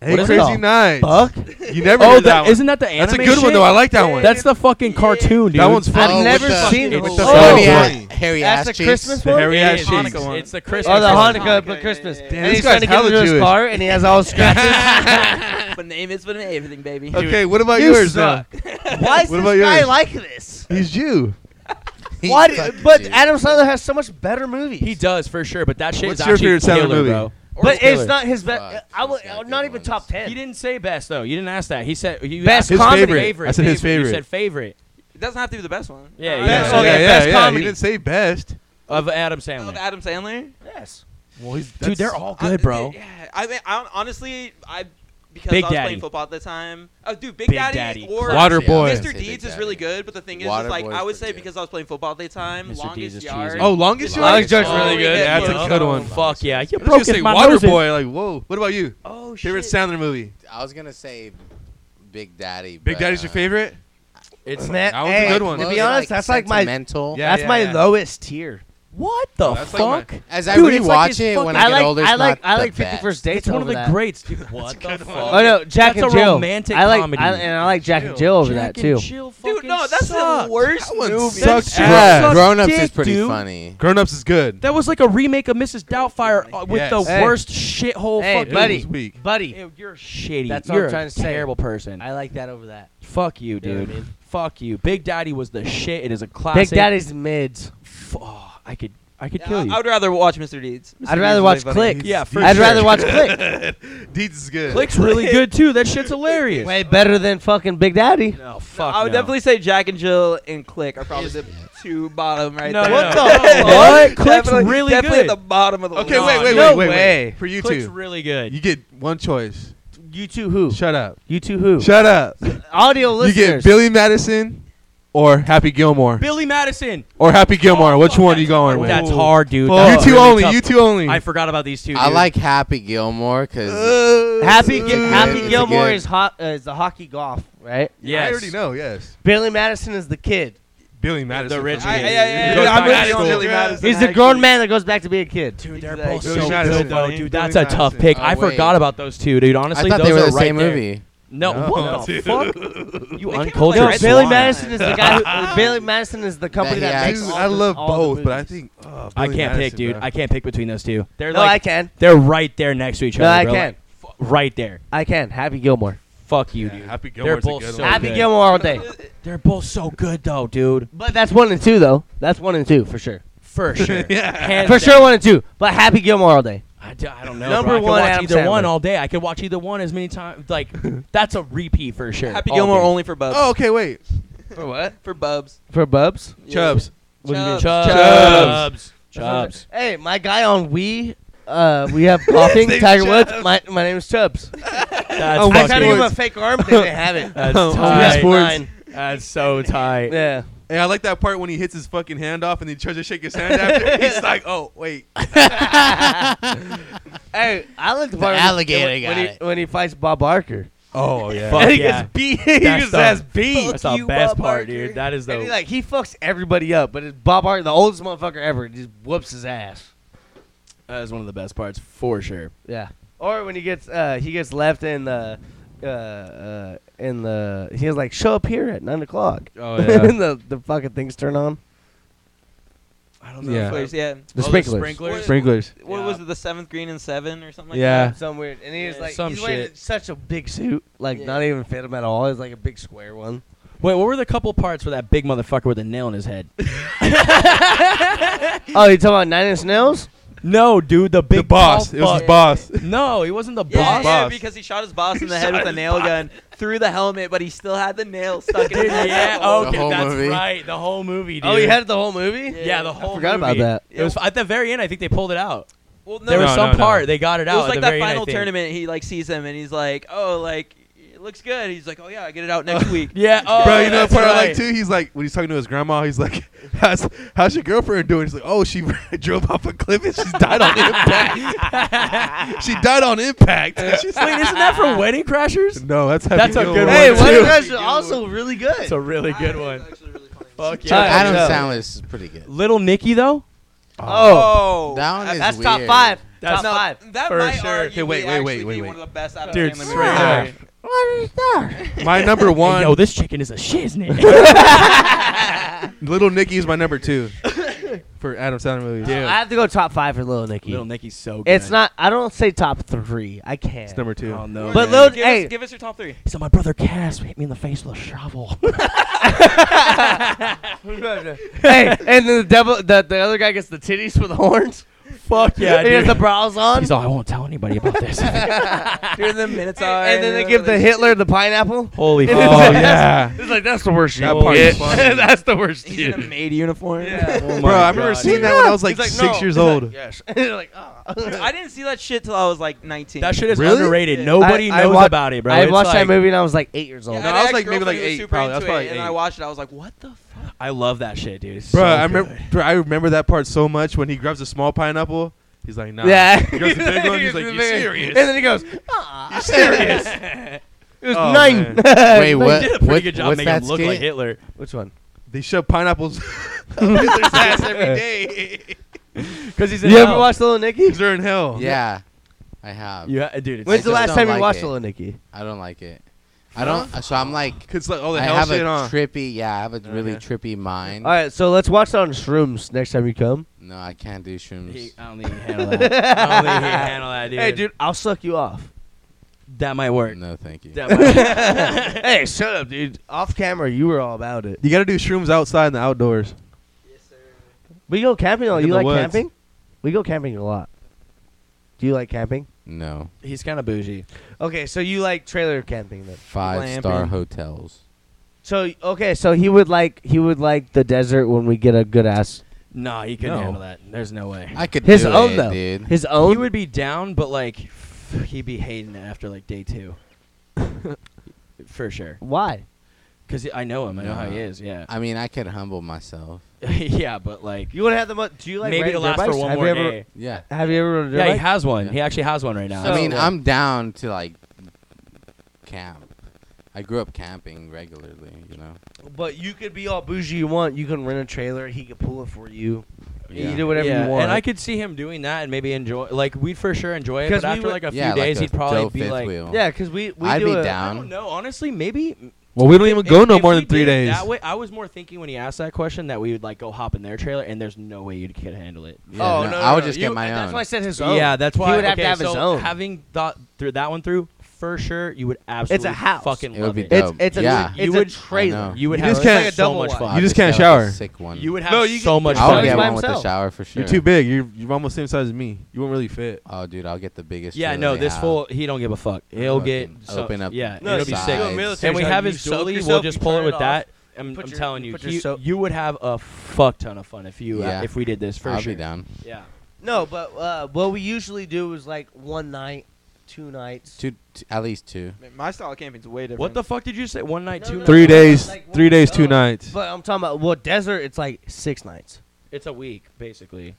Hey, What is Crazy it? Nights. Fuck. You never Oh, heard that one. isn't that the anime? That's a good one, shit? though. I like that one. That's the fucking Yeah. cartoon, dude. That one's Oh, funny. with never the- seen with it. the Oh, hairy it's ass- hairy ass That's the cheeks. Christmas The one. hairy It ass is. cheeks. Hanukkah one. It's the Christmas. Oh, the one. Hanukkah, Hanukkah, but yeah, Christmas. yeah, yeah. And Damn, he's this guy's trying to get hella into his Jewish. car, and he has all scratches. But name is but everything, baby. Okay, what about You yours, suck. though? Why is What this about guy yours? like this? He's Jew. He Why? fucking do- But did. Adam Sandler has so much better movies. He does for sure, but that shit What's is your actually favorite Sandler killer, movie? bro. But killer. it's not his best. Fuck, I he's will got good not even ones. top ten. He didn't say best though. You didn't ask that. He said you Best asked him comedy. I said his You favorite. said favorite It doesn't have to be the best one. Yeah, Uh, you Best- yeah, okay, yeah, best yeah. comedy. He didn't say best. of Adam I love Sandler. Adam Sandler. Yes. Well, he's Dude, they're all good, I- bro. Yeah, I mean, I, honestly, I because Big I was Daddy. playing football at the time. Oh, dude, Big, Big Daddy, Daddy. or Water boy. Mr. Deeds is really good, but the thing is, is Water like Boy's I would pretty say good. because I was playing football at the time. Mr. Deeds Longest is yard. cheesy. Oh, longest yard. Longest Yard's Oh, really we good. get Yeah, that's one. a good one. Oh, Fuck yeah, you I was gonna broke say his my Water nose in- Boy. Like, whoa. What about you? Oh shit. Favorite Sandler movie? I was gonna say Big Daddy. Big but, Daddy's uh, your favorite? It's that one's a good one. To close, be honest, that's like my sentimental. Yeah. that's my yeah. lowest tier. What the Oh, That's like my- fuck? As I Dude, rewatch it's like his it fucking- when I, I get like older, I it's like not I the like Fifty best. First It's Dates. one of over the that. greats, dude. What the fuck? Oh no, Jack That's and a Jill. romantic I like comedy. I, and I like Jack and Jill over that too. Dude, no, that's the worst one movie. sucks That- ass. Yeah, Sucks Grown Ups dick, is pretty dude. funny. Grown Ups is good. That was like a remake of Mrs. Doubtfire uh, with the Yes. Hey. worst shithole Hey, fucking. buddy. It was weak. Buddy, Ew, You're shitty. That's what You're I'm trying to a say. terrible person. I like that over that. Fuck you, You know what I dude. mean? Fuck you. Big Daddy was the shit. It is a classic. Big Daddy's mids. F- oh, I could, I could Yeah, kill I- you. I would rather watch Mr. Deeds. Mr. I'd rather Deeds watch is really funny. Click. yeah, for I'd sure. rather watch Click. Deeds is good. Click's really good too. That shit's hilarious. Way better than fucking Big Daddy. no, fuck. I would no. definitely say Jack and Jill and Click are probably the two bottom right No, there. What no. the What? Click's really definitely good. at the bottom of the Okay, list. wait, wait, no wait, wait, way. wait. For you Click's two, really good. you get one choice. You two who? Shut up. You two who? Shut up. Audio You get listeners. Billy Madison or Happy Gilmore Billy Madison. or Happy Gilmore. Which one are you going with? That's hard, dude. You That's two really only. tough. You two only. I forgot about these two. I dude. like Happy Gilmore Uh, because Happy Gil- Ooh. Happy It's a Gilmore good- is hot uh, is the hockey golf, right? Yes. I already know. Yes. Billy Madison is the kid. Billy Madison. The rich I, I, kid. I, I, Goes I'm back with to you on school. Billy Madison. He's a grown man that goes back to be a kid. Dude, they're they're both both Billy so Madison. good, though, Billy dude. That's a Madison. tough pick. Oh, I wait. forgot about those two, dude. I Honestly, thought those they were are the right same there. movie. No, No, what the dude. fuck? You They can't uncultured play No, Red Billy Swan. Madison is the guy. Who, uh, Billy Madison is the company Yeah, that he makes. Dude, All all I the- love all the both, but I movies. think oh, I Billy can't pick, Madison, dude. bro. I can't pick between those two. They're No, like I can. they're right there next to each No, other. I bro. Like, can. f- right there. I can. Happy Gilmore. Fuck you, Yeah, dude. Happy they're Gilmore's a both good so one. Happy good. Gilmore all day. They're both so good though, dude. But that's one and two though. That's one and two for sure. For sure. Hands For down. sure, one and two. But Happy Gilmore all day. I, d- I don't know. Number bro. I could one, watch Adam either one Sandler. all day. I could watch either one as many times. Like that's a repeat for sure. Happy All Gilmore day. only for Bubs. Oh, okay. Wait. For what? For Bubs. For Bubs. Yeah. Chubbs. What do you mean? Chubbs. Chubbs. Chubbs. Hey, my guy on we. Uh, we have golfing name's Tiger Woods. Chubbs. My my name is Chubbs. That's Oh, I my tried to give him a Sports. fake arm, but they didn't have it. That's Oh, tight. Sports. Mine. That's so tight. Yeah. Hey, I like that part when he hits his fucking hand off and he tries to shake his hand after. He's like, oh, wait. Hey, I like the part when- alligator when, got when he, it. when he fights Bob Barker. Oh, yeah. Fuck and he yeah. gets beat. he That's gets the- ass beat. That's the you, best Bob part, Barker. dude. That is And he the. like he fucks everybody up, but it's Bob Barker, the oldest motherfucker ever, he just whoops his ass. That is one of the best parts for sure. Yeah. Or when he gets uh he gets left in the uh, uh in the he was like show up here at nine o'clock. Oh, and the the fucking things turn on. I don't Yeah. Sprinklers, yeah. The Oh, sprinklers. What- Sprinklers. What Yeah. was it, the seventh green and seven or something like Yeah. Some weird, and he was Yeah, like, some he's wearing shit. such a big suit, like Yeah. not even fit him at all. It's like a big square one. Wait, what were the couple parts where that big motherfucker with a nail in his head? Oh, you talking about Nine Inch Nails? no, dude, the big the boss. tall It was fuck- his boss. No, he wasn't the that? Yeah, boss. yeah, Boss. because he shot his boss in the head with a nail gun through the helmet, but he still had the nail stuck in his Yeah, head. The okay, whole that's movie. right. The whole movie, dude. Oh, you had it the whole movie? yeah, the whole. forgot about movie. that. It was at the very end. I think they pulled it out. Well, no, there was no, some no. part they got it out. it was at like the that very end, I final think. tournament. He like sees him and he's like, "Oh, like it looks good." He's like, "Oh yeah, I get it out next week." Yeah. Oh, Bro, you know what that's part I right. like too? He's like, when he's talking to his grandma, he's like, how's, how's your girlfriend doing? He's like, oh, she drove off a cliff and she's died on impact. she died on impact. She's like, Wait, isn't that from Wedding Crashers? no, that's Happy That's a good Gilmore. one, Hey, too. one Dude. of those is also really good. It's a really good Ah, one. it's actually really funny. Fuck Chuck yeah. Adam Chuck. Sandler is pretty good. Little Nicky though. Oh, Oh, That one I- is that's top weird. five. That's top five. That For might sure. arguably Okay, wait, wait, actually wait, wait, be wait. one of the best Adam Dude, Sandler straight movies. What is that? Ah. My number one. Yo, this chicken is a shit, isn't it? Little Nicky is my number two for Adam Sandler movies. I have to go top five for Little Nicky. Little Nicky's so good. it's not. I don't say top three. I can't. It's number two. Oh no. But man. Lil- Give, hey. us, give us your top three. so my brother Cass hit me in the face with a shovel. hey, and then the devil, the, the other guy gets the titties for the horns. Fuck yeah, He has dude. the brows on. He's all, I won't tell anybody about this. During the minutes are. and then they give the Hitler the pineapple. Holy It fuck. is- Oh, yeah. It's like that's the worst shit. That part's funny. that's the worst He's in a shit. maid uniform. Oh Bro, my I remember God. seeing that when I was like, He's like, six no. years He's like, old. Yes. like, oh. I didn't see that shit till I was like 19. That shit is Really? underrated. Yeah. Nobody I- I knows wa- about it, bro. I It's watched like- that movie when I was like eight years old. Yeah, I, No, had an I was, like, ex-girlfriend maybe, like, who was eight, super probably. I was into it, probably And eight. I watched it. I was like, what the fuck? I love that shit, dude. It's Bro, so I good. remember. Bro, I remember that part so much when he grabs a small pineapple. He's like, nah. Yeah. He grabs a big one. He's He's like, the you big- serious? And then he goes, "Ah, You serious? it was Oh, Wait, He nine. did a what? pretty what good job what's making that him look like skit? Hitler. Which one? they shove pineapples up Hitler's ass every day. Because he's in You ever hell. watched Little Nicky? Because they're in hell. Yeah, I have. You ha- dude, it's When's the just last don't time you like watched it. Little Nicky? I don't like it. I don't. So I'm like, Because like all the I hell have shit a on. trippy. Yeah, I have a really Okay. trippy mind. All right, so let's watch it on shrooms next time you come. No, I can't do shrooms. He- I don't think he can handle that. I don't think he can handle that, dude. Hey, dude, I'll suck you off. That might work. No, thank you. That might work. hey, shut up, dude. Off camera, you were all about it. You got to do shrooms outside and the outdoors. We go camping. a lot. In You the like woods. camping? We go camping a lot. Do you like camping? No, He's kind of bougie. Okay, so you like trailer camping then? five star Glamping. hotels. So okay, so he would like he would like the desert when we get a good ass No, he couldn't No. handle that. There's no way. I could his do own it, though. dude. His he own. would be down, but like, f- he'd be hating it after like day two. For sure. Why? Because I know him. I know how he Yeah. is. Yeah. I mean, I could humble myself. yeah, but like, You want to have the mo- do you like maybe riding it'll dirt last for bikes? one have more you ever, day. Yeah. Have you ever ridden a dirt Yeah, he bike? has one. Yeah. He actually has one right now. So- I mean, yeah. I'm down to like camp. I grew up camping regularly, you know. But you could be all bougie you want. You can rent a trailer. He could pull it for you. You Yeah. do whatever Yeah, you want. And I could see him doing that and maybe enjoy. Like we'd for sure enjoy it, 'Cause but we after would- like a few yeah, days, like a he'd probably dope be fifth like, wheel. yeah, because we we I'd do be a- I down. don't know. Honestly, maybe. Well, we don't even if- go no if more we than three did it days. That way, I was more thinking when he asked that question that we would like go hop in their trailer, and there's no way you could handle it. Yeah, Oh no, no, I would no, just you- get my That's own. why I said his own. Yeah, that's why he would have okay, to have so his own. Having thought through that one through, for sure, you would absolutely house. fucking It would love be it. dope. it's it's a Yeah. it's You a would- I trailer. know. You would You have just can't- so It's like a double much wide. Fuck, fun. You just this can't guy was a shower. Sick one. You would have No, you so get- much I'll I'll fun. by get one with the himself. shower for sure. You're too big. You're, you're almost the same size as me. You won't really fit. Oh, dude, I'll get the biggest. Yeah, trailer no, they this have. fool he don't give a fuck. He'll get Fucking so- open up Yeah, No, it'll be sides. sick. You do a military And we have his dolly. We'll just pull it with that. I'm, Put I'm your- telling you, put your you, soap- you would have a fuck ton of fun if you Yeah. uh, if we did this for I'll sure. be down. Yeah, No, but uh, what we usually do is like one night, two nights. Two, t- at least two. Man, My style of camping's way different. What the fuck did you say? One night, No, two. no, nights? Three Three days, like, three days, two no. nights. But I'm talking about well, desert. It's like six nights. It's a week basically.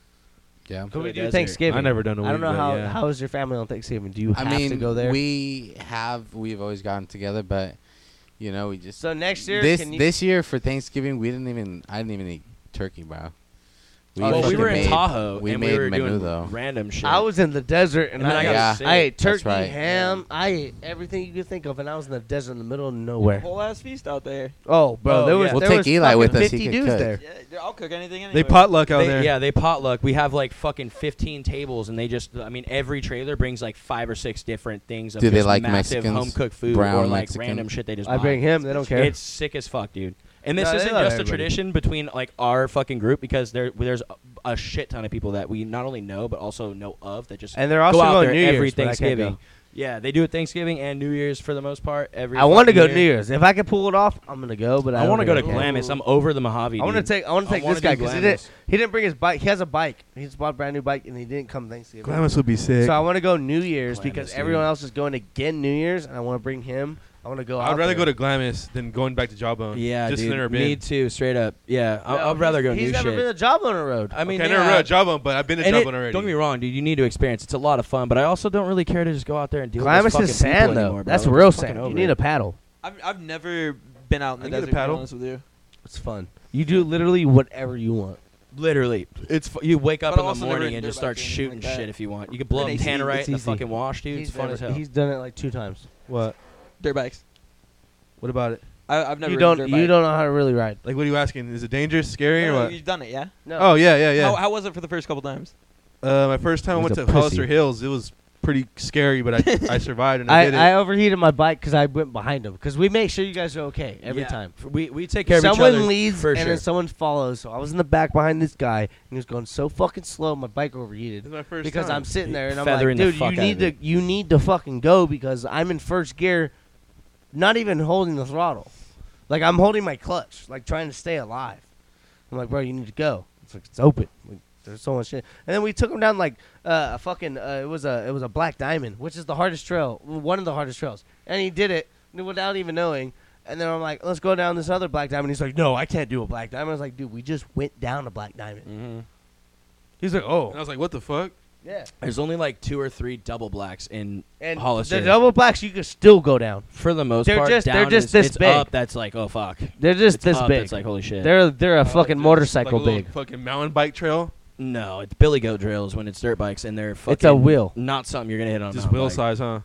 Yeah. For Could we the do desert. Thanksgiving? I never done a I don't week, know but how yeah. how is your family on Thanksgiving? Do you I have mean, to go there? we have. We've always gotten together, but you know, we just so next year, this can you, this year for Thanksgiving we didn't even. I didn't even eat turkey, bro. well, we fucking were in made- Tahoe we and made we were menu, doing though. random shit. I was in the desert and, And then I, I got got sick. I ate That's turkey, right. ham, I ate everything you could think of, and I was in the desert in the middle of nowhere. Whole ass feast out there. Oh, bro, Oh, there was yeah. We'll there take was Eli fucking with us, he 50 can dudes cook. there. Yeah, dude, I'll cook anything. Anyway. They potluck out They- there. Yeah, they potluck. We have like fucking 15 tables, and they just, I mean, every trailer brings like five or six different things. Of Do they just like massive Mexicans? home cooked food Brown or like Mexican? random shit they just I buy. bring him, they don't care. It's sick as fuck, dude. And this No, they isn't love just a everybody. tradition between like our fucking group because there there's a- a shit ton of people that we not only know but also know of that just and they're also go out going there New Year's. every but I can't Thanksgiving. go. Yeah, they do it Thanksgiving and New Year's for the most part. Every I want to fucking go year. New Year's. If I can pull it off, I'm gonna go. But I, I want want to go to Ooh. Glen. Glamis. I'm over the Mojave. I want to dude. take. I want to I take wanna this do guy because he Glamis. didn't. He didn't bring his bike. He has a bike. He just bought a brand new bike and he didn't come Thanksgiving. Glamis would be sick. So I want to go New Year's Glamis, because dude. everyone else is going again New Year's, and I want to bring him. I want to go. I'd out rather there. go to Glamis than going back to Jawbone. Yeah, just dude. never been. me too. Straight up. Yeah, I- No, I'd rather he's- go He's new never shit. been a job on the road. I mean, okay, I yeah, never read Jawbone, but I've been to and it- Jawbone already. Don't get me wrong, dude. You need to experience. It's a lot of fun, but I also don't really care to just go out there and deal with Glamis fucking is sand people though. anymore, bro. That's I'm real fucking sand. You over need it. a paddle. I've, I've never been out in the I can get a desert. to be paddle. honest with you. It's fun. You do literally whatever you want. Literally, it's fu- you wake up But in the also never morning in and just start dirt biking like shooting that. shit if you want. You can blow up And it's easy- tannerite it's in the easy. fucking wash, dude. It's fun never- as hell. He's done it like two times. What? Dirt bikes. What about it? I, I've never. you ridden don't. a dirt You bike. don't know how to really ride. Like, what are you asking? Is it dangerous, scary, No, no, or what? You've done it, yeah. No. Oh yeah, yeah, How, yeah. how was it for the first couple times? Uh, my first time I He's went a to pussy. Hollister Hills, it was pretty scary, but I, I survived and I, did it. I, I overheated my bike because I went behind him because we make sure you guys are okay every Yeah. time. F- We we take care someone of each other. leads for and sure. then someone follows. So I was in the back behind this guy, and he was going so fucking slow. My bike overheated It's my first because time. I'm sitting there and I'm Feathering like, the dude, fuck you out need of to it. you need to fucking go because I'm in first gear, not even holding the throttle, like I'm holding my clutch, like trying to stay alive. I'm like, bro, you need to go. It's like it's open. Like, there's so much shit. And then we took him down like uh, a fucking uh, it was a it was a black diamond, which is the hardest trail, one of the hardest trails. And he did it without even knowing. And then I'm like, let's go down this other black diamond. He's like, no, I can't do a black diamond. I was like, dude, we just went down a black diamond. Mm-hmm. He's like, and oh, I was like, what the fuck? yeah. There's only like two or three double blacks in And Hollister. the double blacks, you can still go down. for the most They're part, just- down they're just is- this it's big. up. That's like oh fuck. They're just It's this up, big. It's like oh, holy shit. they're they're a fucking Just motorcycle like a little big. Fucking mountain bike trail. no, it's Billy Goat drills when it's dirt bikes and they're fucking. It's a wheel. Not something you're gonna hit on. a Just mountain wheel bike. size, huh?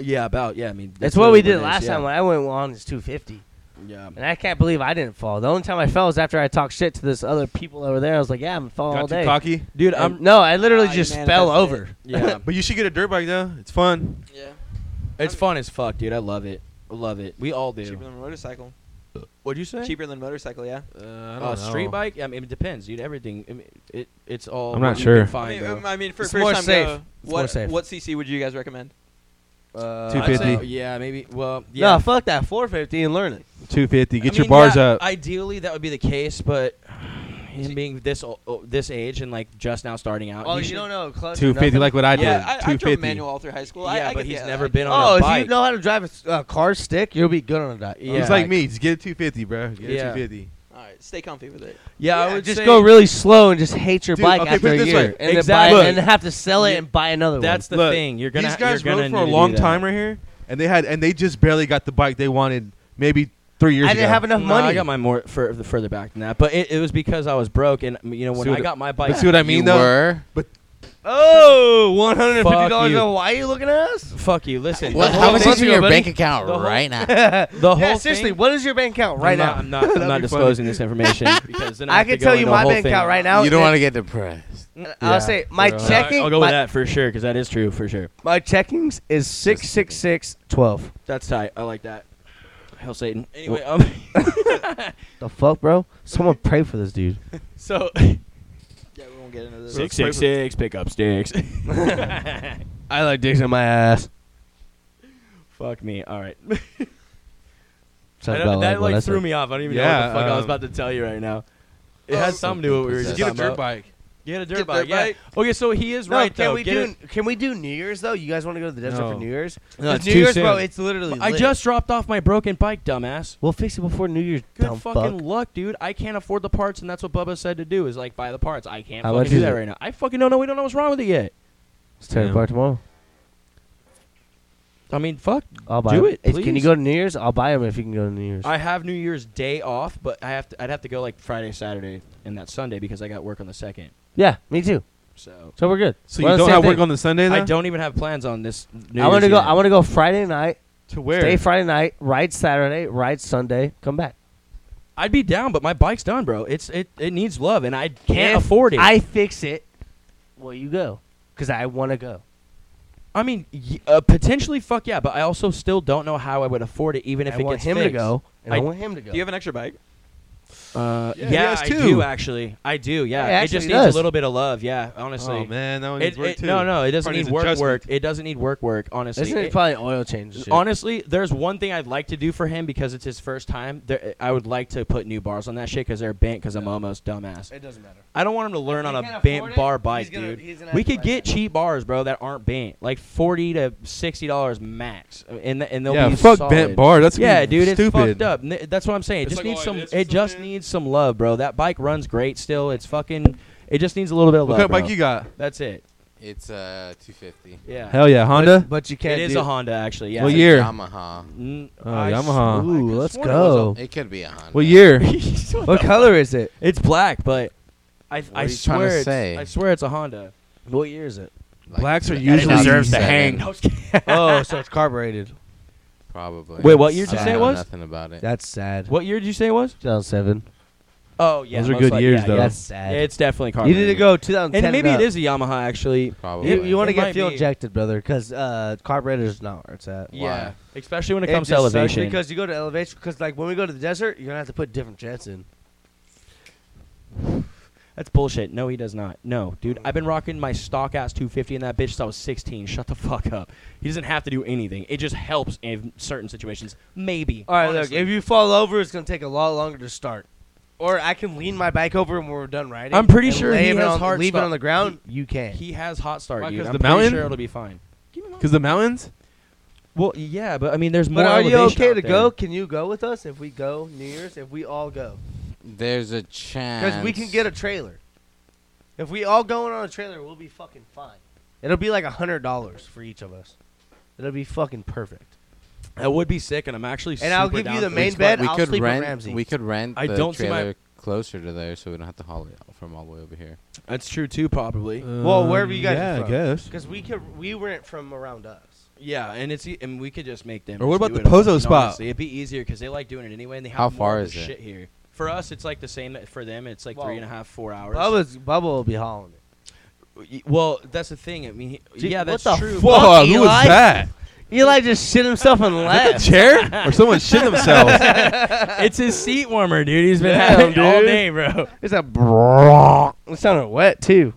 Yeah, about yeah. I mean, It's what we did it is, last yeah. time when I went on his 250. Yeah. And I can't believe I didn't fall. The only time I fell was after I talked shit to this other people over there. I was like, yeah, I'm gonna fall all Got too day. cocky. Dude, And I'm no, I literally Ah, you just fell manifested over. yeah. But you should get a dirt bike though. It's fun. Yeah. it's fun as fuck, dude. I love it. I love it. We all do. Uh, Cheaper than a motorcycle. What'd you say? Cheaper than a motorcycle, yeah. Uh, I uh, street bike? I mean, it depends, dude. Everything. I mean, it it's all. I'm not what you sure. can I Find, mean, bro. um, I mean for It's first more time safe. go, It's more what safe. what CC would you guys recommend? Uh, Two- 250. I'd say- yeah, maybe. Well, yeah. yeah. No, fuck that 450 and learn it. 250. I Get your mean, bars yeah, up. Ideally, that would be the case, but him being this o- o- this age and like just now starting out. Oh, he you Uh, should- don't know close. Two fifty, like what I did. yeah, I, I Two drove fifty. manual all through high school. I- Yeah, I but could- he's yeah, never I- been on Oh, a if bike. you know how to drive a s- a car stick, you'll be good on a diet. Yeah. He's like me. Just get a two fifty, bro. Get Yeah. a two fifty. All right, stay comfy with it. yeah, I Yeah, would just say go really slow and just hate your Dude, bike okay, after put it a this year, way. and then buy- Exactly. and have to sell it You- and buy another That's the Look, thing. You're gonna. These guys you're rode gonna for a need to long do that. time right here, and they had and they just barely got the bike they wanted maybe three years one. I ago. didn't have enough No, money. I got mine more fur- further back than that, but it, it was because I was broke, and you know when See what I I- got my bike, but see what I mean you though. were. oh, one hundred and fifty Fuck dollars. you. Why are you looking at us? fuck you. Listen, What, the how whole much thing- is in your buddy. bank account The whole- right now? the whole yeah, seriously, thing- what is your bank account right I'm now? Not, I'm not. I'm That'd not be disclosing this information because then I, I have to can go tell you into a my whole bank thing. account right now. you don't it- want to get depressed. I'll say my Sure. checking. I'll go my, with that for sure because that is true for sure. my checkings is six six six twelve. That's tight. I like that. Hell, Satan. Anyway, um, The fuck, bro? Someone pray for this dude. so Yeah, we won't get into this. six six six pickup sticks. I like dicks in my ass. Fuck me. All right. So I don't- about that what I like threw said. me off. I don't even know what Yeah, the fuck I was um, about to tell you right now. It has something to do with what we were Get just a Get a talking dirt about. bike. Get a dirt Get a bike. dirt yeah. bike. Okay, so he is No, right can though. we Get do a- can we do New Year's though? You guys want to go to the desert No. for New Year's? No, 'Cause it's New too Year's, bro, soon. it's literally. I lit. just dropped off my broken bike, dumbass. We'll fix it before New Year's. Good dumb fucking fuck. luck, dude. I can't afford the parts, and that's what Bubba said to do is like buy the parts. I can't How much fucking do is that it? right now. I fucking don't know. We don't know what's wrong with it yet. Let's tear it Yeah. apart tomorrow. I mean, fuck. I'll buy Do 'em. it, Hey, Can you please. go to New Year's? I'll buy them if you can go to New Year's. I have New Year's Day off, but I have to. I'd have to go like Friday, Saturday, and that Sunday because I got work on the second. yeah, me too. So So we're good. So We're you on the don't same have work thing. on the Sunday though. I don't even have plans on this. New I want to Year's go. yet. I want to go Friday night. To where? Stay Friday night, ride Saturday, ride Sunday, come back. I'd be down, but my bike's done, bro. It's it. It needs love, and I can't afford it. I fix it. Well, you go, cause I want to go. I mean, y- uh, potentially, fuck yeah, but I also still don't know how I would afford it, even if I it want gets him to fixed. go, and I, I- want him to go. Do you have an extra bike? Uh, Yeah, yeah, he has I two. do actually. I do. Yeah, Yeah, he it just actually needs does. a little bit of love. Yeah, honestly. Oh man, that one It, needs work it- too. no, no, it doesn't Probably need needs work. Work. adjustment. It doesn't need work. Work. Honestly, Isn't It- it probably oil change? and shit? honestly, there's one thing I'd like to do for him because it's his first time. There, I would like to put new bars on that shit because they're bent. Because I'm almost dumbass. it doesn't matter. I don't want him to learn on If he a can't afford bent it, bar he's bike, gonna- dude. he's gonna have We to could buy get that. cheap bars, bro, that aren't bent, like forty to sixty dollars max, uh, and th- and they'll Yeah, be fuck solid. bent bar. That's yeah, dude, it's stupid. fucked up. N- That's what I'm saying. It It's just like, needs oh, some. it is It just something. needs some love, bro. That bike runs great still. It's fucking. It just needs a little bit of What love. kind of bro. bike you got? That's it. It's uh 250. Yeah. Hell yeah, Honda. But you can't. it is do- a Honda actually. Yeah. What It's a year? Yamaha. Mm, Oh, I s- Yamaha. Ooh, I let's could've sworn it was go. It could be a Honda. What year? a- What color is it? it's black, but I I are you trying swear to it's, say? I swear it's a Honda. What year is it? Like, Blacks are the usually- It deserves to 2007, hang. oh, so it's carbureted. Probably. Wait, what year did I you don't say it know was? Nothing about it. That's sad. What year did you say it was? 2007. Oh yeah, Those are most good like- years, yeah, though. yeah. That's sad. It's definitely you carbonated. need to go 2010. And maybe and it up. is a Yamaha actually. Probably. You, you want to It get might fuel be. injected, brother, because uh, carburetor's not where it's at. Yeah, especially when it It comes to just sucks elevation. because you go to elevation. Because like when we go to the desert, you're gonna have to put different jets in. That's bullshit. No, he does not. No, dude, I've been rocking my stock ass 250 in that bitch since I was 16. Shut the fuck up. He doesn't have to do anything. It just helps in certain situations. Maybe. All right, honestly. look. If you fall over, it's gonna take a lot longer to start. Or I can lean my bike over and we're done riding. I'm pretty and sure lay he it has on, hard leave it stop. on the ground. you can't. he has hot start, Why, dude. 'cause I'm the pretty mountain? sure it'll be fine. Because the mountains? Well, yeah, but I mean, there's more. but are you elevation okay out to there. go? Can you go with us if we go New Year's? If we all go, There's a chance. because we can get a trailer. If we all going on a trailer, we'll be fucking fine. It'll be like a hundred dollars for each of us. It'll be fucking perfect. That would be sick, and I'm actually. And I'll super give you down the for main it. bed, we I'll could sleep with rent. Ramsey. We could rent I the don't see my- trailer closer to there, so we don't have to haul it out from all the way over here. That's true too, probably. Well, wherever you guys are Yeah, I from. guess. Because we could we rent from around us. Yeah, and it's e- and we could just make them. Or just what about do the it on Pozo their own, spot? honestly. It'd be easier because they like doing it anyway, and they have How more far of the is it? shit here. For us, it's like the same. that- For them, it's like Well, three and a half, four hours. Bubba's Bubba will be hauling it. Y- Well, that's the thing. I mean, he- Gee, yeah, what that's the true. fuck? Whoa, who Eli? was that? Eli just shit himself and A chair? or someone shit themselves? it's his seat warmer, dude. He's been Damn, having it all dude. day, bro. It's a bro. It sounded wet too.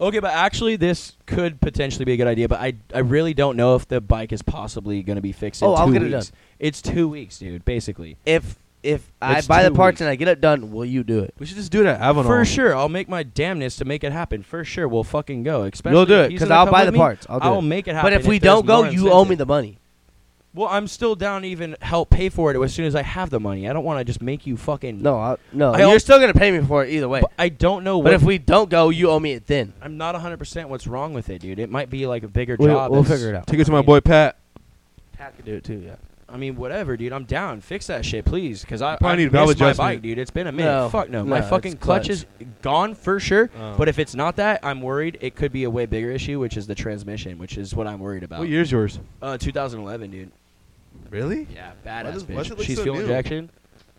Okay, but actually, this could potentially be a good idea. But I, I really don't know if the bike is possibly going to be fixed. In Oh, I'll 2 get it weeks. done. It's two weeks, dude. Basically, If if It's I buy the two parts weeks. and I get it done, will you do it? we should just do it at Avalon. for sure, I'll make my damnness to make it happen. For sure, we'll fucking go. Especially You'll do if it he's because gonna I'll come buy with the me, parts. I'll do I'll it. make it happen. But if we don't go, you owe me the money. Well, I'm still down to even help pay for it as soon as I have the money. I don't want to just make you fucking. No, I, no, I you're al- still gonna pay me for it either way. But I don't know But, what. if we don't go, you owe me it then. I'm not 100 percent what's wrong with it, dude. It might be like a bigger We'll- job. we'll that's- figure it out. Take it to my boy Pat. Pat could do it too. Yeah. I mean, whatever, dude. I'm down. Fix that shit, please, because I, Probably I need a valve missed my adjustment. bike, dude. It's been a minute. No, Fuck no. no, my it's fucking clutch. clutch is gone for sure. Oh. But if it's not that, I'm worried it could be a way bigger issue, which is the transmission, which is what I'm worried about. What year's yours? Uh, 2011, dude. Really? Yeah, badass does- why does it bitch. look She's so fuel new? injection.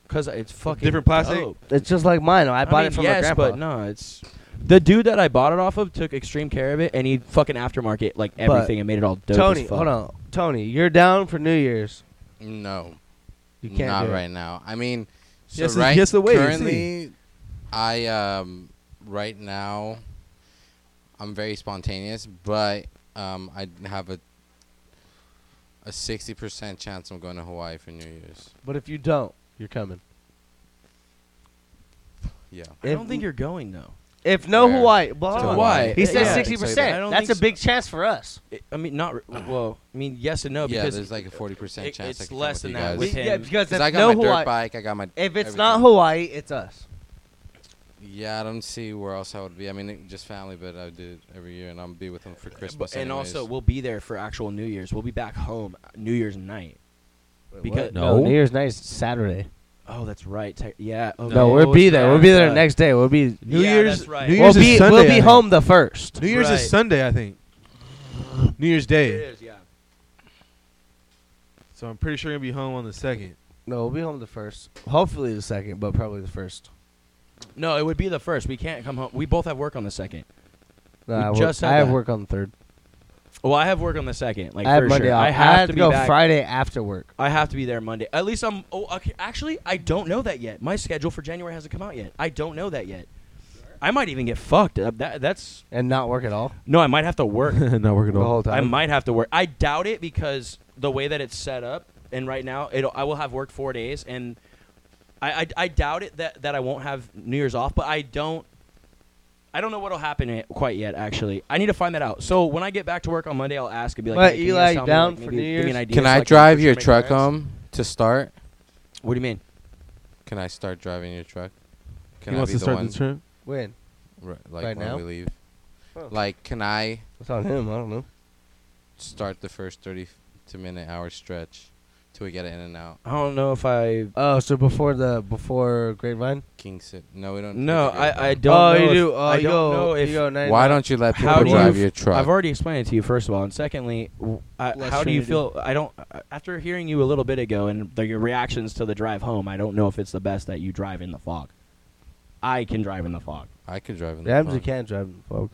Cause it's fucking Different plastic? dope. It's just like mine. I I bought mean, it from yes, my grandpa. but no, it's the dude that I bought it off of took extreme care of it, and he fucking aftermarket like But- everything and made it all dope. as Tony, fuck. hold on. Tony, you're down for New Year's. No, You can't not do it. right now. I mean, so Yes, right yes, the way you see. currently, I um right now, I'm very spontaneous, but um I have a a sixty percent chance I'm going to Hawaii for New Year's. But if you don't, you're coming. Yeah. I If- don't think you're going though. If no Where? Hawaii, blah, To blah, Hawaii. blah. He Yeah, says yeah. sixty I percent. don't That's a think big chance for us. I- I mean, not re- well. I mean, yes and no yeah, Oh, because there's like a forty percent it- chance. it's I could less come than with you guys. that with him. Yeah, because Because if I got no my Hawaii, dirt bike, I got my. if it's everything. not Hawaii, it's us. Yeah, I don't see where else I would be. I mean, it- just family, but I do it every year, and I'm be with them for Christmas. and also anyways. we'll be there for actual New Year's. We'll be back home uh, New Year's night. because No, New Year's night is Saturday. oh, that's right. Te- yeah. okay. No, we'll Oh, be it's there. right. We'll be there Uh, next day. We'll be New Yeah, Year's. that's right. New we'll Year's be is Sunday. we'll I be think. home the first. New Year's Right. is Sunday, I think. New Year's It Day. is, yeah. So I'm pretty sure you're gonna be home on the second. No, we'll be home the first. Hopefully the second, but probably the first. No, it would be the first. We can't come home. We both have work on the second. No, We I, work- just had I have that. work on the third. Well, I have work on the second. Like I have for Monday sure. off. I have had to to be go back- Friday after work. I have to be there Monday. At least I'm. Oh, okay, actually, I don't know that yet. My schedule for January hasn't come out yet. I don't know that yet. I might even get fucked. Uh, That, that's And not work at all no. I might have to work. Not working the whole time. I might have to work. I doubt it because the way that it's set up, and right now, it'll, I will have worked four days, and I, I, I doubt it that, that I won't have New Year's off. But I don't, I don't know what'll happen i- quite yet. Actually, I need to find that out. So when I get back to work on Monday, I'll ask and be like, But hey, can you Eli, guys tell me, down like, for maybe New Give me Year's? an idea Can so I can drive for sure your make truck plans? home to start? What do you mean? Can I start driving your truck? Can He I be wants to the start one the trip. when ri- like right when now? we leave? Oh. Like, can I it's on him. I don't know. start the first thirty f- to minute hour stretch till we get it in and out? I don't know if I. Oh, so before the before Grapevine. King sit. No, we don't. No, we don't I, I do don't. oh, know you if- Oh, do. Oh, I you don't go, know if you go that. 99. Why don't you let How people do drive you- your truck? I've already explained it to you, first of all, and secondly, w- I- Bless how do you Trinity. feel? I don't. uh, After hearing you a little bit ago and the, your reactions to the drive home, I don't know if it's the best that you drive in the fog. I can drive in the fog. I could drive in the Rams, you fog. can't drive, folk.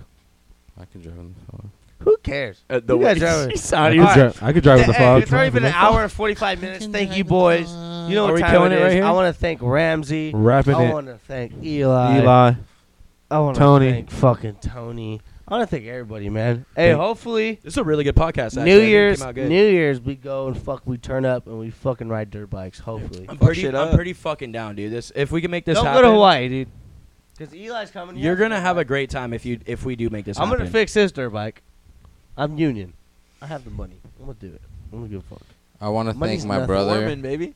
I could drive in the fog. Who cares? Uh, You guys drive it. sound All right. I could drive with the Hey, fog. It's already been an hour and 45 minutes. Thank you, boys. You know Are what we time killing it it right is. here? I want to thank Ramsey. Wrapping I it. want to thank Eli. Eli. I want to Tony. thank fucking Tony. I want to thank everybody, man. Hey, Thank- hopefully This is a really good podcast. Actually. New It Year's, came out good. New Year's, we go and fuck, we turn up and we fucking ride dirt bikes. Hopefully, I'm Fuck pretty, shit I'm up. pretty fucking down, dude. This if we can make this don't happen. go to Hawaii, dude. Because Eli's coming. he You're has a gonna dirt have a bike. great time if you if we do make this I'm happen. gonna fix this dirt bike. I'm Union. I have the money. I'm gonna do it. I'm gonna give a fuck. I want to Money's thank my nothing. brother Mormon, baby.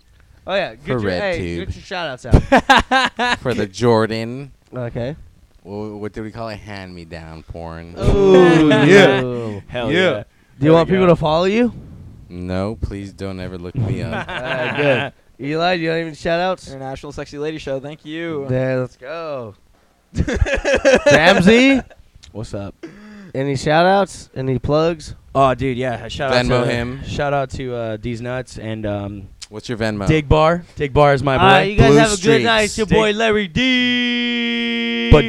Oh yeah, get For your, Red hey, Tube. get your shout outs out. for the Jordan. okay. What, what do we call it? Hand me down porn. Oh. Ooh, yeah. Hell Yeah. yeah. Do you want people to follow you? No, please don't ever look me up. Uh, good. Eli, you don't even shout outs? International Sexy Lady Show. Thank you. Yeah, let's go. Ramsey, What's up? any shout outs? Any plugs? Oh, dude, yeah. Shout out Venmo to him. Shout out to uh, these nuts and um, What's your Venmo? Dig Bar. Dig Bar is my boy. All right, Uh, Ah, you guys Blue have a good Streaks. night. It's your boy Larry D.